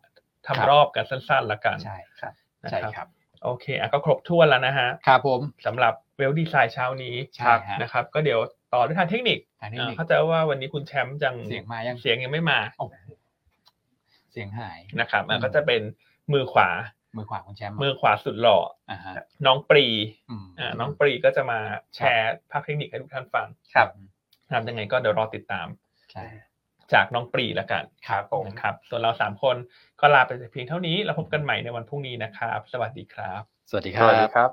Speaker 1: ทำ
Speaker 2: ครับ
Speaker 1: รอบกันสั้นๆละกัน
Speaker 2: ใช่ครับ
Speaker 1: นะ
Speaker 2: ใช่ครับ
Speaker 1: โอเคอ่ะก็ครบถ้วนแล้วนะฮะ
Speaker 2: ครับผม
Speaker 1: สำหรับเวลดีไซน์เช้านี้
Speaker 2: ใช่ฮะ
Speaker 1: นะครับ ก็เดี๋ยวต่อด้วยทางเทคนิค
Speaker 2: ทางเทค
Speaker 1: เอ่อ
Speaker 2: นิค
Speaker 1: เข้าใจว่าวันนี้คุณแชมป์ยัง
Speaker 2: เสียงมายัง
Speaker 1: เสียงยังไม่มา
Speaker 2: โอ้โหเสียงหาย
Speaker 1: นะครับอ่ะก็จะเป็นมือขวา
Speaker 2: มือขวาคุณแชมป์
Speaker 1: มือขวาสุดหล่อ
Speaker 2: อ่าฮะ
Speaker 1: น้องปรี
Speaker 2: อืม
Speaker 1: อ่ะน้องปรีก็จะมาแชร์ภาพเทคนิคให้ทุกท่านฟัง
Speaker 3: ครับ
Speaker 1: ครับยังไงก็เดี๋ยวรอติดตาม
Speaker 2: ใช่
Speaker 1: จากน้องปรีแล้วกัน
Speaker 3: ครับผม
Speaker 1: นะครับ ส่วนเราสามคนก็ลาไปแต่เพียงเท่านี้แล้วพบกันใหม่ในวันพรุ่งนี้นะครับ สวัสดีครับ
Speaker 2: สวัสดีค
Speaker 3: ส
Speaker 2: รั
Speaker 3: วัสดี
Speaker 2: บ
Speaker 3: ครับ